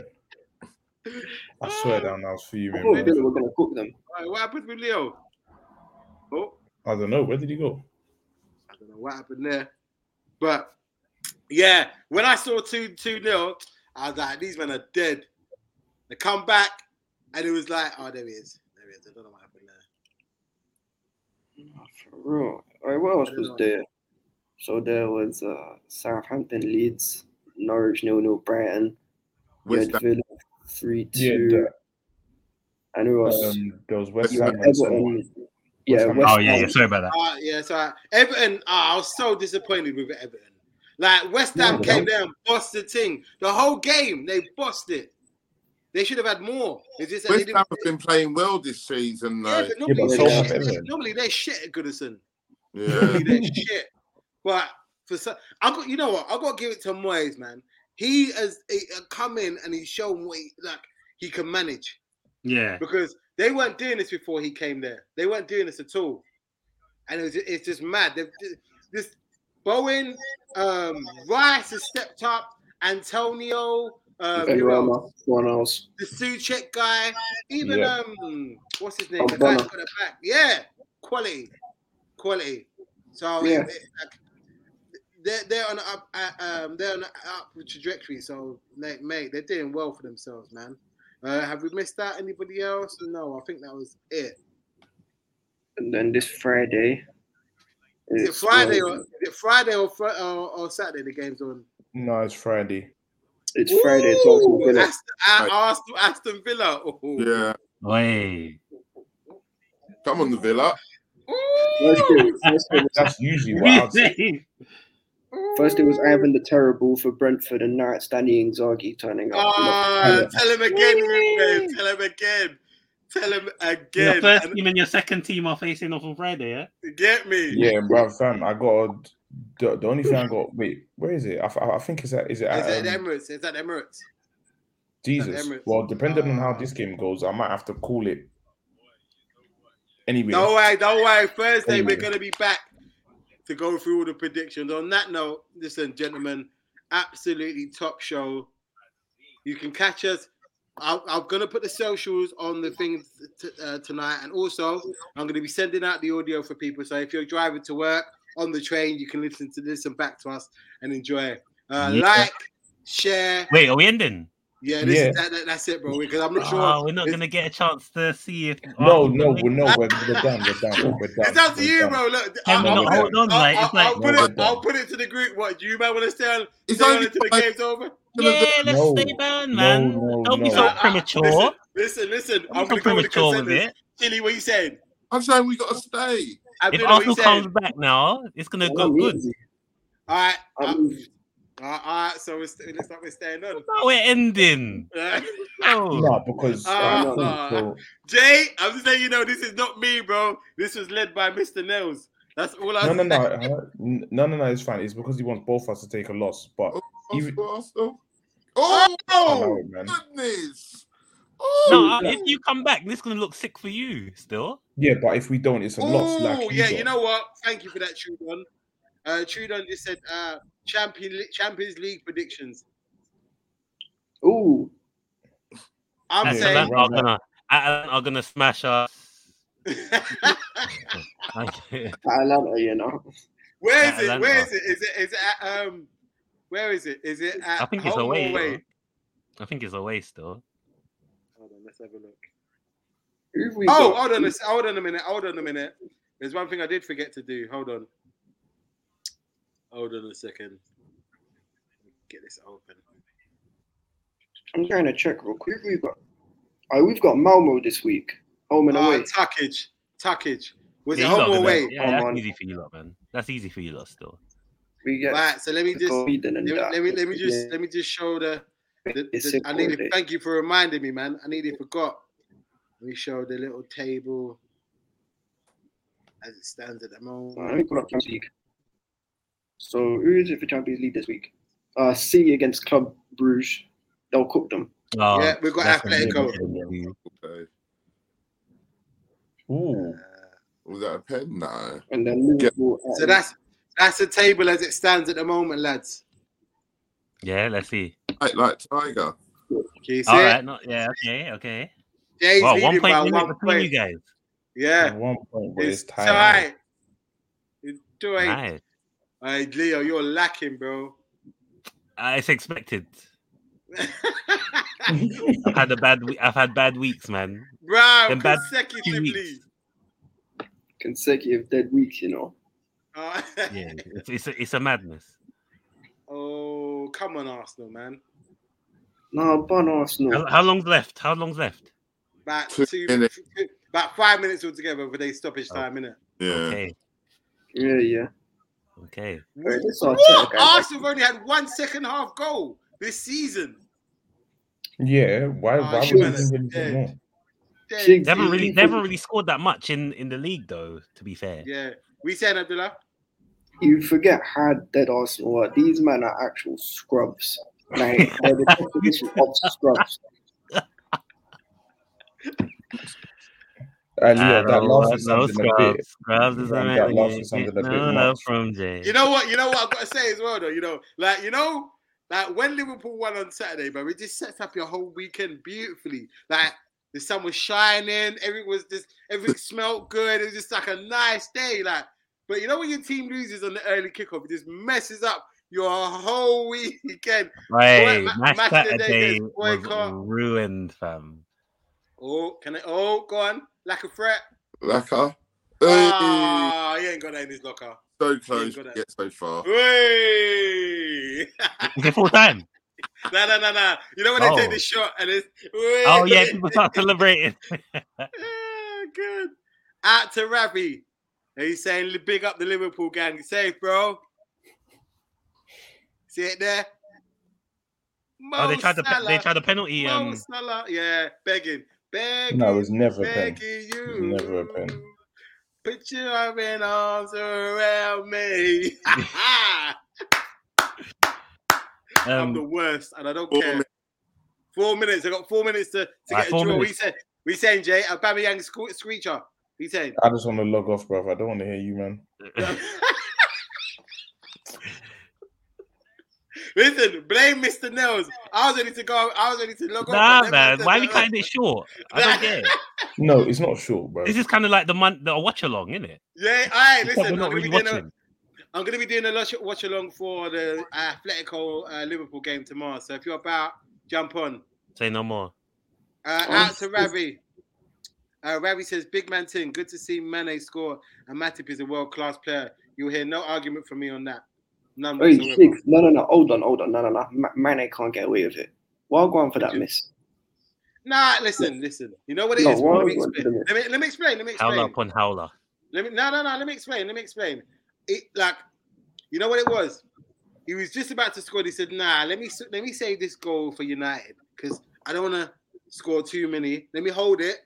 Speaker 9: I swear down, I was
Speaker 6: I thought
Speaker 9: fuming.
Speaker 6: Villa
Speaker 9: Man.
Speaker 6: were going to cook them.
Speaker 5: Right, what happened with Leo? Oh,
Speaker 9: I don't know where did he go.
Speaker 5: I don't know what happened there. But yeah, when I saw 2 2 0, I was like, these men are dead. They come back, and it was like, oh, there he is. There he is. I don't know what happened there.
Speaker 6: For real. All right, what else
Speaker 5: I don't
Speaker 6: was
Speaker 5: know.
Speaker 6: there? So there was uh, Southampton Leeds, Norwich nil nil Brighton, you
Speaker 10: West
Speaker 6: had Villa three
Speaker 9: Yeah,
Speaker 6: two,
Speaker 9: that-
Speaker 6: and who else?
Speaker 9: um, there was West
Speaker 6: you had
Speaker 9: Ham and someone.
Speaker 6: Everton. Yeah,
Speaker 9: Ham.
Speaker 6: West
Speaker 7: oh
Speaker 6: Ham.
Speaker 7: yeah, yeah. Sorry about that.
Speaker 5: Ah, yeah, so I- Everton, ah, I was so disappointed with Everton. Like West Ham
Speaker 6: No,
Speaker 5: came down, bossed the thing. The whole game, they bossed it. They should have had more. It's just that they
Speaker 10: West
Speaker 5: didn't
Speaker 10: Ham have been playing well this season,
Speaker 5: Yeah,
Speaker 10: though.
Speaker 5: but
Speaker 9: Yeah,
Speaker 5: normally,
Speaker 9: but
Speaker 5: they
Speaker 9: so
Speaker 6: yeah.
Speaker 9: have
Speaker 5: shit,
Speaker 9: Everton.
Speaker 5: normally they're shit at Goodison.
Speaker 10: Yeah.
Speaker 5: Normally they're shit. But for some, I got you know what? I got to give it to Moyes, man. He has he, uh, come in and he's shown what he, like he can manage
Speaker 7: Yeah,
Speaker 5: because they weren't doing this before he came there. They weren't doing this at all, and it was, it's just mad. They've ju- this Bowen, um, Rice has stepped up. Antonio, um, who else?
Speaker 6: Benrahma, one else.
Speaker 5: the Suchek guy, even
Speaker 9: Yeah.
Speaker 5: um, what's his name? The guy
Speaker 6: Obama.
Speaker 5: that got it back. Yeah, quality, quality. So
Speaker 6: Yeah.
Speaker 5: it, it, like, they're they're on a up uh, um they're on an upward trajectory. So like, mate, they're doing well for themselves, man. Uh, have we missed out anybody else? No, I think that was it.
Speaker 6: And then this Friday.
Speaker 5: Is it
Speaker 6: it's,
Speaker 5: Friday
Speaker 6: uh,
Speaker 5: or is it Friday or, Fri or, or Saturday? The game's on.
Speaker 9: No, it's Friday.
Speaker 6: It's Friday. It's also
Speaker 5: Ooh,
Speaker 6: Villa.
Speaker 5: Aston, uh, Arsenal, Aston Villa. Ooh.
Speaker 10: Yeah.
Speaker 7: way.
Speaker 10: Come on, the Villa.
Speaker 6: First
Speaker 5: Ooh.
Speaker 6: day, was- first, day was,
Speaker 9: That's usually what I'd say.
Speaker 6: first day was Ivan the Terrible for Brentford, and now it's Danny Inzaghi turning up.
Speaker 5: Ah,
Speaker 9: Yeah.
Speaker 5: tell him again, Ruben. Tell him again. Tell him
Speaker 7: Your
Speaker 5: again.
Speaker 7: first
Speaker 5: And
Speaker 7: team and your second team are facing off on Friday. Yeah.
Speaker 5: get me.
Speaker 9: Yeah, bro, fam. I got the, the only thing I got. Wait, where is it? I, f- I think it's at is it
Speaker 5: Is
Speaker 9: at
Speaker 5: that
Speaker 9: um,
Speaker 5: Emirates? Is that Emirates?
Speaker 9: Jesus.
Speaker 5: Emirates?
Speaker 9: Well, depending on how
Speaker 5: Ah.
Speaker 9: this game goes, I might have to call it. Anyway,
Speaker 5: Don't worry, don't worry. Thursday
Speaker 9: Anyway.
Speaker 5: we're gonna be back to go through all the predictions. On that note, listen, gentlemen, absolutely top show. You can catch us. I'm, I'm gonna put the socials on the thing t- uh, tonight, and also I'm gonna be sending out the audio for people. So if you're driving to work on the train, you can listen to this and back to us and enjoy it. Uh,
Speaker 7: Yeah.
Speaker 5: Like, share.
Speaker 7: Wait, are we ending?
Speaker 5: Yeah, this
Speaker 9: Yeah. Ah.
Speaker 5: Is, that, that- that's it, bro. Because I'm not sure.
Speaker 7: Oh, we're not
Speaker 5: it's-
Speaker 7: gonna get a chance to see if.
Speaker 9: no,
Speaker 7: oh,
Speaker 9: no,
Speaker 7: wait.
Speaker 9: we're no, we're, we're done, we're done, we're
Speaker 5: uh,
Speaker 9: done.
Speaker 5: It's up to
Speaker 9: we're
Speaker 5: you,
Speaker 9: done.
Speaker 5: bro. Look,
Speaker 7: Can
Speaker 5: I-
Speaker 7: we
Speaker 9: No,
Speaker 7: not
Speaker 9: we're
Speaker 7: hold on?
Speaker 9: done.
Speaker 5: I'll,
Speaker 7: Like,
Speaker 5: I'll,
Speaker 7: it's like,
Speaker 5: I'll
Speaker 9: No,
Speaker 5: put
Speaker 9: we're
Speaker 5: it.
Speaker 9: done.
Speaker 5: I'll put it to the group. What do you might want to stay on?
Speaker 10: It's
Speaker 5: stay on
Speaker 10: only
Speaker 5: until the
Speaker 10: five.
Speaker 5: game's over.
Speaker 7: yeah, let's
Speaker 9: No,
Speaker 7: stay down,
Speaker 9: no,
Speaker 7: man.
Speaker 9: no,
Speaker 7: Don't be
Speaker 9: no.
Speaker 7: so
Speaker 5: Nah, nah,
Speaker 7: premature.
Speaker 5: listen, listen, listen.
Speaker 7: Don't be
Speaker 5: I'm
Speaker 7: so
Speaker 5: gonna go with the
Speaker 7: premature with
Speaker 5: consensus.
Speaker 7: it.
Speaker 5: Chili, what you saying?
Speaker 10: I'm saying we got to stay.
Speaker 7: If
Speaker 5: Abdullah, what you
Speaker 7: Arsenal
Speaker 5: saying?
Speaker 7: comes back now, it's gonna go
Speaker 6: I'm
Speaker 7: good.
Speaker 6: easy.
Speaker 5: All right.
Speaker 6: I'm
Speaker 5: uh,
Speaker 6: easy.
Speaker 5: All right, all right, so we're st- looks like we're staying on. Uh,
Speaker 7: Now we're ending. Oh,
Speaker 9: No, because
Speaker 5: Ah.
Speaker 9: um, so-
Speaker 5: Jay, I'm just letting you know this is not me, bro. This was led by Mr. Nails. That's all I
Speaker 9: no, no, no, uh, n- no, no, no. It's fine. It's because he wants both us to take a loss. But even
Speaker 10: Arsenal. Oh,
Speaker 9: I know, man.
Speaker 10: goodness! Oh,
Speaker 7: no! uh, If you come back, this is gonna look sick for you still.
Speaker 9: Yeah, but if we don't, it's a loss.
Speaker 5: Oh,
Speaker 9: Like
Speaker 5: yeah,
Speaker 9: got.
Speaker 5: you know what? Thank you for that, Trudon. Uh, Trudon just said uh, Champion Li- Champions League predictions.
Speaker 6: Ooh,
Speaker 5: I'm
Speaker 9: Yeah,
Speaker 5: saying,
Speaker 7: Atalanta
Speaker 9: right
Speaker 7: are
Speaker 9: now.
Speaker 7: gonna, Atalanta are gonna smash us.
Speaker 6: Atlanta, you know.
Speaker 5: where is it?
Speaker 7: Atalanta.
Speaker 5: Where is it? Is it? Is it at, um? Where is it? Is it at
Speaker 7: I think it's
Speaker 5: home
Speaker 7: away.
Speaker 5: or away?
Speaker 7: I think it's away still.
Speaker 5: Hold on, let's have a look.
Speaker 6: Who have we
Speaker 5: Oh,
Speaker 6: got?
Speaker 5: hold on, a, s- hold on a minute, hold on a minute. There's one thing I did forget to do. Hold on. Hold on a second. Get this open.
Speaker 6: I'm trying to check real quick. Who have we got? Oh, we've got Malmo this week, home and
Speaker 5: Oh,
Speaker 6: away.
Speaker 5: tuckage, tuckage. Was
Speaker 7: Yeah,
Speaker 5: it
Speaker 7: you
Speaker 5: home
Speaker 7: lot
Speaker 5: or
Speaker 7: gonna-
Speaker 5: away?
Speaker 7: Yeah, that's
Speaker 6: Come on.
Speaker 7: easy for you lot, man. That's easy for you lot still.
Speaker 6: we get
Speaker 5: Right. So let me just let,
Speaker 6: Sweden and
Speaker 5: me-
Speaker 6: that.
Speaker 5: let me let me just let me just show the. the,
Speaker 6: It's
Speaker 5: the- I nearly
Speaker 6: important.
Speaker 5: thank you for reminding me, man. I nearly forgot. Let me show the little table as it stands at the
Speaker 6: Uh, let me
Speaker 5: moment.
Speaker 6: pull up Champions League. So who is it for Champions League this week? Uh, City against Club Bruges. They'll cook them.
Speaker 7: Oh,
Speaker 5: Yeah, we've got
Speaker 7: that's a really
Speaker 5: Atletico.
Speaker 7: good game.
Speaker 10: okay.
Speaker 5: uh,
Speaker 9: Ooh,
Speaker 10: Was that a pen? No.
Speaker 6: And then Liverpool. at
Speaker 5: So that's that's the table as it stands at the moment, lads.
Speaker 7: Yeah, let's see.
Speaker 10: Like, like Tiger.
Speaker 5: Can you see
Speaker 7: All
Speaker 5: it?
Speaker 7: right, no, yeah, okay, okay.
Speaker 5: Jay's
Speaker 7: Wow,
Speaker 5: leading
Speaker 7: one point
Speaker 5: by
Speaker 7: in it
Speaker 5: one
Speaker 7: between you
Speaker 5: point.
Speaker 7: guys.
Speaker 5: Yeah,
Speaker 9: one point, but it's,
Speaker 5: it's
Speaker 9: tied.
Speaker 5: tight. It's tight.
Speaker 7: Nice.
Speaker 5: All right, Leo, you're lacking, bro.
Speaker 7: Uh, it's expected. I've had a bad. We- I've had bad weeks, man.
Speaker 5: bro,
Speaker 7: Them bad Two
Speaker 5: consecutively.
Speaker 7: weeks.
Speaker 6: consecutive dead weeks, you know.
Speaker 5: Uh,
Speaker 7: Yeah, it's it's a, it's a madness.
Speaker 5: oh, come on, Arsenal, man.
Speaker 6: No, ban Arsenal.
Speaker 7: How, how long's left? How long's left?
Speaker 5: About
Speaker 10: Two
Speaker 5: two,
Speaker 10: minutes.
Speaker 5: about five minutes altogether for their stoppage time, innit?
Speaker 10: Yeah.
Speaker 7: Okay,
Speaker 6: Yeah, yeah.
Speaker 7: okay.
Speaker 6: Hey, this Arteta
Speaker 5: What?
Speaker 6: guy, man.
Speaker 5: Arsenal have only had one second half goal this season.
Speaker 9: Yeah, why?
Speaker 5: Ah,
Speaker 9: why would
Speaker 5: you
Speaker 9: you
Speaker 5: man is
Speaker 9: really get
Speaker 5: dead.
Speaker 9: more?
Speaker 5: Dead
Speaker 6: She-
Speaker 7: They haven't really
Speaker 5: easy.
Speaker 7: they haven't really scored that much in in the league though. To be fair,
Speaker 5: Yeah, we saying Abdullah.
Speaker 6: You forget how dead Arsenal are. These men are actual scrubs. Like they're the definition of scrubs.
Speaker 9: Uh,
Speaker 7: Ah,
Speaker 9: Leo, that
Speaker 7: no,
Speaker 9: last
Speaker 7: uh,
Speaker 9: is
Speaker 7: no
Speaker 9: something a bit.
Speaker 7: scrubs. Scrubs is
Speaker 9: Man,
Speaker 7: a
Speaker 9: that last
Speaker 7: renegade.
Speaker 9: is something a
Speaker 7: Get
Speaker 9: bit
Speaker 7: no
Speaker 9: much.
Speaker 7: love from James.
Speaker 5: You know what? You know what I've got to say as well, though. You know, like you know, like when Liverpool won on Saturday, bro, it just sets up your whole weekend beautifully. Like the sun was shining, everything was just everything smelled good. It was just like a nice day. Like, but you know when your team loses on the early kickoff, it just messes up your whole weekend.
Speaker 7: Hey,
Speaker 5: Ma-
Speaker 7: my
Speaker 5: Match of the day
Speaker 7: Saturday
Speaker 5: gets
Speaker 7: was
Speaker 5: boycott.
Speaker 7: ruined, fam.
Speaker 5: Oh, can I? Oh, go on, like a threat.
Speaker 10: Laka. Hey,
Speaker 5: Ah, he ain't got that in his locker.
Speaker 10: so close,
Speaker 5: got it.
Speaker 10: yet so far.
Speaker 5: Hey!
Speaker 7: Is it full time?
Speaker 5: No, no, no, no. You know when they take
Speaker 7: Oh.
Speaker 5: the shot and it's.
Speaker 7: Oh yeah, people start celebrating.
Speaker 5: Ah, Good. Out to Ravi. And He's saying, "Li- big up the Liverpool gang. It's safe, bro. See it there? Mo
Speaker 7: Oh, they tried to
Speaker 5: Salah.
Speaker 7: they tried a penalty.
Speaker 5: Mo
Speaker 7: Um,
Speaker 5: Salah. Yeah, begging. Begging.
Speaker 9: No, it's never a pen.
Speaker 5: begging
Speaker 9: was
Speaker 5: you.
Speaker 9: never a pen.
Speaker 5: Put your arm and arms around me. I'm the
Speaker 7: um,
Speaker 5: worst, and I don't
Speaker 10: Four
Speaker 5: care.
Speaker 10: minutes.
Speaker 5: Four minutes. I got four minutes to, to
Speaker 7: Right,
Speaker 5: get a
Speaker 7: four
Speaker 5: draw. We
Speaker 7: minutes.
Speaker 5: said we saying Jay Aubameyang sque- screecher. We saying.
Speaker 9: I just want to log off, bruv. I don't want to hear you, man.
Speaker 5: Listen, blame Mr. Nails. I was ready to go. I was ready to log off.
Speaker 7: nah, man. Why are we cutting it short? I don't get it.
Speaker 9: No, it's not short, bro.
Speaker 7: This is kind of like the month the watch along, isn't it?
Speaker 5: Yeah, all right.
Speaker 7: Except
Speaker 5: Listen,
Speaker 7: we're
Speaker 5: I'm
Speaker 7: not
Speaker 5: gonna,
Speaker 7: really
Speaker 5: be doing a,
Speaker 7: watching.
Speaker 5: I'm gonna be doing a watch, watch along for the Atletico uh, Liverpool game tomorrow. So if you're about, jump on.
Speaker 7: Say no more.
Speaker 5: Uh, out to Ravi. Uh, Ravi says, "Big man Ting, good to see Mane score. And Matip is a world class player. You'll hear no argument from me on that. None
Speaker 6: Hey,
Speaker 5: whatsoever.
Speaker 6: Oh, Six. No, no, no. Hold on, hold on. No, no, no. Ma- Mane can't get away with it. Well, go on for that miss.
Speaker 5: Nah, listen, listen. You know what it
Speaker 6: No,
Speaker 5: is, bro?
Speaker 6: why
Speaker 5: Let me
Speaker 6: would-
Speaker 5: explain. Let me, let me explain. Let me
Speaker 7: Howler
Speaker 5: explain.
Speaker 7: upon howler.
Speaker 5: Let me no no no. Let me explain. Let me explain. It like you know what it was. He was just about to score. He said, "Nah, let me s- let me save this goal for United because I don't want to score too many. Let me hold it.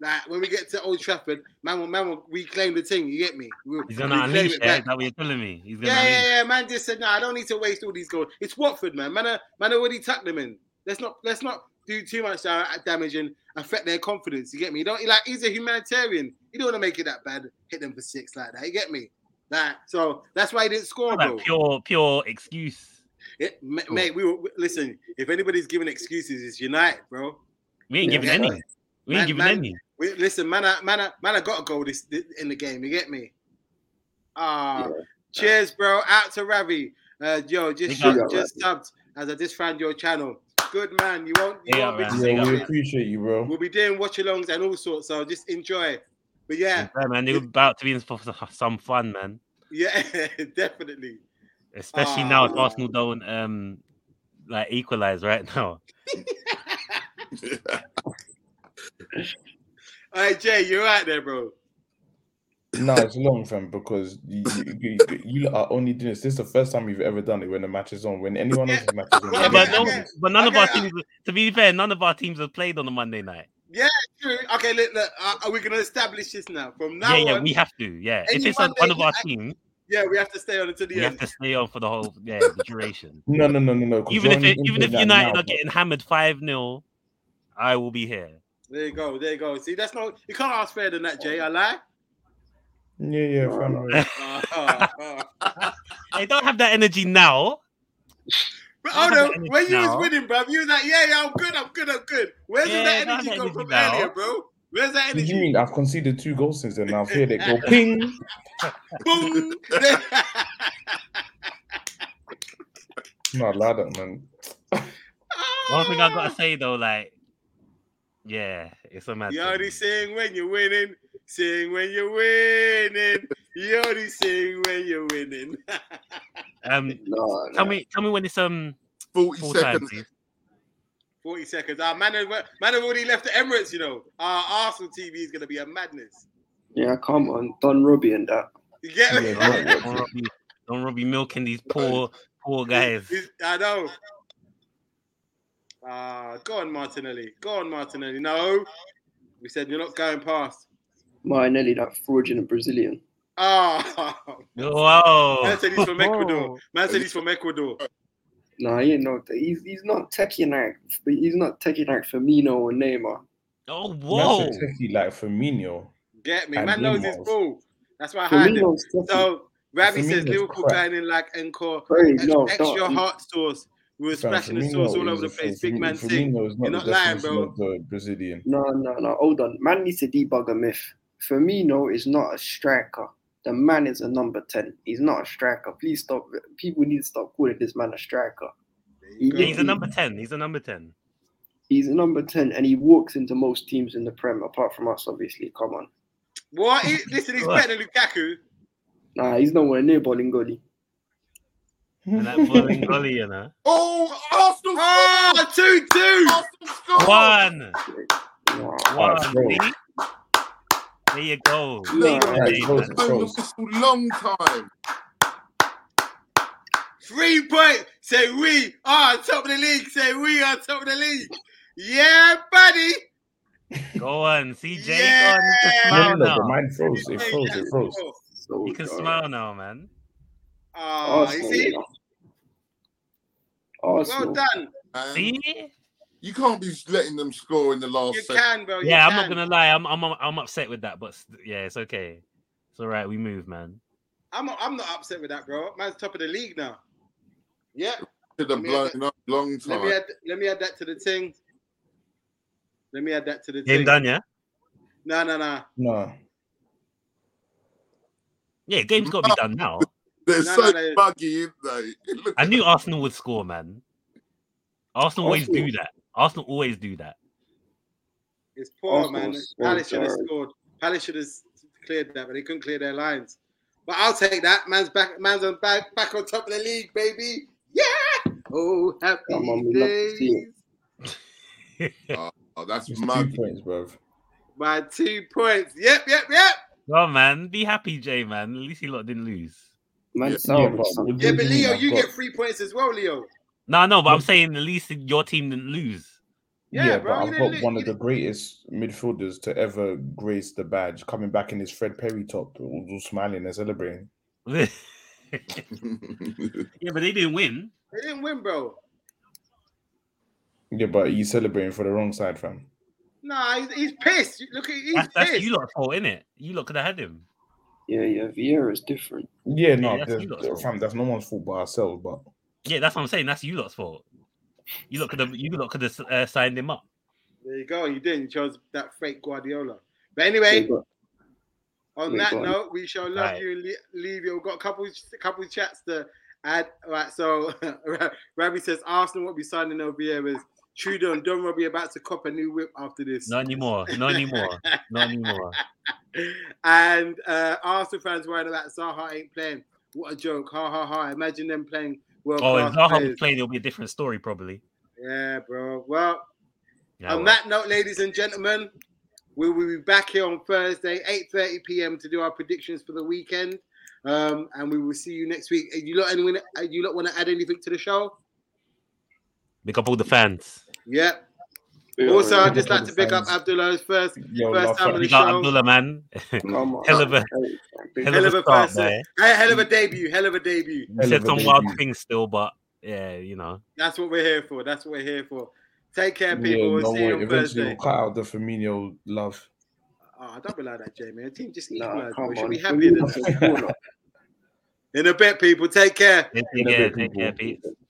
Speaker 5: Like when we get to Old Trafford, man, will, man will reclaim the thing. You get me? We'll
Speaker 7: He's gonna
Speaker 5: reclaim
Speaker 7: unleash.
Speaker 5: it
Speaker 7: Yeah,
Speaker 5: back.
Speaker 7: is that what you're telling me? He's gonna
Speaker 5: Yeah,
Speaker 7: unleash.
Speaker 5: yeah, yeah. Man just said, "No, I don't need to waste all these goals." It's Watford, man. Man, are- man already tucked them in. Let's not let's not do too much da- damage and affect their confidence. You get me? You don't like he's a humanitarian. You don't want to make it that bad. Hit them for six like that. You get me? Like so that's why he didn't score,
Speaker 7: Like,
Speaker 5: bro.
Speaker 7: pure, pure excuse.
Speaker 5: Yeah, ma- mate, we were we- listen. If anybody's giving excuses, it's United, bro.
Speaker 7: We ain't
Speaker 6: Yeah,
Speaker 7: giving
Speaker 5: that's
Speaker 7: any.
Speaker 5: right.
Speaker 7: We ain't
Speaker 5: Man-
Speaker 7: giving
Speaker 5: man-
Speaker 7: any.
Speaker 5: We, listen, man, I, man, I, man, I got a goal this, this in the game. You get me? Ah,
Speaker 6: Yeah.
Speaker 5: cheers, bro. Out to Ravi. Uh, yo, just
Speaker 7: Big
Speaker 5: sub,
Speaker 6: up,
Speaker 5: just subbed as I just found your channel. Good man. You won't, you
Speaker 7: Yeah,
Speaker 5: won't
Speaker 7: man.
Speaker 5: be
Speaker 9: Yeah, we
Speaker 5: disappointed.
Speaker 9: appreciate you, bro.
Speaker 5: We'll be doing watch-alongs and all sorts. So just enjoy. But yeah,
Speaker 7: Yeah, man, they're about to be in for some fun, man.
Speaker 5: yeah, definitely.
Speaker 7: Especially now, if
Speaker 5: Ah.
Speaker 7: Arsenal don't um like equalize right now.
Speaker 5: All right, Jay, you're right there, bro.
Speaker 9: No, it's long, fam, because you, you, you, you lot are only doing this. This is the first time you've ever done it when the match is on. When anyone else's match is on,
Speaker 5: Yeah,
Speaker 7: Yeah,
Speaker 9: you
Speaker 7: but
Speaker 9: don't
Speaker 5: okay,
Speaker 7: no,
Speaker 9: do
Speaker 5: okay.
Speaker 9: this.
Speaker 7: but none of our
Speaker 5: Okay, I-
Speaker 7: teams. To be fair, none of our teams have played on a Monday night.
Speaker 5: True. Okay, look, look, uh, are we gonna establish this now? From now
Speaker 7: Yeah, yeah,
Speaker 5: on,
Speaker 7: we have to. Yeah, if
Speaker 5: any
Speaker 7: it's on
Speaker 5: Monday
Speaker 7: one of our
Speaker 5: night-
Speaker 7: teams,
Speaker 5: yeah, we have to stay on until the
Speaker 7: we
Speaker 5: end.
Speaker 7: have to stay on for the whole yeah the duration.
Speaker 9: No, no, no, no, no. 'cause
Speaker 7: Even
Speaker 9: you're
Speaker 7: if
Speaker 9: only
Speaker 7: it, even if
Speaker 9: into that
Speaker 7: United
Speaker 9: now,
Speaker 7: are getting hammered five 0 I will be here.
Speaker 5: There you go. There you go. See, that's no. You can't ask fairer than that,
Speaker 7: Oh.
Speaker 5: Jay. I lie.
Speaker 9: bro. Yeah, yeah, fam.
Speaker 6: No,
Speaker 9: yeah.
Speaker 5: Ah, ah.
Speaker 7: They don't have that energy now.
Speaker 5: but
Speaker 7: Don't have
Speaker 5: hold
Speaker 7: that
Speaker 5: on,
Speaker 7: energy
Speaker 5: when you
Speaker 7: now.
Speaker 5: was winning, bruv, you was like, yeah, yeah, I'm good, I'm good, I'm good. Where did
Speaker 7: Yeah,
Speaker 5: that
Speaker 7: don't have
Speaker 5: energy
Speaker 7: that
Speaker 5: go
Speaker 7: energy
Speaker 5: from
Speaker 7: now.
Speaker 5: earlier, bro? Where's that
Speaker 9: What do
Speaker 5: energy?
Speaker 9: you mean? I've conceded two goals since then. Now here they go, ping.
Speaker 5: Boom.
Speaker 9: No, I lied that man.
Speaker 7: One thing I
Speaker 5: Ah.
Speaker 7: gotta say though, like, yeah, it's a mad.
Speaker 5: You
Speaker 7: thing.
Speaker 5: only sing when you're winning. Sing when you're winning. You only sing when you're winning.
Speaker 7: Um,
Speaker 6: no.
Speaker 7: tell me, tell me when it's um
Speaker 10: Forty
Speaker 7: full time,
Speaker 10: seconds.
Speaker 7: please.
Speaker 5: 40 seconds. Our man, have- man have already left the Emirates, you know. Our Arsenal TV is going to be a madness.
Speaker 6: Yeah, come on, Don Robbie and that.
Speaker 5: You get me?
Speaker 9: Yeah,
Speaker 7: Don't, don't, Robbie, don't Robbie milking these poor, poor guys.
Speaker 5: He's- I know. Ah, go on, Martinelli. Go on, Martinelli. No, we said you're not going past.
Speaker 6: Martinelli, that fraudulent Brazilian.
Speaker 5: Ah,
Speaker 7: Oh, Wow.
Speaker 5: man said he's from
Speaker 9: Oh.
Speaker 5: Ecuador. Man said he's from Ecuador.
Speaker 6: No, he ain't no. He's he's not taking like he's not taking like Firmino or Neymar.
Speaker 7: Oh,
Speaker 9: That's a
Speaker 7: whoa.
Speaker 9: techie like Firmino.
Speaker 5: Get me?
Speaker 9: And
Speaker 5: Man knows his
Speaker 9: Neymar.
Speaker 5: ball. That's why I hide him.
Speaker 6: Firmino's taking.
Speaker 5: So Ravi says
Speaker 9: Firmino's
Speaker 5: Liverpool
Speaker 9: crap.
Speaker 5: going in like Encore.
Speaker 6: Hey,
Speaker 5: Ex-
Speaker 6: no,
Speaker 5: extra
Speaker 6: don't.
Speaker 5: hot sauce. We were
Speaker 9: Fam,
Speaker 5: splashing the sauce all over
Speaker 9: Firmino is
Speaker 5: the
Speaker 9: a
Speaker 5: place.
Speaker 9: face.
Speaker 5: Big man thing.
Speaker 9: Firmino is
Speaker 5: You're
Speaker 9: not the
Speaker 5: not lying,
Speaker 9: definition
Speaker 5: bro.
Speaker 9: of the Brazilian.
Speaker 6: No, no, no. Hold on. Man needs to debug a myth. Firmino is not a striker. The man is a number ten. He's not a striker. Please stop. People need to stop calling this man a striker.
Speaker 5: There
Speaker 6: He
Speaker 5: you
Speaker 7: Yeah,
Speaker 5: go.
Speaker 7: he's a number 10. He's a number 10.
Speaker 6: He's a number ten, and he walks into most teams in the Prem, apart from us, obviously. Come on.
Speaker 5: What? He- Listen, he's better than Lukaku.
Speaker 6: Nah, he's nowhere near Bolingoli.
Speaker 7: And that bowling gully, you know.
Speaker 10: Oh, Arsenal score!
Speaker 5: Ah, two two.
Speaker 10: Arsenal score!
Speaker 7: One.
Speaker 6: Nah.
Speaker 7: One.
Speaker 9: Alright, bro.
Speaker 7: see? There you go.
Speaker 6: Nah.
Speaker 7: Save the
Speaker 9: Alright,
Speaker 7: day,
Speaker 9: close
Speaker 7: man.
Speaker 9: it,
Speaker 10: Blown the
Speaker 9: close.
Speaker 10: whistle long time.
Speaker 5: Three points. Say we are top of the league. Say we are top of the league. Yeah, buddy.
Speaker 7: Go on, CJ.
Speaker 5: Yeah.
Speaker 7: Go on. You can smile
Speaker 9: No, no, no, but
Speaker 7: now.
Speaker 9: mine froze. It
Speaker 5: Hey,
Speaker 9: froze. It
Speaker 5: that's
Speaker 9: froze.
Speaker 5: cool.
Speaker 6: So
Speaker 7: You can
Speaker 6: dry.
Speaker 7: smile now, man.
Speaker 5: Ah, you
Speaker 6: Arsenal, you
Speaker 5: see?
Speaker 6: know.
Speaker 5: Well
Speaker 6: Arsenal.
Speaker 5: done.
Speaker 10: Man.
Speaker 7: See?
Speaker 10: You can't be letting them score in the
Speaker 5: You
Speaker 10: last second.
Speaker 5: can, bro. Oh, You
Speaker 7: Yeah, I'm
Speaker 5: can.
Speaker 7: not gonna lie. I'm I'm I'm upset with that, but s- yeah, it's okay. It's all right. We move, man.
Speaker 5: I'm not, I'm not upset with that, bro. Man's top of the league now. Yeah.
Speaker 10: Should
Speaker 5: Let
Speaker 10: have
Speaker 5: me add
Speaker 10: blown up long
Speaker 5: Let me
Speaker 10: time.
Speaker 5: add let me add that to the thing. Let me add that to the
Speaker 7: Game
Speaker 5: thing.
Speaker 7: done, yeah.
Speaker 5: No, no, no.
Speaker 9: No.
Speaker 7: Yeah, game's got to be done now.
Speaker 10: They're
Speaker 5: No,
Speaker 10: so
Speaker 5: no, no.
Speaker 10: buggy, aren't they? Look
Speaker 7: I knew Arsenal would score, man. Arsenal always do
Speaker 6: Arsenal.
Speaker 7: that. Arsenal always do that.
Speaker 5: It's poor,
Speaker 6: Arsenal
Speaker 5: man.
Speaker 6: was so
Speaker 5: Palace should have
Speaker 6: tired.
Speaker 5: scored. Palace should have cleared that, but they couldn't clear their lines. But I'll take that. Man's back. Man's on back. Back on top of the league, baby. Yeah. Oh, happy
Speaker 6: Come on, we love to see
Speaker 5: days.
Speaker 6: it.
Speaker 10: oh, that's
Speaker 9: It's two
Speaker 10: Oh, muggy.
Speaker 9: points, bro.
Speaker 5: By two points. Yep, yep, yep.
Speaker 7: No, man. Be happy, Jay, man. At least he lot didn't lose.
Speaker 6: Man,
Speaker 10: Yeah,
Speaker 6: Salah
Speaker 9: but
Speaker 6: was
Speaker 9: what
Speaker 6: something.
Speaker 9: do
Speaker 5: Yeah, but
Speaker 9: mean
Speaker 5: Leo,
Speaker 9: I've
Speaker 5: you
Speaker 9: got-
Speaker 5: get three points as well, Leo.
Speaker 7: No, no, but I'm saying at least your team didn't lose.
Speaker 5: Yeah, bro,
Speaker 9: Yeah,
Speaker 5: you
Speaker 9: but I've
Speaker 5: didn't
Speaker 9: got
Speaker 5: li-
Speaker 9: one
Speaker 5: you
Speaker 9: of the greatest midfielders to ever grace the badge, coming back in his Fred Perry top, all, all smiling and celebrating.
Speaker 7: yeah,
Speaker 10: yeah,
Speaker 7: but they didn't win.
Speaker 5: They didn't win, bro.
Speaker 9: Yeah, but he's celebrating for the wrong side, fam.
Speaker 5: Nah, he's, he's pissed. You- Look at he's
Speaker 7: That's, that's
Speaker 5: pissed.
Speaker 7: you lot fault, innit? You lot could have had him.
Speaker 6: Yeah, yeah, Vieira is different.
Speaker 9: Yeah, no,
Speaker 7: that's
Speaker 9: there's-
Speaker 7: you lot's fault.
Speaker 9: fam, that's no one's fault but ourselves. But
Speaker 7: Yeah, that's what I'm saying. That's you lot's fault. You lot could have. You lot could have uh, signed him up.
Speaker 5: There you go. You didn't. You chose that fake Guardiola. But anyway,
Speaker 6: But
Speaker 5: on
Speaker 6: we
Speaker 5: that
Speaker 6: got-
Speaker 5: note, we shall love
Speaker 7: Right.
Speaker 5: you and le- leave you. We've got a couple a couple chats to add. All right, so Rabbi says Arsenal won't be signing over here is Trudeau and Dunn will be about to cop a new whip after this.
Speaker 7: Not anymore. Not anymore. Not anymore.
Speaker 5: and uh, Arsenal fans worrying about Zaha ain't playing. What a joke! Ha ha ha! Imagine them playing world
Speaker 7: Oh,
Speaker 5: class
Speaker 7: if Zaha
Speaker 5: players.
Speaker 7: was playing, it'll be a different story, probably.
Speaker 5: Yeah, bro. Well,
Speaker 7: Yeah,
Speaker 5: on
Speaker 7: well.
Speaker 5: that note, ladies and gentlemen, we will be back here on Thursday, 8.30 p.m. to do our predictions for the weekend. Um, and we will see you next week. Uh, You lot, anyone, uh, you lot want to add anything to the show?
Speaker 7: Pick up all the fans.
Speaker 5: Yeah.
Speaker 6: we
Speaker 5: Also,
Speaker 6: already-
Speaker 5: I'd just like to pick up
Speaker 9: Thanks.
Speaker 5: Abdullah's first
Speaker 9: yo,
Speaker 5: First
Speaker 9: love,
Speaker 5: time
Speaker 9: fam.
Speaker 5: in
Speaker 7: We got
Speaker 5: show.
Speaker 7: Abdullah, man.
Speaker 6: Come on.
Speaker 7: hell of a-
Speaker 6: Big
Speaker 7: Hell of a start,
Speaker 5: person.
Speaker 7: man.
Speaker 5: Hey, hell of a debut. Hell of a debut.
Speaker 7: He
Speaker 9: Hell
Speaker 7: said
Speaker 9: of a
Speaker 7: some
Speaker 9: debut.
Speaker 7: wild things still, but yeah, you know.
Speaker 5: That's what we're here for. That's what we're here for. Take care, people.
Speaker 9: Yeah,
Speaker 5: we'll
Speaker 9: no
Speaker 5: see you on
Speaker 9: way. Eventually,
Speaker 5: Thursday.
Speaker 9: we'll cut out the Firmino love.
Speaker 5: Oh, don't be like that, Jamie. The team just
Speaker 6: Nah,
Speaker 5: equalized.
Speaker 6: come
Speaker 5: we should
Speaker 6: on.
Speaker 5: be happier than that.
Speaker 6: Firmino's a baller.
Speaker 5: In a bit, people. Take care.
Speaker 7: Take
Speaker 9: In a
Speaker 7: care,
Speaker 9: bit,
Speaker 7: take care,
Speaker 9: people.
Speaker 7: peeps.